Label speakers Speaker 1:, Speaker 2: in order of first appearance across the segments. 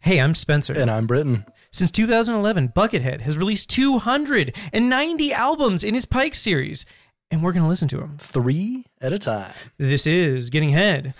Speaker 1: Hey, I'm Spencer.
Speaker 2: And I'm Britain.
Speaker 1: Since 2011, Buckethead has released 290 albums in his Pike series, and we're going to listen to them.
Speaker 2: Three at a time.
Speaker 1: This is Getting Head.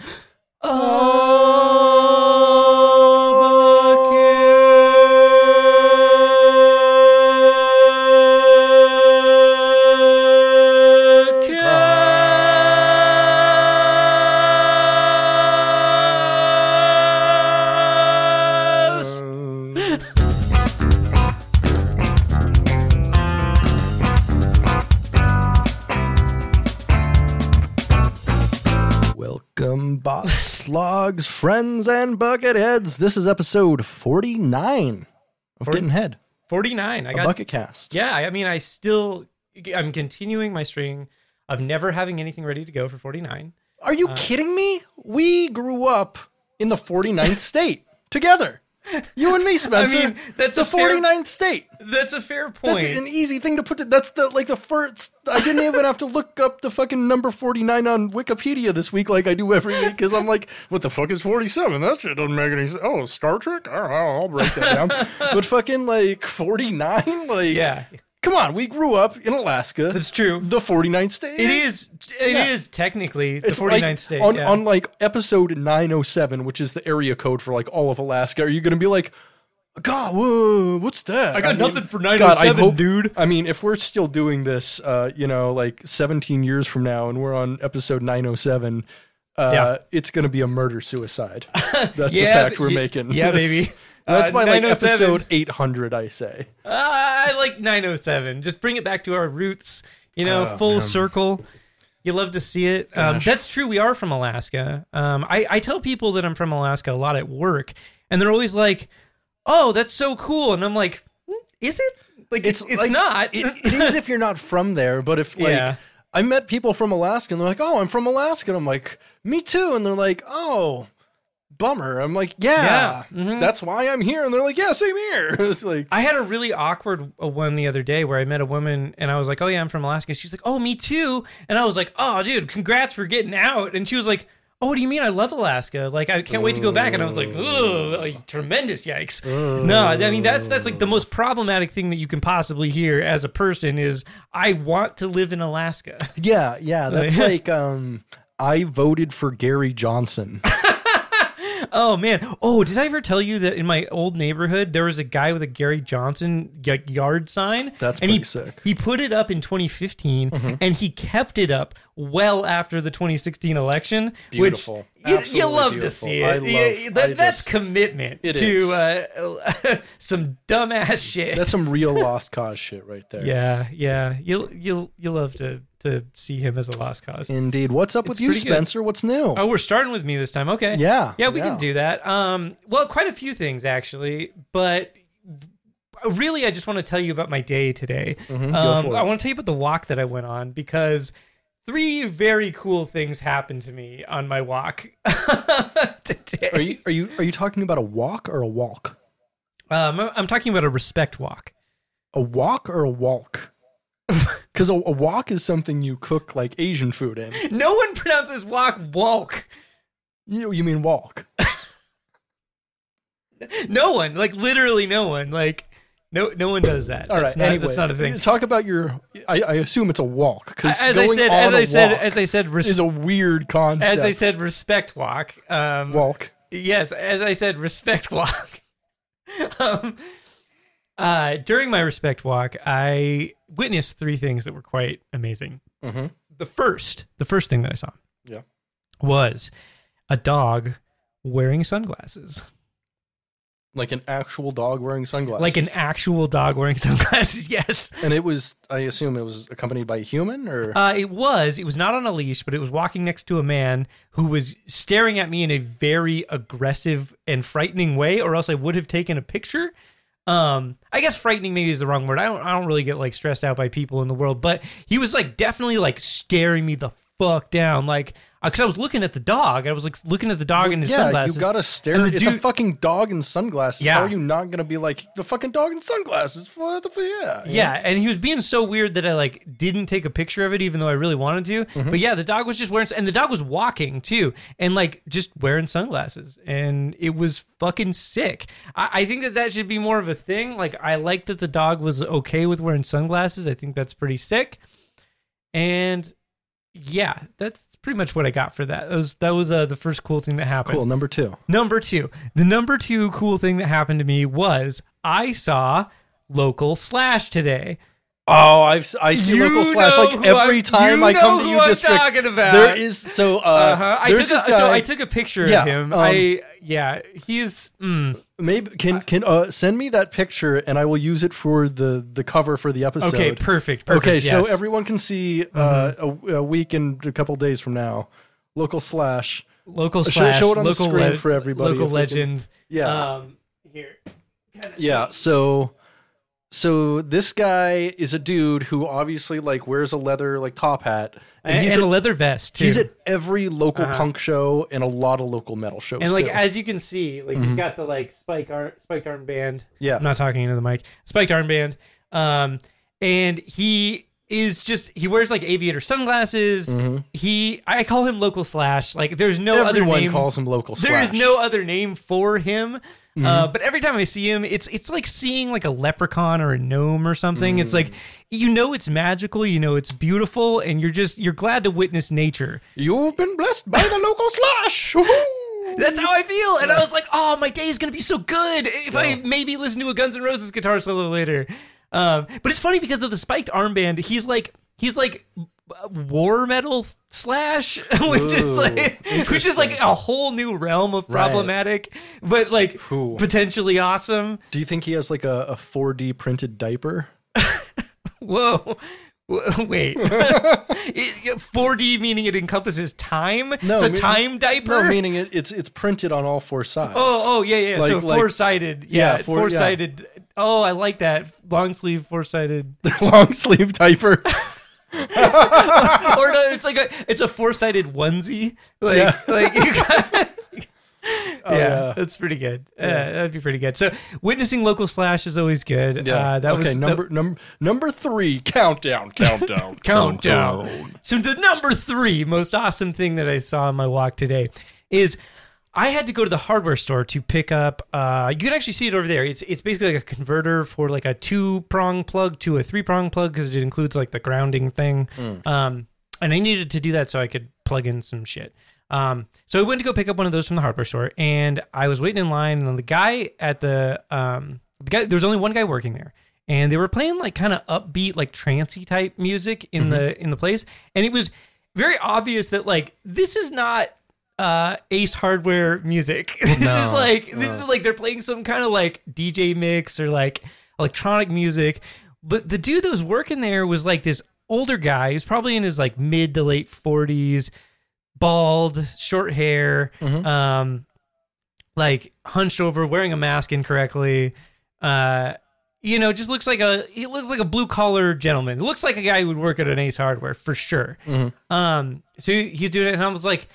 Speaker 2: Welcome, box slogs, friends, and bucket heads. This is episode 49 of
Speaker 1: Forty-
Speaker 2: Getting Head,
Speaker 1: 49. I
Speaker 2: a
Speaker 1: got
Speaker 2: bucket cast.
Speaker 1: Yeah, I mean, I still, I'm continuing my string of never having anything ready to go for 49.
Speaker 2: Are
Speaker 1: uh,
Speaker 2: you kidding me? We grew up in the 49th state together. You and me, Spencer.
Speaker 1: mean, that's
Speaker 2: the
Speaker 1: a fair-
Speaker 2: 49th state.
Speaker 1: That's a fair point.
Speaker 2: That's an easy thing to put. To, that's the like the first. I didn't even have to look up the fucking number forty nine on Wikipedia this week, like I do every week, because I'm like, what the fuck is forty seven? That shit doesn't make any sense. Oh, Star Trek. All right, I'll break that down. but fucking like forty nine. Like,
Speaker 1: yeah,
Speaker 2: Come on, we grew up in Alaska.
Speaker 1: that's true.
Speaker 2: the 49th state.
Speaker 1: It is. It is
Speaker 2: Yeah.
Speaker 1: technically
Speaker 2: It's
Speaker 1: the 49th
Speaker 2: like
Speaker 1: state.
Speaker 2: on,
Speaker 1: yeah.
Speaker 2: on like episode 907, which is the area code for like all of Alaska. Are you going to be like, God, whoa, what's that?
Speaker 1: I got nothing for 907, dude.
Speaker 2: I mean, if we're still doing this, uh, you know, like 17 years from now and we're on episode 907, uh,
Speaker 1: Yeah.
Speaker 2: it's going to be a murder suicide. That's
Speaker 1: Yeah,
Speaker 2: the fact we're
Speaker 1: y-
Speaker 2: making.
Speaker 1: yeah,
Speaker 2: That's-
Speaker 1: baby.
Speaker 2: That's
Speaker 1: Uh,
Speaker 2: why like
Speaker 1: 907.
Speaker 2: episode 800, I say.
Speaker 1: Ah, I like 907. Just bring it back to our roots. You know,
Speaker 2: Oh,
Speaker 1: full circle. You love to see it. Um, that's true. We are from Alaska. Um, I, I tell people that I'm from Alaska a lot at work, and they're always like, "Oh, that's so cool," and I'm like, "Mm, "Is it? Like, it's it's
Speaker 2: like-
Speaker 1: not.
Speaker 2: it, it is if you're not from there, but if like
Speaker 1: Yeah.
Speaker 2: I met people from Alaska and they're like, "Oh, I'm from Alaska." And I'm like, "Me too." And they're like, "Oh, bummer." I'm like, "Yeah, mm-hmm.
Speaker 1: Yeah, mhm.
Speaker 2: that's why I'm here." And they're like, "Yeah, same here." it's like,
Speaker 1: I had a really awkward uh, one the other day where I met a woman and I was like, "Oh yeah, I'm from Alaska." She's like, "Oh, me too." And I was like, "Oh, dude, congrats for getting out." And she was like, "Oh, what do you mean? I love Alaska. Like, I can't wait to go back." And I was like, "Ooh, like, tremendous yikes." No, I mean that's that's like the most problematic thing that you can possibly hear as a person is I want to live in Alaska.
Speaker 2: "Yeah, yeah, that's like um I voted for Gary Johnson."
Speaker 1: Oh man. Oh, did I ever tell you that in my old neighborhood there was a guy with a Gary Johnson y- yard sign?
Speaker 2: That's
Speaker 1: and he,
Speaker 2: pretty sick.
Speaker 1: He put it up in 2015
Speaker 2: Mm-hmm.
Speaker 1: and he kept it up well after the 2016 election.
Speaker 2: Beautiful.
Speaker 1: Which you- you,
Speaker 2: Absolutely
Speaker 1: love to
Speaker 2: beautiful.
Speaker 1: see it.
Speaker 2: I love-
Speaker 1: Yeah, that-
Speaker 2: I
Speaker 1: that's
Speaker 2: just-
Speaker 1: commitment
Speaker 2: It
Speaker 1: to
Speaker 2: is.
Speaker 1: Uh, some dumbass shit.
Speaker 2: That's some real lost cause shit right there.
Speaker 1: yeah, yeah. You'll you'll you'll love to to see him as a lost cause.
Speaker 2: Indeed. What's up with
Speaker 1: It's
Speaker 2: you,
Speaker 1: pretty good.
Speaker 2: Spencer? What's new?
Speaker 1: Oh, we're starting with me this time. Okay.
Speaker 2: Yeah,
Speaker 1: Yeah, we
Speaker 2: yeah.
Speaker 1: can do that. Um, well, quite a few things actually, but really, I just want to tell you about my day today. um,
Speaker 2: Mm-hmm. for it.
Speaker 1: I want to tell you about the walk that I went on because three very cool things happened to me on my walk today.
Speaker 2: Are you are you are you talking about a walk or a walk?
Speaker 1: Um, I'm- I'm talking about a respect walk.
Speaker 2: a walk or a walk? Because a, a wok is something you cook like Asian food in.
Speaker 1: No one pronounces walk walk.
Speaker 2: You you mean walk?
Speaker 1: No one, like literally no one, like. No, no one does that.
Speaker 2: All right.
Speaker 1: that's not,
Speaker 2: anyway,
Speaker 1: that's not a thing.
Speaker 2: Talk about your. I, I assume it's a walk because
Speaker 1: As I said, as I said, as I said, res-
Speaker 2: is a weird concept.
Speaker 1: as I said, respect walk. Um,
Speaker 2: walk.
Speaker 1: yes, as I said, respect walk. um, uh, during my respect walk, I witnessed three things that were quite amazing.
Speaker 2: Mhm.
Speaker 1: The first, the first thing that I saw,
Speaker 2: Yeah.
Speaker 1: was a dog wearing sunglasses,
Speaker 2: Like an actual dog wearing sunglasses.
Speaker 1: like an actual dog wearing sunglasses. Yes,
Speaker 2: And it was. I assume it was accompanied by a human or.
Speaker 1: Uh, it was. It was not on a leash, but it was walking next to a man who was staring at me in a very aggressive and frightening way, or else I would have taken a picture. Um, I guess frightening maybe is the wrong word. I don't. I don't really get like stressed out by people in the world, but he was like definitely like staring me the fuck down. Like, because I was looking at the dog. I was like looking at the dog in his
Speaker 2: Yeah,
Speaker 1: sunglasses.
Speaker 2: you gotta stare.
Speaker 1: And the
Speaker 2: It's a
Speaker 1: dude-
Speaker 2: fucking dog in sunglasses.
Speaker 1: Yeah.
Speaker 2: How are you not gonna be like the fucking dog in sunglasses? What the fu- yeah, you
Speaker 1: yeah, and he was being so weird that I like didn't take a picture of it, even though I really wanted to. But yeah, the dog was just wearing, and the dog was walking too, and like just wearing sunglasses, and it was fucking sick. I, I think that that should be more of a thing. Like, I like that the dog was okay with wearing sunglasses. I think that's pretty sick. And yeah, that's pretty much what I got for that. That was that was uh, the first cool thing that happened.
Speaker 2: Cool. Number two.
Speaker 1: Number two, the number two cool thing that happened to me was I saw local slash today.
Speaker 2: Oh, I've s- I see
Speaker 1: You
Speaker 2: local slash
Speaker 1: know
Speaker 2: like
Speaker 1: who I'm-
Speaker 2: every time
Speaker 1: you
Speaker 2: I come
Speaker 1: know
Speaker 2: to
Speaker 1: who
Speaker 2: you
Speaker 1: I'm
Speaker 2: district.
Speaker 1: talking about.
Speaker 2: There is so uh,
Speaker 1: Uh-huh. I took a,
Speaker 2: there's this guy.
Speaker 1: so I took a picture
Speaker 2: Yeah,
Speaker 1: of him.
Speaker 2: um,
Speaker 1: I yeah, he's mm,
Speaker 2: maybe can can uh, send me that picture and I will use it for the the cover for the episode.
Speaker 1: okay, perfect, perfect.
Speaker 2: okay, so
Speaker 1: yes. Mm-hmm.
Speaker 2: everyone can see uh, a, a week and a couple days from now. Local slash.
Speaker 1: local
Speaker 2: show-
Speaker 1: slash
Speaker 2: show it on the
Speaker 1: local
Speaker 2: screen
Speaker 1: le-
Speaker 2: for everybody
Speaker 1: Local
Speaker 2: if they can-
Speaker 1: legend.
Speaker 2: Yeah.
Speaker 1: Um, here.
Speaker 2: Yeah. So, so this guy is a dude who obviously like wears a leather like top hat, and,
Speaker 1: And,
Speaker 2: he's
Speaker 1: and
Speaker 2: at,
Speaker 1: a leather vest too.
Speaker 2: he's at every local punk show and a lot of local metal shows.
Speaker 1: and like
Speaker 2: too.
Speaker 1: as you can see, like he's got the like spike arm, spiked armband.
Speaker 2: Mm-hmm. Yeah.
Speaker 1: I'm not talking into the mic. Spiked armband. Um, and he is just he wears like aviator sunglasses.
Speaker 2: Mm-hmm.
Speaker 1: He I call him local slash. Like there's no other
Speaker 2: everyone
Speaker 1: name.
Speaker 2: calls him local.
Speaker 1: There is
Speaker 2: slash.
Speaker 1: no other name for him. Uh, but every time I see him, it's it's like seeing like a leprechaun or a gnome or something. It's like you know it's magical, you know it's beautiful, and you're just you're glad to witness nature.
Speaker 2: You've been blessed by the local slash. Woohoo!
Speaker 1: That's how I feel. And I was like, oh, my day is going to be so good if I maybe listen to a Guns N' Roses guitar solo later. Um, but it's funny because of the spiked armband, he's like, he's like uh, war metal slash, which is
Speaker 2: Ooh,
Speaker 1: like, which is like a whole new realm of
Speaker 2: Right.
Speaker 1: problematic, but like
Speaker 2: Ooh.
Speaker 1: potentially awesome.
Speaker 2: Do you think he has like a, a 4D printed diaper?
Speaker 1: Whoa. W- Wait, It- 4D meaning it encompasses time.
Speaker 2: No,
Speaker 1: it's a
Speaker 2: mean-
Speaker 1: time diaper.
Speaker 2: No, meaning it, it's it's printed on all four sides.
Speaker 1: Oh, oh, yeah, yeah. so
Speaker 2: Like- like-
Speaker 1: four sided, yeah,
Speaker 2: Yeah, four-
Speaker 1: four sided. Oh, I like that long sleeve four sided.
Speaker 2: long sleeve diaper.
Speaker 1: or no, it's like a it's a four sided onesie. Like like you got. yeah,
Speaker 2: Oh, yeah.
Speaker 1: that's pretty good. Uh, that'd be pretty good. So witnessing local slash is always good. Uh, that
Speaker 2: okay,
Speaker 1: was
Speaker 2: number number number three. Countdown. Countdown.
Speaker 1: the countdown. So the number three most awesome thing that I saw on my walk today is. I had to go to the hardware store to pick up. Uh, you can actually see it over there. It's it's basically like a converter for like a two prong plug to a three prong plug because it includes like the grounding thing. Um, and I needed to do that so I could plug in some shit. Um, so I went to go pick up one of those from the hardware store, and I was waiting in line. And the guy at the um, the guy there was only one guy working there, and they were playing like kind of upbeat, like trancey type music in the in the place, and it was very obvious that like this is not uh ace hardware music this is like this is like they're playing some kind of like dj mix or like electronic music but the dude that was working there was like this older guy who's probably in his like mid to late 40s bald short hair um like hunched over wearing a mask incorrectly uh you know, just looks like a he looks like a blue collar gentleman. Looks like a guy who would work at an Ace Hardware for sure. Um, so he- he's doing it, and I was like,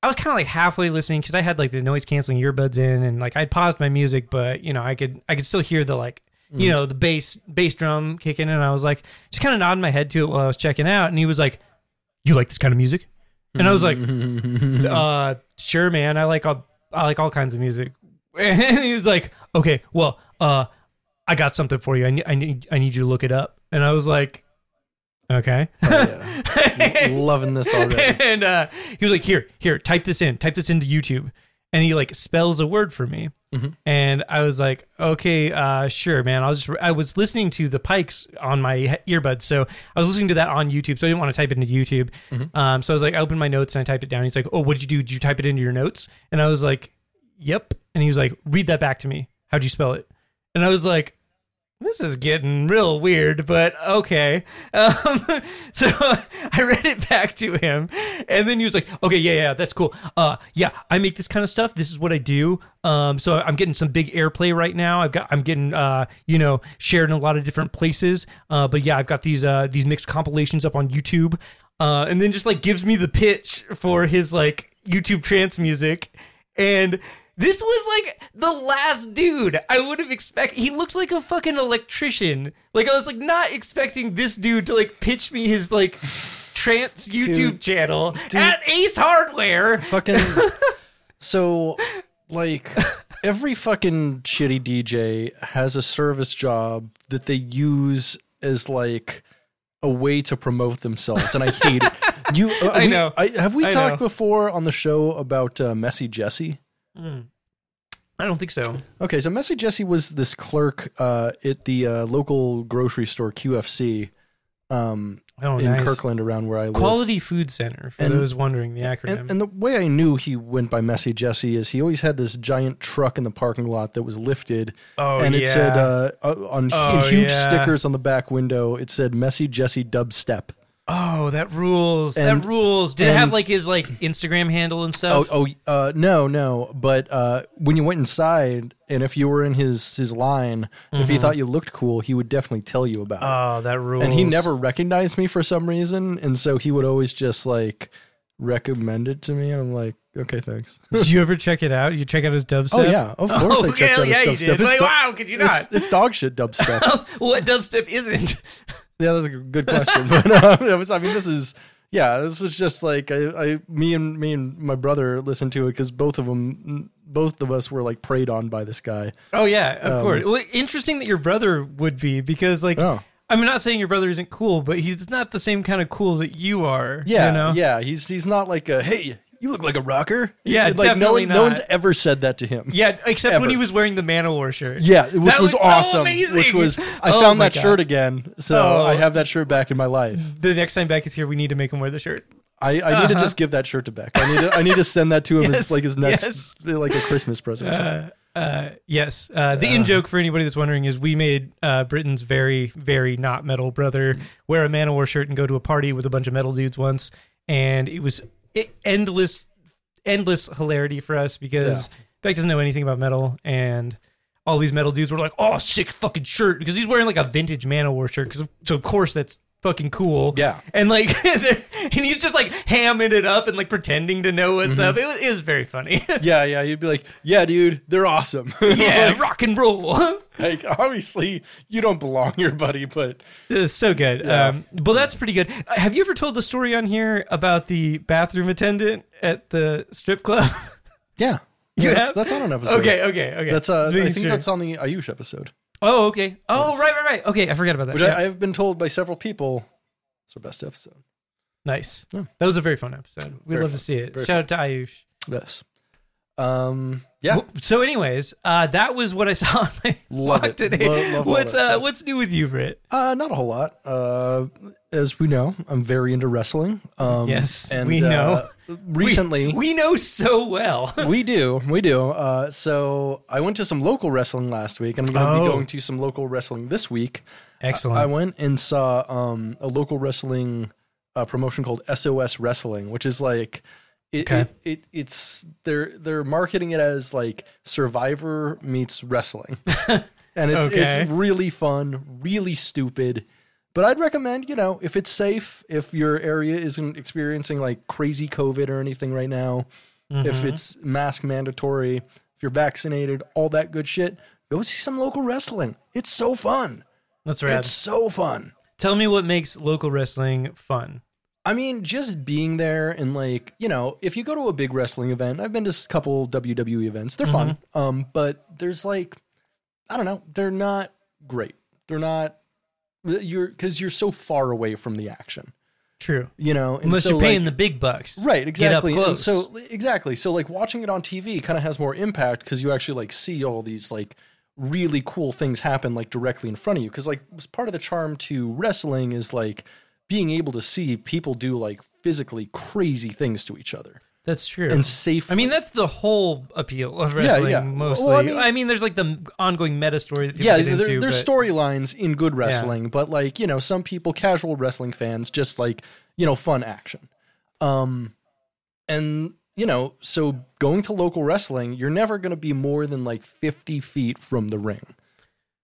Speaker 1: I was kind of like halfway listening because I had like the noise canceling earbuds in, and like I paused my music, but you know, I could I could still hear the like you know the bass bass drum kicking, and I was like just kind of nodding my head to it while I was checking out, and he was like, "You like this kind of music?" And I was like, uh sure man i like all i like all kinds of music and he was like okay well uh i got something for you i need i need, I need you to look it up and i was like okay
Speaker 2: Loving this already.
Speaker 1: and uh he was like here here type this in type this into youtube and he like spells a word for me and i was like okay uh sure man i was just i was listening to the pikes on my he- earbuds so i was listening to that on youtube so i didn't want to type it into youtube um so i was like i opened my notes and i typed it down he's like oh what'd you do did you type it into your notes and i was like yep and he was like read that back to me how'd you spell it and i was like this is getting real weird, but okay. Um, so I read it back to him, and then he was like, "Okay, yeah, yeah, that's cool. Uh, yeah, I make this kind of stuff. This is what I do. Um, so I'm getting some big airplay right now. I've got, I'm getting, uh, you know, shared in a lot of different places. Uh, but yeah, I've got these uh, these mixed compilations up on YouTube. uh, and then just like gives me the pitch for his like YouTube trance music, and this was like the last dude I would have expected. He looked like a fucking electrician. Like I was like not expecting this dude to like pitch me his like trance YouTube
Speaker 3: Dude.
Speaker 1: channel
Speaker 3: Dude.
Speaker 1: at Ace Hardware.
Speaker 3: Fucking
Speaker 2: So, like, every fucking shitty DJ has a service job that they use as like a way to promote themselves, and I hate it. You, uh,
Speaker 1: I
Speaker 2: we-
Speaker 1: know.
Speaker 2: I, have we
Speaker 1: I
Speaker 2: talked
Speaker 1: know.
Speaker 2: before on the show about uh, Messy Jesse?
Speaker 1: I don't think so.
Speaker 2: Okay, so Messy Jesse was this clerk uh, at the uh, local grocery store QFC um,
Speaker 1: Oh,
Speaker 2: in
Speaker 1: nice.
Speaker 2: Kirkland, around where I live.
Speaker 1: Quality Food Center for
Speaker 2: And-
Speaker 1: those wondering the acronym.
Speaker 2: And, and the way I knew he went by Messy Jesse is he always had this giant truck in the parking lot that was lifted,
Speaker 1: oh
Speaker 2: and
Speaker 1: yeah.
Speaker 2: it said uh, uh, on
Speaker 1: Oh,
Speaker 2: in huge
Speaker 1: yeah.
Speaker 2: stickers on the back window. It said Messy Jesse Dubstep.
Speaker 1: oh, that rules.
Speaker 2: and-
Speaker 1: that rules. Did it
Speaker 2: and-
Speaker 1: have like his like Instagram handle and
Speaker 2: Oh,
Speaker 1: stuff?
Speaker 2: oh, uh, no, no. But uh, when you went inside, and if you were in his his line, if
Speaker 1: Mm-hmm.
Speaker 2: he thought you looked cool, he would definitely tell you about it.
Speaker 1: Oh, that rules.
Speaker 2: And he never recognized me for some reason, and so he would always just like recommend it to me. And I'm like, okay, thanks.
Speaker 1: Did you ever check it out? You check out his dubstep?
Speaker 2: Oh yeah, of course I checked out his dubstep. It's du-
Speaker 1: wow, could you
Speaker 2: It's, it's dog shit dubstep.
Speaker 1: what dubstep isn't?
Speaker 2: yeah, that's a good question. But uh, it was, I mean, this is yeah, this was just like I, I, me and me and my brother listened to it because both of them, both of us were like preyed on by this guy.
Speaker 1: Oh yeah, of course. Well, interesting that your brother would be because like
Speaker 2: Um, Oh.
Speaker 1: I'm not saying your brother isn't cool, but he's not the same kind of cool that you are.
Speaker 2: Yeah,
Speaker 1: you know?
Speaker 2: yeah, he's he's not like a hey, you look like a rocker.
Speaker 1: Yeah,
Speaker 2: like no one,
Speaker 1: definitely
Speaker 2: no one's
Speaker 1: not.
Speaker 2: ever said that to him.
Speaker 1: Yeah, except
Speaker 2: Ever.
Speaker 1: when he was wearing the Manowar shirt.
Speaker 2: Yeah, which
Speaker 1: That
Speaker 2: was,
Speaker 1: was so
Speaker 2: awesome. Which
Speaker 1: amazing.
Speaker 2: was I
Speaker 1: Oh
Speaker 2: found
Speaker 1: my
Speaker 2: that
Speaker 1: God.
Speaker 2: shirt again, so
Speaker 1: Oh.
Speaker 2: I have that shirt back in my life.
Speaker 1: The next time back is here, we need to make him wear the shirt.
Speaker 2: I, I need to just give that shirt to Beck. I need to, I need to send that to him
Speaker 1: Uh-huh. Yes,
Speaker 2: as like his next
Speaker 1: yes.
Speaker 2: like a Christmas present. or something.
Speaker 1: Uh, yes. Uh, the in joke for anybody that's wondering is we made uh, Britain's very, very not metal brother wear a Manowar shirt and go to a party with a bunch of metal dudes once, and it was i endless, endless hilarity for us because Beck doesn't know anything about metal, and all these metal dudes were like, "Oh, sick fucking shirt," because he's wearing like a vintage Manowar shirt, 'cause- so of course that's fucking cool.
Speaker 2: Yeah.
Speaker 1: and like, and he's just like hamming it up and like pretending to know what's up. It was, it was very funny.
Speaker 2: yeah, yeah. He'd be like, "Yeah, dude, they're awesome."
Speaker 1: yeah, rock and roll.
Speaker 2: like, like, obviously you don't belong here, buddy, but
Speaker 1: It's so good. Um, well, that's pretty good. Uh, Have you ever told the story on here about the bathroom attendant at the strip club?
Speaker 2: yeah,
Speaker 1: You
Speaker 2: yeah that's,
Speaker 1: have-
Speaker 2: that's on an episode.
Speaker 1: okay, okay, okay.
Speaker 2: that's uh,
Speaker 1: Just
Speaker 2: I
Speaker 1: making
Speaker 2: think
Speaker 1: sure.
Speaker 2: that's on the Ayush episode,
Speaker 1: Oh, okay. Oh, right, right, right. Okay, I forgot about that.
Speaker 2: which
Speaker 1: Yeah.
Speaker 2: I, I have been told by several people. It's our best episode.
Speaker 1: nice.
Speaker 2: Yeah.
Speaker 1: That was a very fun episode. We'd
Speaker 2: Very
Speaker 1: love
Speaker 2: fun.
Speaker 1: to see it.
Speaker 2: Very
Speaker 1: Shout out to Ayush.
Speaker 2: Yes. Um. Yeah.
Speaker 1: Well, So, anyways, uh, that was what I saw on my
Speaker 2: Love
Speaker 1: blog
Speaker 2: it.
Speaker 1: today.
Speaker 2: Love- love all
Speaker 1: what's
Speaker 2: that
Speaker 1: uh,
Speaker 2: stuff.
Speaker 1: what's new with you, Britt?
Speaker 2: Uh, not a whole lot. Uh, as we know, I'm very into wrestling. Um,
Speaker 1: Yes,
Speaker 2: and,
Speaker 1: we know.
Speaker 2: Uh, recently,
Speaker 1: we, we know so well.
Speaker 2: we do, we do. Uh, so I went to some local wrestling last week, and I'm going to
Speaker 1: Oh.
Speaker 2: be going to some local wrestling this week.
Speaker 1: Excellent.
Speaker 2: I went and saw um, a local wrestling uh, promotion called SOS Wrestling, which is like. It,
Speaker 1: Okay.
Speaker 2: it, it it's they're they're marketing it as like Survivor meets wrestling, and it's
Speaker 1: Okay.
Speaker 2: it's really fun, really stupid. But I'd recommend you know if it's safe, if your area isn't experiencing like crazy COVID or anything right now,
Speaker 1: Mm-hmm.
Speaker 2: if it's mask mandatory, if you're vaccinated, all that good shit, go see some local wrestling. It's so fun.
Speaker 1: That's rad.
Speaker 2: It's so fun.
Speaker 1: Tell me what makes local wrestling fun.
Speaker 2: I mean, just being there and like, you know, if you go to a big wrestling event, I've been to a couple WWE events. They're fun. Um, but there's like I don't know, they're not great. They're not you're cuz you're so far away from the action.
Speaker 1: True.
Speaker 2: You know, and
Speaker 1: Unless
Speaker 2: so,
Speaker 1: you're paying
Speaker 2: like-
Speaker 1: the big bucks.
Speaker 2: Right, exactly.
Speaker 1: Get up
Speaker 2: And
Speaker 1: close.
Speaker 2: so exactly. So like watching it on TV kind of has more impact cuz you actually like see all these like really cool things happen like directly in front of you cuz like s- part of the charm to wrestling is like being able to see people do like physically crazy things to each other
Speaker 1: that's true.
Speaker 2: and safe
Speaker 1: I mean, that's the whole appeal of
Speaker 2: Yeah,
Speaker 1: wrestling,
Speaker 2: yeah.
Speaker 1: mostly.
Speaker 2: Well,
Speaker 1: I
Speaker 2: I
Speaker 1: mean,
Speaker 2: mean-
Speaker 1: there's like the ongoing meta story that people
Speaker 2: yeah,
Speaker 1: get
Speaker 2: there,
Speaker 1: into.
Speaker 2: there's
Speaker 1: but-
Speaker 2: storylines in good wrestling, but like you know, some people, casual wrestling fans, just like you know, fun action. Um, and you know, so going to local wrestling, you're never going to be more than like 50 feet from the ring.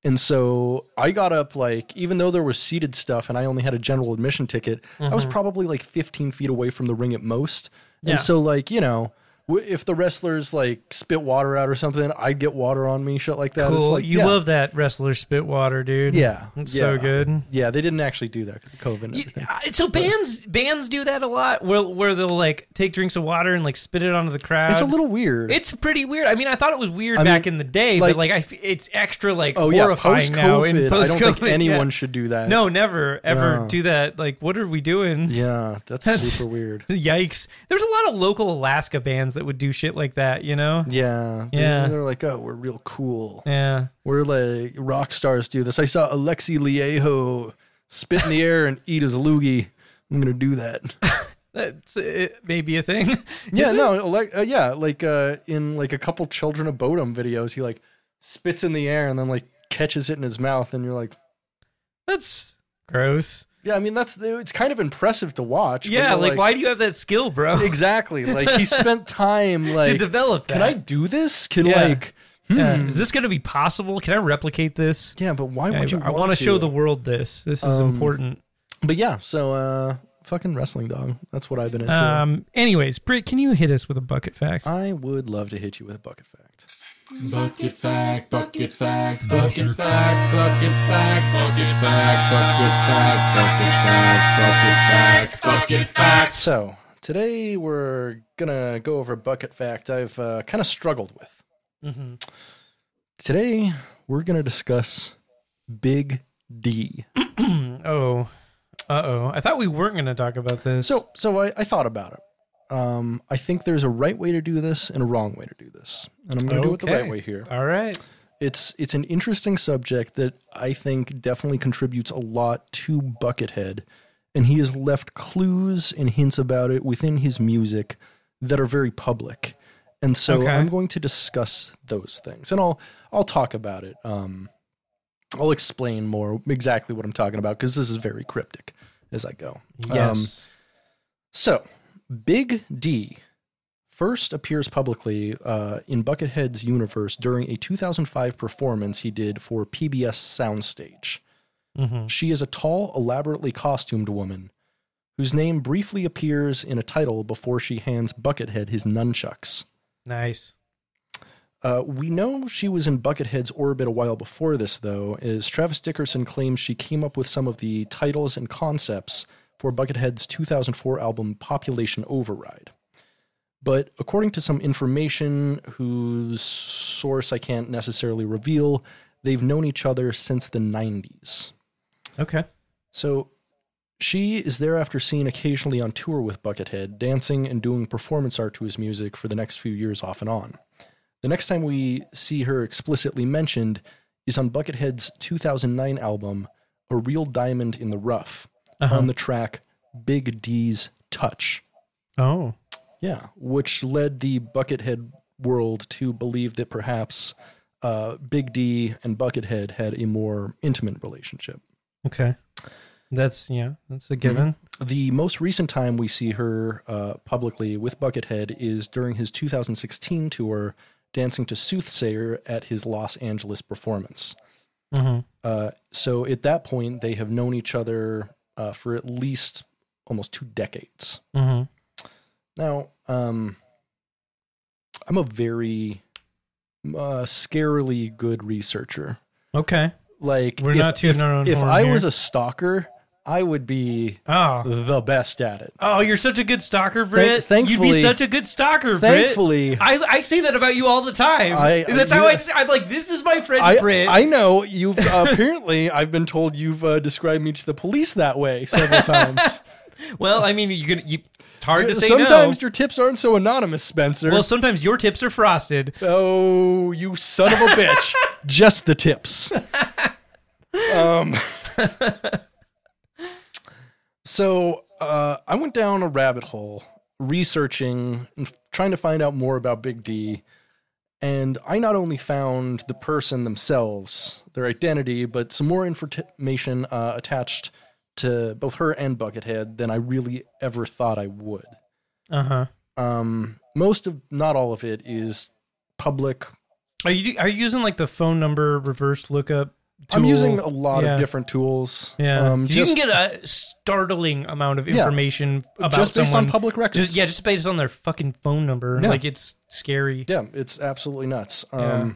Speaker 2: And so I got up like, even though there was seated stuff and I only had a general admission ticket, I was probably like 15 feet away from the ring at most.
Speaker 1: Mm-hmm. Yeah.
Speaker 2: And so, like, you know, w- if the wrestlers like spit water out or something, I'd get water on me, shit like that. It's
Speaker 1: Cool.
Speaker 2: like,
Speaker 1: you
Speaker 2: yeah.
Speaker 1: love that wrestler spit water, dude.
Speaker 2: Yeah.
Speaker 1: It's
Speaker 2: Yeah.
Speaker 1: so good.
Speaker 2: Yeah, they didn't actually do that because of COVID and
Speaker 1: Y-
Speaker 2: everything.
Speaker 1: uh, So bands bands do that a lot, where where they'll like take drinks of water and like spit it onto the crowd.
Speaker 2: It's a little weird.
Speaker 1: It's pretty weird. I mean, I thought it was weird
Speaker 2: I
Speaker 1: back
Speaker 2: mean,
Speaker 1: in the day, but like
Speaker 2: like-
Speaker 1: I, f- it's extra like
Speaker 2: oh, yeah.
Speaker 1: horrifying
Speaker 2: Post
Speaker 1: now. In
Speaker 2: COVID, I
Speaker 1: post
Speaker 2: don't think anyone should do that.
Speaker 1: No, never ever
Speaker 2: No.
Speaker 1: do that. Like, what are we doing?
Speaker 2: Yeah, that's,
Speaker 1: That's-
Speaker 2: super weird.
Speaker 1: Yikes! There's a lot of local Alaska bands that would do shit like that. You know?
Speaker 2: Yeah. They-
Speaker 1: Yeah.
Speaker 2: They're like, oh, we're real cool.
Speaker 1: Yeah.
Speaker 2: We're like rock stars do this. I saw Alexi Liejo spit in the air and eat his loogie. I'm gonna do that.
Speaker 1: That's uh, it, maybe a thing.
Speaker 2: yeah, no, like uh, yeah, like uh, in like a couple Children of Bodom videos, he like spits in the air and then like catches it in his mouth, and you're like,
Speaker 1: That's gross.
Speaker 2: yeah, I mean that's it's kind of impressive to watch. but
Speaker 1: Yeah,
Speaker 2: you're
Speaker 1: like, why do you have that skill, bro?
Speaker 2: Exactly. Like he spent time like,
Speaker 1: to develop that.
Speaker 2: can I do this? Can
Speaker 1: Yeah.
Speaker 2: like,
Speaker 1: Yeah.
Speaker 2: hmm.
Speaker 1: Is this going to be possible? Can I replicate this?
Speaker 2: yeah, but why would you?
Speaker 1: I,
Speaker 2: want
Speaker 1: want to show the world this. This is
Speaker 2: Um,
Speaker 1: important.
Speaker 2: But yeah, so uh, fucking wrestling dog. That's what I've been into.
Speaker 1: Um. Anyways, Britt, can you hit us with a bucket fact?
Speaker 2: I would love to hit you with a bucket fact.
Speaker 3: Bucket fact, bucket fact, bucket fact, bucket fact, bucket fact, bucket fact, bucket fact, bucket fact, bucket fact.
Speaker 2: So today we're gonna go over a bucket fact I've uh, kind of struggled with.
Speaker 1: mm-hmm.
Speaker 2: Today we're gonna discuss Big D.
Speaker 1: Oh. Uh oh. I thought we weren't going to talk about this.
Speaker 2: So so I, I thought about it. Um, I think there's a right way to do this and a wrong way to do this, and I'm gonna do it the
Speaker 1: Okay.
Speaker 2: right way here.
Speaker 1: all right.
Speaker 2: It's it's an interesting subject that I think definitely contributes a lot to Buckethead, and he has left clues and hints about it within his music that are very public. And so
Speaker 1: Okay.
Speaker 2: I'm going to discuss those things, and I'll I'll talk about it. Um, I'll explain more exactly what I'm talking about because this is very cryptic as I go. Um,
Speaker 1: Yes.
Speaker 2: so, Big D first appears publicly uh, in Buckethead's universe during a 2005 performance he did for PBS Soundstage.
Speaker 1: Mhm.
Speaker 2: She is a tall, elaborately costumed woman whose name briefly appears in a title before she hands Buckethead his nunchucks.
Speaker 1: nice.
Speaker 2: Uh, we know she was in Buckethead's orbit a while before this, though, as Travis Dickerson claims she came up with some of the titles and concepts for Buckethead's 2004 album Population Override. But according to some information whose source I can't necessarily reveal, they've known each other since the 90s.
Speaker 1: Okay.
Speaker 2: So she is thereafter seen occasionally on tour with Buckethead, dancing and doing performance art to his music for the next few years off and on. The next time we see her explicitly mentioned is on Buckethead's 2009 album, A Real Diamond in the Rough, on the track Big D's Touch.
Speaker 1: Oh.
Speaker 2: Yeah, which led the Buckethead world to believe that perhaps uh, Big D and Buckethead had a more intimate relationship.
Speaker 1: Okay. That's yeah. That's a
Speaker 2: Mm-hmm.
Speaker 1: given.
Speaker 2: The most recent time we see her uh, publicly with Buckethead is during his 2016 tour, dancing to Soothsayer at his Los Angeles performance.
Speaker 1: Mhm.
Speaker 2: Uh, so at that point, they have known each other uh, for at least almost two decades.
Speaker 1: Mhm.
Speaker 2: Now, um, I'm a very uh, scarily good researcher.
Speaker 1: Okay.
Speaker 2: Like,
Speaker 1: We're
Speaker 2: if,
Speaker 1: not tooting
Speaker 2: if-
Speaker 1: our own
Speaker 2: if
Speaker 1: horn
Speaker 2: I
Speaker 1: here.
Speaker 2: was a stalker, I would be
Speaker 1: Oh.
Speaker 2: the best at it.
Speaker 1: Oh, you're such a good stalker, Britt. You'd
Speaker 2: thankfully-
Speaker 1: be such a good stalker, Britt.
Speaker 2: Thankfully,
Speaker 1: I, I say that about you all the time.
Speaker 2: I-
Speaker 1: That's
Speaker 2: I-
Speaker 1: how I, I'm like, this is my friend
Speaker 2: I,
Speaker 1: Britt.
Speaker 2: I know you've uh, apparently I've been told you've uh, described me to the police that way several times.
Speaker 1: well, I mean, you can. You, it's hard to say
Speaker 2: Sometimes
Speaker 1: no.
Speaker 2: your tips aren't so anonymous, Spencer.
Speaker 1: Well, sometimes your tips are frosted.
Speaker 2: oh, you son of a bitch! Just the tips. Um. so uh, I went down a rabbit hole researching and trying to find out more about Big D. And I not only found the person themselves, their identity, but some more information uh, attached to both her and Buckethead than I really ever thought I would.
Speaker 1: Uh huh.
Speaker 2: Um, most of, not all of it, is public.
Speaker 1: Are you are you using like the phone number reverse lookup
Speaker 2: I'm using
Speaker 1: tool.
Speaker 2: a lot
Speaker 1: Yeah.
Speaker 2: of different tools.
Speaker 1: Yeah,
Speaker 2: Um,
Speaker 1: 'Cause
Speaker 2: just,
Speaker 1: you can get a startling amount of
Speaker 2: Yeah.
Speaker 1: information about
Speaker 2: just based
Speaker 1: someone.
Speaker 2: on public records.
Speaker 1: Just, yeah, just based on their fucking phone number.
Speaker 2: Yeah.
Speaker 1: Like it's scary.
Speaker 2: Yeah, it's absolutely nuts. Um,
Speaker 1: Yeah.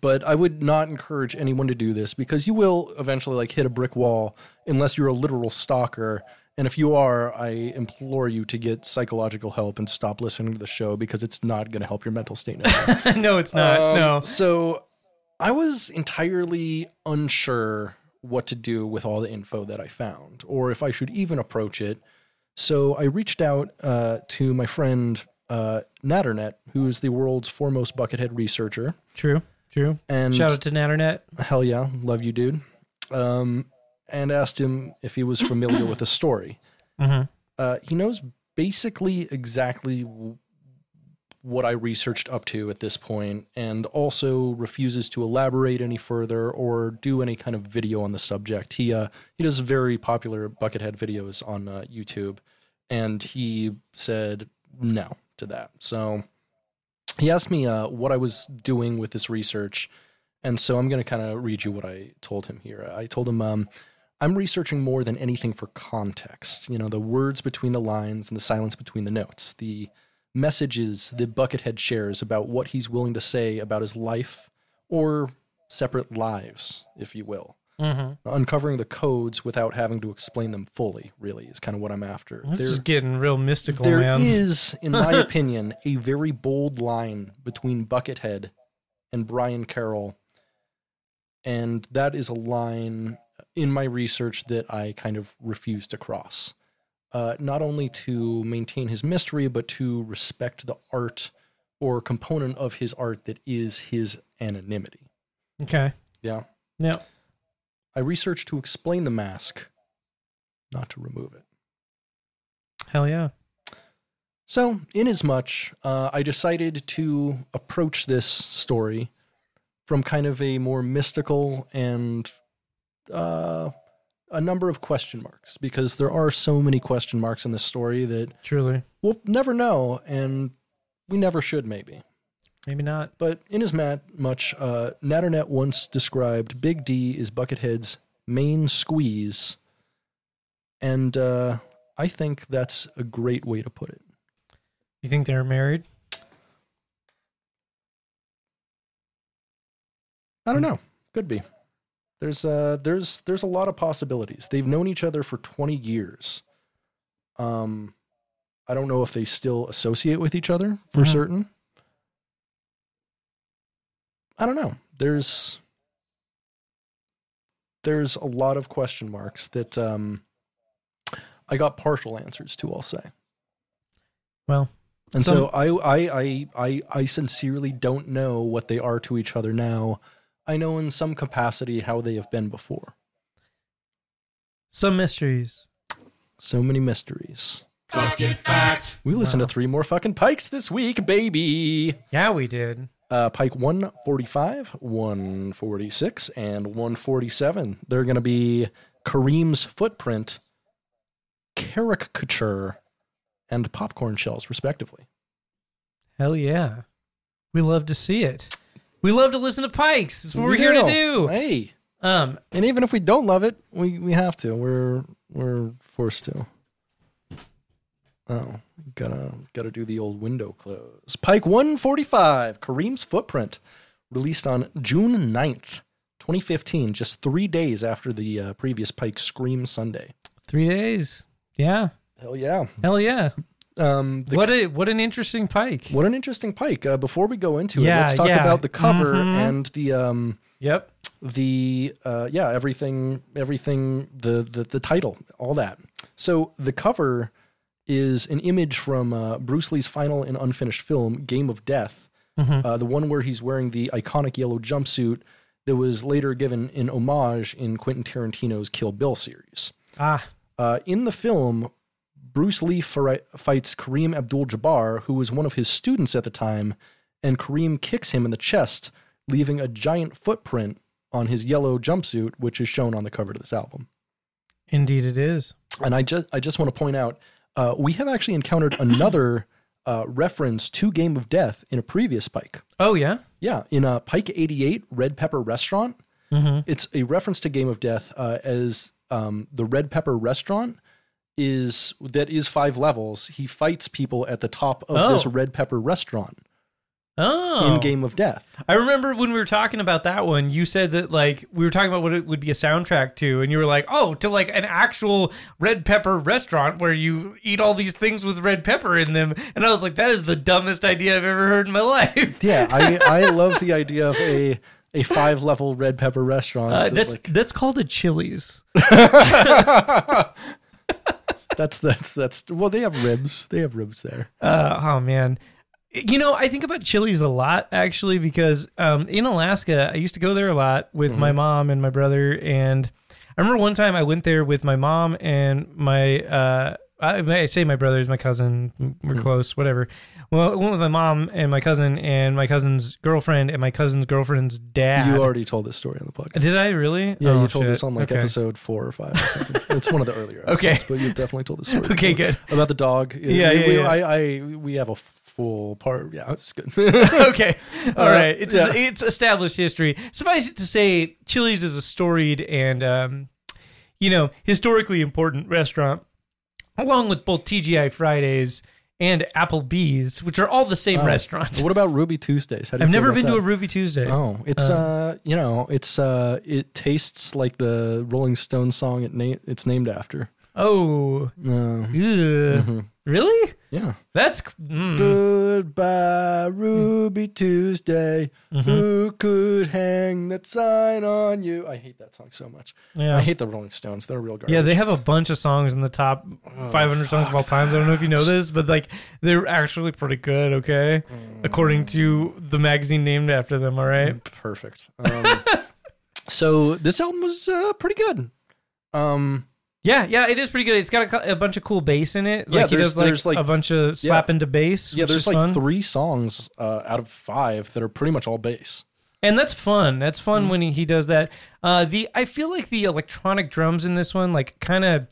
Speaker 2: But I would not encourage anyone to do this because you will eventually like hit a brick wall unless you're a literal stalker. And if you are, I implore you to get psychological help and stop listening to the show because it's not going to help your mental state.
Speaker 1: no, it's not.
Speaker 2: Um,
Speaker 1: Uh, no.
Speaker 2: So I was entirely unsure what to do with all the info that I found or if I should even approach it. So I reached out uh, to my friend uh, Natternet, who is the world's foremost buckethead researcher.
Speaker 1: True. True.
Speaker 2: And
Speaker 1: Shout out to Natternet.
Speaker 2: hell yeah, love you, dude. Um, and asked him if he was familiar with the story.
Speaker 1: Mhm.
Speaker 2: Uh, he knows basically exactly w- what I researched up to at this point, and also refuses to elaborate any further or do any kind of video on the subject. He uh, he does very popular buckethead videos on uh, YouTube, and he said no to that. So he asked me uh, what I was doing with this research. And so I'm going to kind of read you what I told him here. I told him, um, I'm researching more than anything for context, you know, the words between the lines and the silence between the notes, the messages the Buckethead shares about what he's willing to say about his life or separate lives, if you will. Mm-hmm.
Speaker 1: Mhm.
Speaker 2: Uncovering the codes without having to explain them fully, really, is kind of what I'm after.
Speaker 1: This
Speaker 2: There-
Speaker 1: is getting real mystical,
Speaker 2: there is,
Speaker 1: man.
Speaker 2: in my opinion, a very bold line between Buckethead and Brian Carroll. And that is a line in my research that I kind of refuse to cross. Uh, not only to maintain his mystery, but to respect the art or component of his art that is his anonymity.
Speaker 1: okay.
Speaker 2: Yeah.
Speaker 1: Yeah.
Speaker 2: I researched to explain the mask, not to remove it.
Speaker 1: Hell yeah.
Speaker 2: So, inasmuch, uh, I decided to approach this story from kind of a more mystical and uh, a number of question marks, because there are so many question marks in this story that
Speaker 1: Truly.
Speaker 2: we'll never know, and we never should, maybe.
Speaker 1: Maybe not.
Speaker 2: But in as much, uh, Natternet once described Big D is Buckethead's main squeeze, and uh, I think that's a great way to put it.
Speaker 1: You think they're married?
Speaker 2: I don't know. Could be. There's uh there's there's a lot of possibilities. They've known each other for 20 years. Um I don't know if they still associate with each other for
Speaker 1: Mhm.
Speaker 2: certain. I don't know. There's there's a lot of question marks that um I got partial answers to, I'll say.
Speaker 1: Well,
Speaker 2: And so I, I I I I sincerely don't know what they are to each other now. I know in some capacity how they have been before.
Speaker 1: some mysteries.
Speaker 2: So many mysteries.
Speaker 3: Bucket facts.
Speaker 2: We listened
Speaker 1: Wow.
Speaker 2: to three more fucking pikes this week, baby.
Speaker 1: Yeah, we did.
Speaker 2: Uh, pike 145, 146, and 147. They're going to be Kareem's footprint, caricature, and popcorn shells, respectively.
Speaker 1: Hell yeah. We love to see it. We love to listen to Pikes. That's what we're here to
Speaker 2: Yeah.
Speaker 1: do.
Speaker 2: Hey,
Speaker 1: Um,
Speaker 2: and even if we don't love it, we, we have to. We're we're forced to. Oh, gotta gotta do the old window close. Pike 145, Kareem's Footprint, released on June 9th, 2015, just three days after the uh, previous Pike Scream Sunday.
Speaker 1: three days. Yeah.
Speaker 2: Hell yeah!
Speaker 1: Hell yeah.
Speaker 2: Um, the
Speaker 1: what a what an interesting Pike.
Speaker 2: what an interesting Pike. Uh, before we go into
Speaker 1: Yeah,
Speaker 2: it, let's talk
Speaker 1: yeah.
Speaker 2: about the cover
Speaker 1: Mhm.
Speaker 2: and the um,
Speaker 1: Yep.
Speaker 2: the uh, yeah everything everything the, the the title all that so the cover is an image from uh, bruce lee's final and unfinished film game of death uh, the one where he's wearing the iconic yellow jumpsuit that was later given in homage in quentin tarantino's kill bill series
Speaker 1: Ah.
Speaker 2: uh, in the film, Bruce Lee fri- fights Kareem Abdul Jabbar, who was one of his students at the time, and Kareem kicks him in the chest, leaving a giant footprint on his yellow jumpsuit, which is shown on the cover to this album.
Speaker 1: Indeed it is.
Speaker 2: And I just I just want to point out uh, we have actually encountered another uh, reference to Game of Death in a previous Pike.
Speaker 1: Oh yeah.
Speaker 2: Yeah, in uh, Pike 88 Red Pepper Restaurant,
Speaker 1: Mm-hmm.
Speaker 2: It's a reference to Game of Death uh, as um, the Red Pepper Restaurant is that is five levels. He fights people at the top of this
Speaker 1: Oh.
Speaker 2: Red Pepper Restaurant
Speaker 1: Oh,
Speaker 2: in Game of Death.
Speaker 1: I remember when we were talking about that one, you said that like we were talking about what it would be a soundtrack to, and you were like, oh, to like an actual red pepper restaurant where you eat all these things with red pepper in them. And I was like, that is the dumbest idea I've ever heard in my life.
Speaker 2: Yeah, I I love the idea of a a five level Red Pepper Restaurant.
Speaker 1: Uh,
Speaker 2: that,
Speaker 1: that's
Speaker 2: like,
Speaker 1: that's called a Chili's.
Speaker 2: that's that's that's well, they have ribs. They have ribs there.
Speaker 1: Uh, oh man, you know I think about Chili's a lot actually because um, in Alaska I used to go there a lot with
Speaker 2: Mm-hmm.
Speaker 1: my mom and my brother, and I remember one time I went there with my mom and my uh, I, I say my brother is my cousin, we're
Speaker 2: Mm-hmm.
Speaker 1: close, whatever. Well, I went with my mom and my cousin and my cousin's girlfriend and my cousin's girlfriend's dad.
Speaker 2: You already told this story on the podcast.
Speaker 1: Did I really?
Speaker 2: Yeah,
Speaker 1: Oh,
Speaker 2: you told
Speaker 1: shit.
Speaker 2: this on like
Speaker 1: okay.
Speaker 2: episode four or five. Or something. it's one of the earlier episodes,
Speaker 1: Okay.
Speaker 2: but you've definitely told this story.
Speaker 1: Okay,
Speaker 2: before.
Speaker 1: good.
Speaker 2: About the dog.
Speaker 1: Yeah,
Speaker 2: we,
Speaker 1: yeah,
Speaker 2: we-
Speaker 1: yeah.
Speaker 2: I, I, we have a full part. Yeah, it's good.
Speaker 1: okay. all right. It's
Speaker 2: Uh, yeah.
Speaker 1: it's established history. Suffice it to say, Chili's is a storied and um, you know historically important restaurant, along with both TGI Fridays and Applebee's, which are all the same restaurant.
Speaker 2: what about Ruby Tuesdays? How do you
Speaker 1: I've
Speaker 2: feel
Speaker 1: never
Speaker 2: about
Speaker 1: been to a
Speaker 2: that?
Speaker 1: Ruby Tuesday.
Speaker 2: Oh, it's uh, you know, it's uh, it tastes like the Rolling Stones song it na- it's named after.
Speaker 1: Oh,
Speaker 2: Uh,
Speaker 1: Ugh.
Speaker 2: Mm-hmm.
Speaker 1: really?
Speaker 2: yeah.
Speaker 1: That's mm.
Speaker 2: Goodbye, Ruby Tuesday.
Speaker 1: Mm-hmm.
Speaker 2: Who could hang that sign on you? I hate that song so much.
Speaker 1: Yeah.
Speaker 2: I hate the Rolling Stones. They're real garbage.
Speaker 1: yeah. They have a bunch of songs in the top
Speaker 2: Oh,
Speaker 1: 500 songs of all times. I don't know if you know this, but like they're actually pretty good. Okay,
Speaker 2: Mm.
Speaker 1: according to the magazine named after them. All right.
Speaker 2: perfect. Um, so this album was uh, pretty good. Um,
Speaker 1: Yeah, yeah, it is pretty good. It's got a, cou- a bunch of cool bass in it.
Speaker 2: Yeah,
Speaker 1: Like he
Speaker 2: there's-
Speaker 1: does like,
Speaker 2: there's, like,
Speaker 1: a bunch of slap into bass.
Speaker 2: yeah,
Speaker 1: which
Speaker 2: there's
Speaker 1: is
Speaker 2: like
Speaker 1: fun.
Speaker 2: three songs uh, out of five that are pretty much all bass.
Speaker 1: and that's fun. That's fun
Speaker 2: Mm.
Speaker 1: when he, he does that. Uh, the I feel like the electronic drums in this one like kind of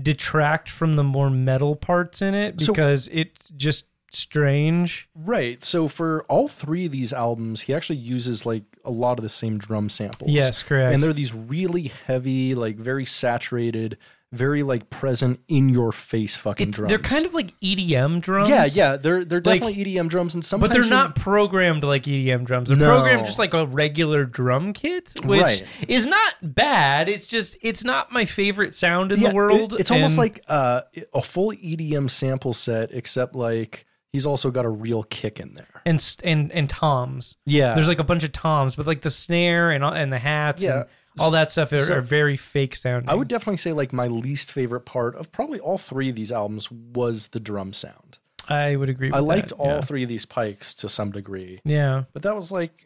Speaker 1: detract from the more metal parts in it
Speaker 2: So-
Speaker 1: because it's just strange.
Speaker 2: Right. So for all three of these albums, he actually uses like a lot of the same drum samples.
Speaker 1: Yes, correct.
Speaker 2: And they're these really heavy, like very saturated, very like present in your face fucking drums.
Speaker 1: They're kind of like EDM drums.
Speaker 2: yeah, yeah. They're they're
Speaker 1: Like-
Speaker 2: definitely EDM drums, and sometimes
Speaker 1: But they're
Speaker 2: he-
Speaker 1: not programmed like EDM drums. They're
Speaker 2: No.
Speaker 1: programmed just like a regular drum kit, which
Speaker 2: Right.
Speaker 1: is not bad. It's just it's not my favorite sound in
Speaker 2: it-
Speaker 1: the world.
Speaker 2: it's
Speaker 1: and-
Speaker 2: almost like uh, a full EDM sample set, except like he's also got a real kick in there.
Speaker 1: and s- and and toms.
Speaker 2: Yeah,
Speaker 1: There's like a bunch of toms, but like the snare and all- and the hats
Speaker 2: Yeah.
Speaker 1: and all that stuff are,
Speaker 2: So-
Speaker 1: are very fake sounding.
Speaker 2: I would definitely say like my least favorite part of probably all three of these albums was the drum sound.
Speaker 1: I would agree. With
Speaker 2: I liked
Speaker 1: that,
Speaker 2: all
Speaker 1: Yeah.
Speaker 2: three of these pikes to some degree,
Speaker 1: yeah.
Speaker 2: but that was like,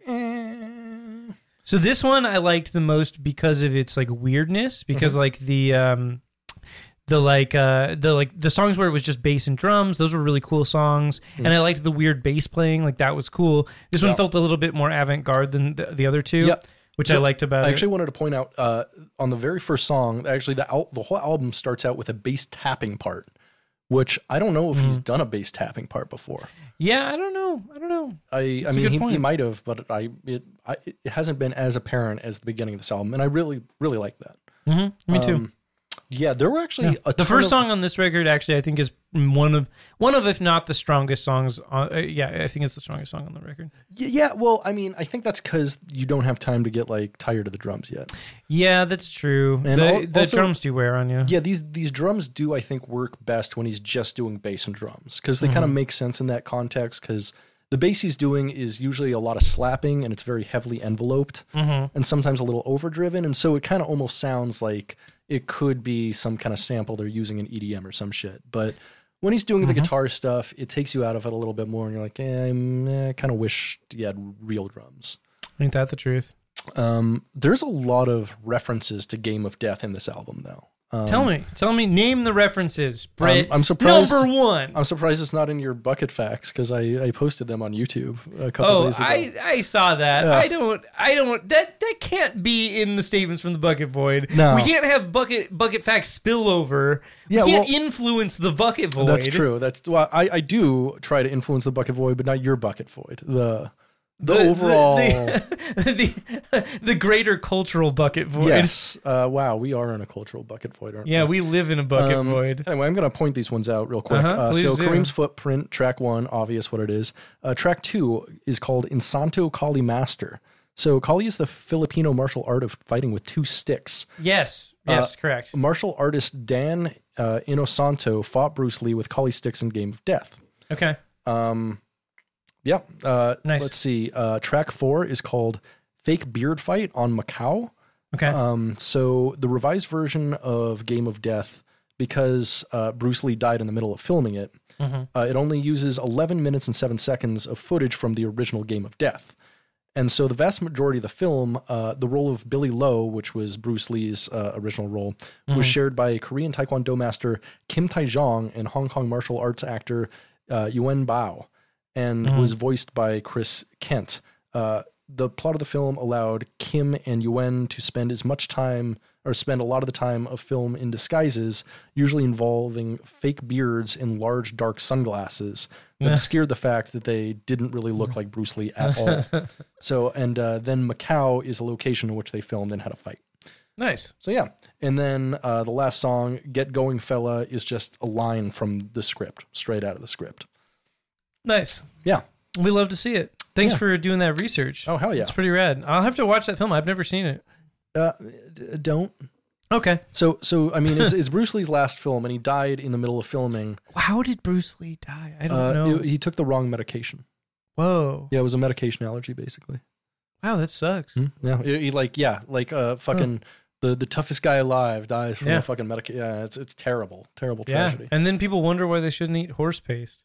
Speaker 2: eh.
Speaker 1: So this one I liked the most because of its like weirdness, because
Speaker 2: Mm-hmm.
Speaker 1: like the um the like uh the like the songs where it was just bass and drums, those were really cool songs.
Speaker 2: Mm.
Speaker 1: And I liked the weird bass playing, like that was cool. This one felt a little bit more avant garde than the, the other two.
Speaker 2: Yep.
Speaker 1: Which I
Speaker 2: So,
Speaker 1: liked about
Speaker 2: I
Speaker 1: it.
Speaker 2: actually wanted to point out uh, on the very first song, actually the al- the whole album starts out with a bass tapping part, which I don't know if
Speaker 1: Mm-hmm.
Speaker 2: he's done a bass tapping part before.
Speaker 1: yeah, I don't know. I don't know.
Speaker 2: I, I
Speaker 1: a
Speaker 2: mean,
Speaker 1: good
Speaker 2: he, he
Speaker 1: point.
Speaker 2: might have, but I it, I it hasn't been as apparent as the beginning of this album, and I really really like that.
Speaker 1: Me too.
Speaker 2: Yeah, there were actually a
Speaker 1: the
Speaker 2: ton
Speaker 1: first
Speaker 2: Um, of-
Speaker 1: song on this record actually i think is one of one of if not the strongest songs on uh, yeah i think it's the strongest song on the record
Speaker 2: Y- Yeah, well, I mean, I think that's because you don't have time to get like tired of the drums yet.
Speaker 1: yeah that's true
Speaker 2: And
Speaker 1: the,
Speaker 2: al-
Speaker 1: the
Speaker 2: also-
Speaker 1: drums do wear on you
Speaker 2: Yeah, these these drums do I think work best when he's just doing bass and drums because they kind of make sense in that context because. The bass he's doing is usually a lot of slapping and it's very heavily enveloped and sometimes a little overdriven. And so it kind of almost sounds like it could be some kind of sample they're using in EDM or some shit. But when he's doing the guitar stuff, it takes you out of it a little bit more and you're like, eh, mm, eh, I kind of wish you had real drums.
Speaker 1: ain't that the truth
Speaker 2: Um, there's a lot of references to Game of Death in this album, though. Um,
Speaker 1: tell me tell me name the references Brett.
Speaker 2: I'm- I'm surprised-
Speaker 1: number one
Speaker 2: I'm surprised it's not in your bucket facts because I, I posted them on YouTube a couple
Speaker 1: Oh,
Speaker 2: days ago.
Speaker 1: I, I saw that. I don't I don't that that can't be in the statements from the bucket void.
Speaker 2: No.
Speaker 1: We can't have bucket bucket facts spill over.
Speaker 2: Yeah,
Speaker 1: we can't
Speaker 2: well-
Speaker 1: influence the bucket void.
Speaker 2: That's true. That's well, I, I do try to influence the bucket void, but not your bucket void. The The, overall.
Speaker 1: the, the, the greater cultural bucket void.
Speaker 2: yes. Uh, wow, we are in a cultural bucket void, aren't
Speaker 1: Yeah,
Speaker 2: we?
Speaker 1: we live in a bucket
Speaker 2: Um,
Speaker 1: void.
Speaker 2: Anyway, I'm going to point these ones out real quick.
Speaker 1: Uh-huh,
Speaker 2: Uh,
Speaker 1: please
Speaker 2: so
Speaker 1: do.
Speaker 2: Kareem's footprint, track one, obvious what it is. Uh, track two is called Insanto Kali Master. So Kali is the Filipino martial art of fighting with two sticks.
Speaker 1: Yes,
Speaker 2: uh,
Speaker 1: yes, correct.
Speaker 2: Martial artist Dan uh, Inosanto fought Bruce Lee with Kali sticks in Game of Death.
Speaker 1: Okay.
Speaker 2: Yeah. Uh,
Speaker 1: Nice.
Speaker 2: Let's see. Uh, track four is called Fake Beard Fight on Macau.
Speaker 1: Okay.
Speaker 2: Um, so the revised version of Game of Death, because uh, Bruce Lee died in the middle of filming it, uh, it only uses 11 minutes and seven seconds of footage from the original Game of Death. And so the vast majority of the film, uh, the role of Billy Lowe, which was Bruce Lee's uh, original role, was shared by Korean Taekwondo master Kim Taejong and Hong Kong martial arts actor uh, Yuen Bao, and was voiced by Chris Kent. Uh, the plot of the film allowed Kim and Yuen to spend as much time or spend a lot of the time of film in disguises, usually involving fake beards and large dark sunglasses that obscured the fact that they didn't really look like Bruce Lee at all. So, and uh, then Macau is a location in which they filmed and had a fight.
Speaker 1: nice.
Speaker 2: So, yeah. And then uh, the last song, Get Going Fella, is just a line from the script, straight out of the script.
Speaker 1: Nice.
Speaker 2: Yeah.
Speaker 1: We love to see it. Thanks
Speaker 2: Yeah.
Speaker 1: for doing that research.
Speaker 2: Oh, hell yeah.
Speaker 1: It's pretty rad. I'll have to watch that film. I've never seen it.
Speaker 2: Uh, d- don't.
Speaker 1: Okay.
Speaker 2: So, so I mean, it's, it's Bruce Lee's last film, and he died in the middle of filming.
Speaker 1: How did Bruce Lee die? I don't
Speaker 2: Uh,
Speaker 1: know.
Speaker 2: He, he took the wrong medication.
Speaker 1: Whoa.
Speaker 2: Yeah, Mm-hmm. it was a medication allergy, basically. Hmm?
Speaker 1: Wow, that sucks.
Speaker 2: Yeah, he, he, like yeah, like uh, fucking the the toughest guy alive dies from
Speaker 1: Yeah.
Speaker 2: a fucking medication. Yeah, it's it's terrible, terrible
Speaker 1: Yeah.
Speaker 2: tragedy.
Speaker 1: And then people wonder why they shouldn't eat horse paste.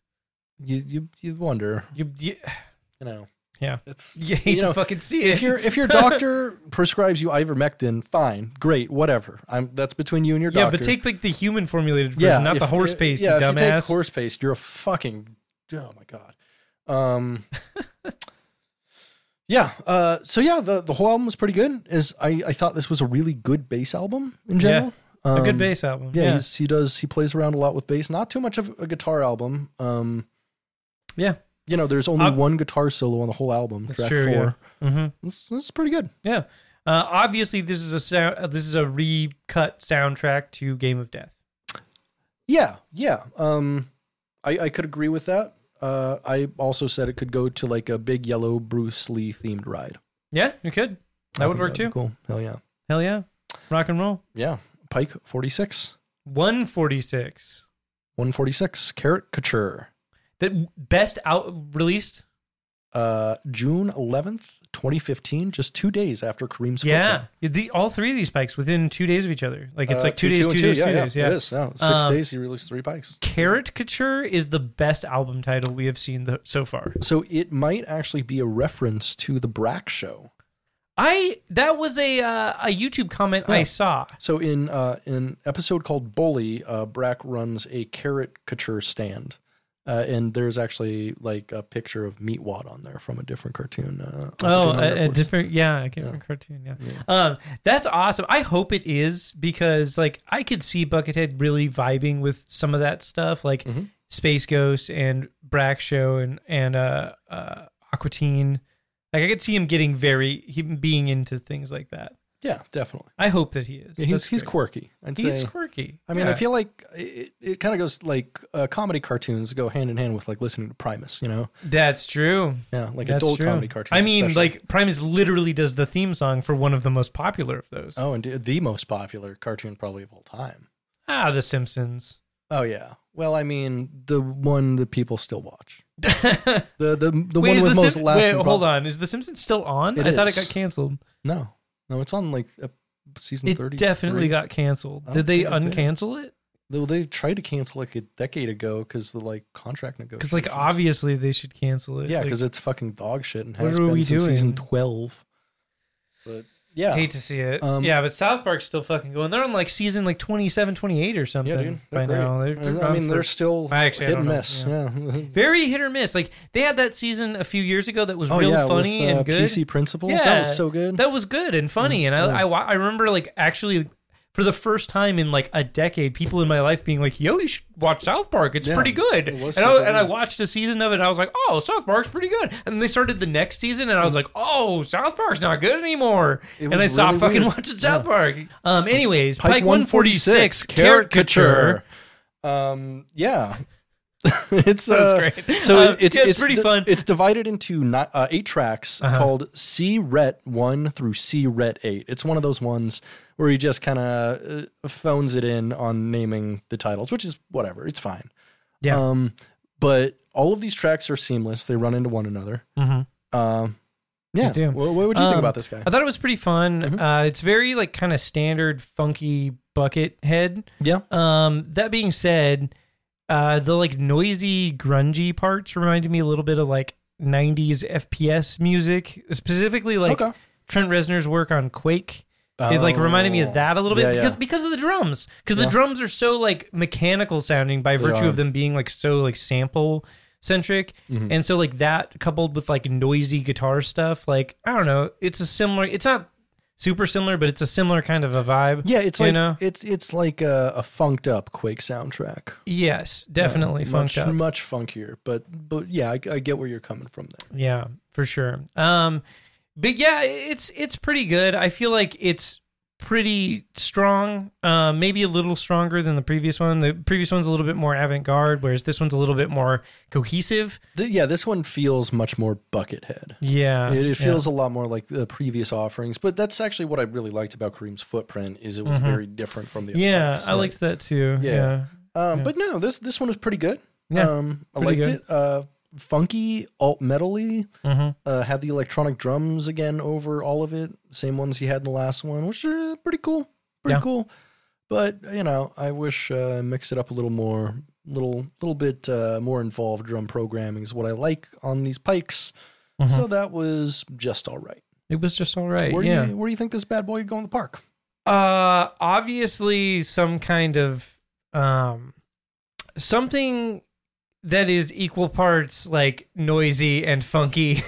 Speaker 2: You you you wonder,
Speaker 1: You, you,
Speaker 2: you know.
Speaker 1: yeah.
Speaker 2: It's
Speaker 1: You hate
Speaker 2: know,
Speaker 1: to fucking see it.
Speaker 2: if your if your doctor prescribes you ivermectin, fine, great, whatever. I'm that's between you and your
Speaker 1: yeah,
Speaker 2: doctor.
Speaker 1: but take like the human formulated version, not
Speaker 2: if-
Speaker 1: the horse paste,
Speaker 2: Yeah,
Speaker 1: you
Speaker 2: if you take
Speaker 1: dumbass.
Speaker 2: horse paste, you're a fucking oh my god. Um, yeah. Uh, so yeah, the the whole album was pretty good. Is I I thought this was a really good bass album in general.
Speaker 1: a
Speaker 2: Um,
Speaker 1: good bass album.
Speaker 2: yeah,
Speaker 1: Yeah.
Speaker 2: He's, he does he plays around a lot with bass not too much of a guitar album um
Speaker 1: Yeah.
Speaker 2: you know there's only
Speaker 1: Ob-
Speaker 2: one guitar solo on the whole album
Speaker 1: That's
Speaker 2: track
Speaker 1: true, yeah.
Speaker 2: four
Speaker 1: Mm-hmm.
Speaker 2: this, this is pretty good
Speaker 1: Yeah. Uh, obviously, this is a sound. uh, This is a recut soundtrack to Game of Death.
Speaker 2: yeah yeah um i i could agree with that uh i also said it could go to like a big yellow bruce lee themed ride
Speaker 1: Yeah, you could. That
Speaker 2: I
Speaker 1: would
Speaker 2: think
Speaker 1: work
Speaker 2: that'd
Speaker 1: too.
Speaker 2: be cool hell yeah
Speaker 1: Hell yeah, rock and roll.
Speaker 2: yeah pike 46
Speaker 1: One forty six.
Speaker 2: 146 caricature
Speaker 1: The best out released.
Speaker 2: uh june 11th 2015 just two days after kareem's
Speaker 1: Yeah,
Speaker 2: Footprint.
Speaker 1: the all three of these bikes within two days of each other. Like it's
Speaker 2: Uh,
Speaker 1: like two, days, two,
Speaker 2: and
Speaker 1: days, two
Speaker 2: yeah,
Speaker 1: days.
Speaker 2: yeah,
Speaker 1: Yeah.
Speaker 2: it is. Yeah, six
Speaker 1: Um,
Speaker 2: days. He released three bikes.
Speaker 1: Carrot Couture is the best album title we have seen the, so far.
Speaker 2: So it might actually be a reference to the Brack show.
Speaker 1: I that was a uh, a YouTube comment I
Speaker 2: Yeah.
Speaker 1: saw.
Speaker 2: So in uh, an episode called Bully, uh, Brack runs a caricature stand. Uh, and there's actually like a picture of Meatwad on there from a different cartoon. Uh,
Speaker 1: Oh,
Speaker 2: cartoon on
Speaker 1: a, a
Speaker 2: Netflix.
Speaker 1: different, yeah, a different cartoon, yeah. Um, that's awesome. I hope it is because, like, I could see Buckethead really vibing with some of that stuff, like
Speaker 2: Mm-hmm.
Speaker 1: Space Ghost and Brack Show and and uh, uh, Aquatine. Like, I could see him getting very him being into things like that.
Speaker 2: yeah, definitely.
Speaker 1: I hope that he is.
Speaker 2: Yeah, he's
Speaker 1: That's
Speaker 2: he's
Speaker 1: great.
Speaker 2: quirky. I'd
Speaker 1: He's
Speaker 2: say.
Speaker 1: quirky.
Speaker 2: I mean,
Speaker 1: yeah.
Speaker 2: I feel like uh, it, it kind of goes like uh, comedy cartoons go hand in hand with like listening to Primus. You know,
Speaker 1: that's true.
Speaker 2: yeah, like
Speaker 1: That's
Speaker 2: adult
Speaker 1: true.
Speaker 2: comedy cartoons.
Speaker 1: I mean,
Speaker 2: especially.
Speaker 1: like Primus literally does the theme song for one of the most popular of those.
Speaker 2: oh, and the most popular cartoon probably of all time.
Speaker 1: Ah, The Simpsons.
Speaker 2: Oh yeah. Well, I mean, the one that people still watch. the the
Speaker 1: Wait,
Speaker 2: the one
Speaker 1: is
Speaker 2: with
Speaker 1: The
Speaker 2: most
Speaker 1: Sim-
Speaker 2: lasting.
Speaker 1: Wait, hold
Speaker 2: problem.
Speaker 1: on. Is The Simpsons still on?
Speaker 2: It
Speaker 1: I thought it
Speaker 2: is.
Speaker 1: got canceled.
Speaker 2: No, no, it's on like uh, season
Speaker 1: It
Speaker 2: thirty.
Speaker 1: definitely got canceled.
Speaker 2: I
Speaker 1: Did
Speaker 2: don't
Speaker 1: they
Speaker 2: think it did.
Speaker 1: uncancel it?
Speaker 2: Well, they tried to cancel like a decade ago because the like contract negotiations.
Speaker 1: Because like obviously they should cancel it.
Speaker 2: Yeah,
Speaker 1: Like,
Speaker 2: because it's fucking dog shit and
Speaker 1: What
Speaker 2: has
Speaker 1: are
Speaker 2: been
Speaker 1: we
Speaker 2: since season
Speaker 1: doing?
Speaker 2: twelve. But yeah,
Speaker 1: hate to see it.
Speaker 2: Um,
Speaker 1: yeah, but South Park's still fucking going. They're on like season like 27, 28 or something
Speaker 2: yeah, dude.
Speaker 1: by
Speaker 2: They're great.
Speaker 1: now. They're, they're
Speaker 2: I
Speaker 1: on
Speaker 2: mean,
Speaker 1: for-
Speaker 2: they're still
Speaker 1: I actually- I
Speaker 2: hit
Speaker 1: don't
Speaker 2: and
Speaker 1: know.
Speaker 2: miss. Yeah.
Speaker 1: very hit or miss. Like they had that season a few years ago that was
Speaker 2: Oh
Speaker 1: real
Speaker 2: yeah,
Speaker 1: funny
Speaker 2: with, uh,
Speaker 1: and good.
Speaker 2: PC principles. that was so good. Mm,
Speaker 1: That was good and funny, and I, I wa- I remember like actually for the first time in like a decade, people in my life being like, "Yo, you should watch South Park. It's
Speaker 2: Yeah,
Speaker 1: pretty good."
Speaker 2: it was
Speaker 1: and, I,
Speaker 2: something
Speaker 1: and I
Speaker 2: new.
Speaker 1: watched a season of it. and I was like, "Oh, South Park's pretty good." And then they started the next season, and I was like, "Oh, South Park's not good anymore." And I
Speaker 2: was
Speaker 1: stopped
Speaker 2: really
Speaker 1: fucking
Speaker 2: weird.
Speaker 1: watching South Park. Um. Anyways, Pike,
Speaker 2: Pike
Speaker 1: 146 caricature.
Speaker 2: Um, yeah. it's
Speaker 1: That's
Speaker 2: uh,
Speaker 1: great.
Speaker 2: So
Speaker 1: Uh,
Speaker 2: it- it's,
Speaker 1: yeah, it's
Speaker 2: it's
Speaker 1: pretty
Speaker 2: di-
Speaker 1: fun. Uh-huh.
Speaker 2: It's divided into ni- uh, eight tracks called C Ret One through C Ret Eight. It's one of those ones where he just kind of uh, phones it in on naming the titles, which is whatever. It's fine.
Speaker 1: Yeah.
Speaker 2: Um, but all of these tracks are seamless. They run into one another.
Speaker 1: Mhm.
Speaker 2: Um, yeah.
Speaker 1: do.
Speaker 2: Wha- What, would you
Speaker 1: Um,
Speaker 2: think about this guy?
Speaker 1: I thought it was pretty fun.
Speaker 2: Mm-hmm.
Speaker 1: Uh, it's very like kind of standard funky bucket head.
Speaker 2: yeah.
Speaker 1: Um, that being said, uh, the like noisy, grungy parts reminded me a little bit of like 90s FPS music, specifically like
Speaker 2: Okay.
Speaker 1: Trent Reznor's work on Quake. It like reminded me of
Speaker 2: Oh.
Speaker 1: that a little bit
Speaker 2: Yeah,
Speaker 1: because
Speaker 2: yeah.
Speaker 1: because of the drums because the
Speaker 2: Yeah.
Speaker 1: drums are so like mechanical sounding by virtue
Speaker 2: are. Mm-hmm.
Speaker 1: of them being like so like sample centric and so like that coupled with like noisy guitar stuff like I don't know it's a similar it's not super similar but it's a similar kind of a vibe
Speaker 2: Yeah, it's
Speaker 1: you
Speaker 2: like
Speaker 1: know?
Speaker 2: it's it's like a, a funked up Quake soundtrack.
Speaker 1: yes definitely
Speaker 2: much
Speaker 1: funked up
Speaker 2: much funkier, but but yeah, I, I get where you're coming from there.
Speaker 1: Yeah, for sure. Um, but yeah, it's it's pretty good. I feel like it's pretty strong. Uh, maybe a little stronger than the previous one. The previous one's a little bit more avant garde, whereas this one's a little bit more cohesive.
Speaker 2: Th- yeah, this one feels much more Buckethead.
Speaker 1: Yeah,
Speaker 2: It,
Speaker 1: yeah.
Speaker 2: it feels a lot more like the previous offerings, but that's actually what I really liked about Kareem's footprint is it was very different from the.
Speaker 1: Mm-hmm.
Speaker 2: other
Speaker 1: Yeah,
Speaker 2: tracks,
Speaker 1: I
Speaker 2: right?
Speaker 1: liked that too. Yeah.
Speaker 2: Yeah. Um, But no, this this one was pretty good.
Speaker 1: Yeah,
Speaker 2: um, I
Speaker 1: pretty
Speaker 2: liked
Speaker 1: good.
Speaker 2: it. Uh, funky alt metally.
Speaker 1: Mhm.
Speaker 2: Uh, had the electronic drums again over all of it. Same ones he had in the last one, which are pretty cool. Pretty
Speaker 1: Yeah.
Speaker 2: cool. But you know, I wish uh, mix it up a little more. Little little bit uh, more involved drum programming is what I like on these pikes.
Speaker 1: Mm-hmm.
Speaker 2: So that was just all right.
Speaker 1: It was just all right.
Speaker 2: Where
Speaker 1: yeah.
Speaker 2: do you where do you think this bad boy would go in the park?
Speaker 1: Uh, obviously, some kind of um, something that is equal parts like noisy and funky.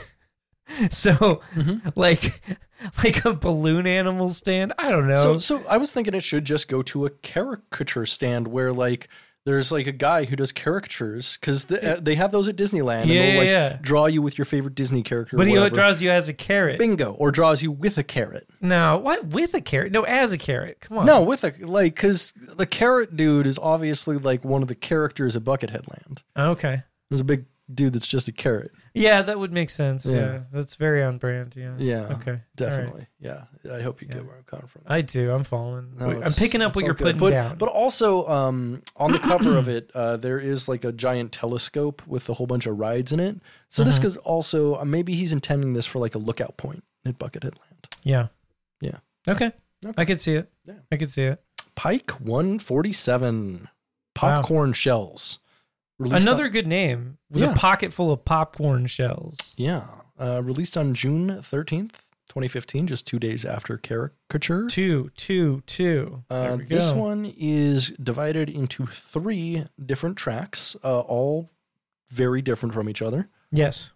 Speaker 1: so,
Speaker 2: Mm-hmm.
Speaker 1: like, like a balloon animal stand. I don't know.
Speaker 2: So, so I was thinking it should just go to a caricature stand where like there's like a guy who does caricatures because the, uh, they have those at Disneyland.
Speaker 1: Yeah,
Speaker 2: and they'll,
Speaker 1: yeah,
Speaker 2: like,
Speaker 1: yeah.
Speaker 2: Draw you with your favorite Disney character.
Speaker 1: but
Speaker 2: or
Speaker 1: he uh,
Speaker 2: whatever.
Speaker 1: draws you as a carrot.
Speaker 2: bingo or draws you with a carrot.
Speaker 1: no, what with a carrot? No, as a carrot. Come on.
Speaker 2: No, with a like because the carrot dude is obviously like one of the characters at Buckethead Land.
Speaker 1: Okay.
Speaker 2: There's a big dude that's just a carrot.
Speaker 1: Yeah, that would make sense. Yeah,
Speaker 2: Yeah.
Speaker 1: that's very on brand. Yeah.
Speaker 2: Yeah,
Speaker 1: Okay. All right.
Speaker 2: definitely. Yeah, I hope you get where I'm coming from.
Speaker 1: I do. I'm following.
Speaker 2: No,
Speaker 1: Wait, I'm
Speaker 2: it's-
Speaker 1: picking up
Speaker 2: it's
Speaker 1: what
Speaker 2: all
Speaker 1: you're
Speaker 2: good.
Speaker 1: putting
Speaker 2: but,
Speaker 1: down.
Speaker 2: But also, um, on the cover of it, uh, there is like a giant telescope with a whole bunch of rides in it. So this
Speaker 1: Mm-hmm.
Speaker 2: could also uh, maybe he's intending this for like a lookout point at Buckethead Land.
Speaker 1: yeah.
Speaker 2: Yeah.
Speaker 1: Okay.
Speaker 2: Okay.
Speaker 1: I could see it.
Speaker 2: Yeah.
Speaker 1: I could see it.
Speaker 2: Pike one forty seven, popcorn shells. Released
Speaker 1: Another
Speaker 2: on-
Speaker 1: good name with
Speaker 2: Yeah.
Speaker 1: a pocket full of popcorn shells.
Speaker 2: yeah, uh, released on June thirteenth, twenty fifteen, just two days after Caricature.
Speaker 1: Two, two, two.
Speaker 2: Uh,
Speaker 1: There we
Speaker 2: this
Speaker 1: go.
Speaker 2: one is divided into three different tracks, uh, all very different from each other.
Speaker 1: Yes.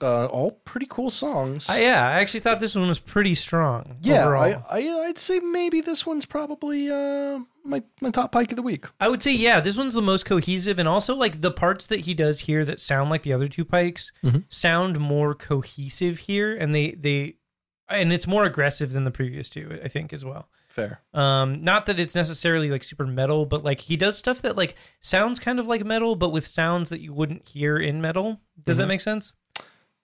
Speaker 2: uh, all pretty cool songs.
Speaker 1: I, yeah, I actually thought this one was pretty strong.
Speaker 2: yeah,
Speaker 1: overall.
Speaker 2: I, I, I'd say maybe this one's probably uh, my my top pike of the week.
Speaker 1: I would say yeah, this one's the most cohesive, and also like the parts that he does here that sound like the other two pikes
Speaker 2: Mm-hmm.
Speaker 1: sound more cohesive here, and they they and it's more aggressive than the previous two, I think as well.
Speaker 2: Fair.
Speaker 1: Um, not that it's necessarily like super metal, but like he does stuff that like sounds kind of like metal, but with sounds that you wouldn't hear in metal. Does
Speaker 2: Mm-hmm.
Speaker 1: that make sense?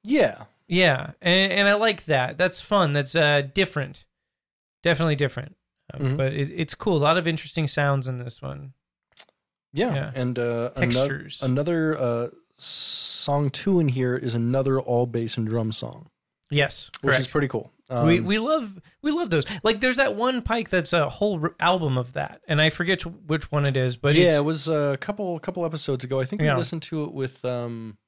Speaker 2: Yeah,
Speaker 1: Yeah, and, and I like that. That's fun. That's uh different, definitely different. Um,
Speaker 2: Mhm.
Speaker 1: But it, it's cool. A lot of interesting sounds in this one.
Speaker 2: yeah,
Speaker 1: Yeah.
Speaker 2: and uh, ano-
Speaker 1: Textures.
Speaker 2: another uh, song two in here is another all bass and drum song,
Speaker 1: Yes,
Speaker 2: which
Speaker 1: correct.
Speaker 2: is pretty cool.
Speaker 1: we
Speaker 2: Um,
Speaker 1: we love we love those. Like there's that one Pike that's a whole r- album of that, and I forget wh- which one it is, but
Speaker 2: yeah,
Speaker 1: it's,
Speaker 2: it was uh, a couple couple episodes ago. I think
Speaker 1: Yeah.
Speaker 2: we listened to it with um,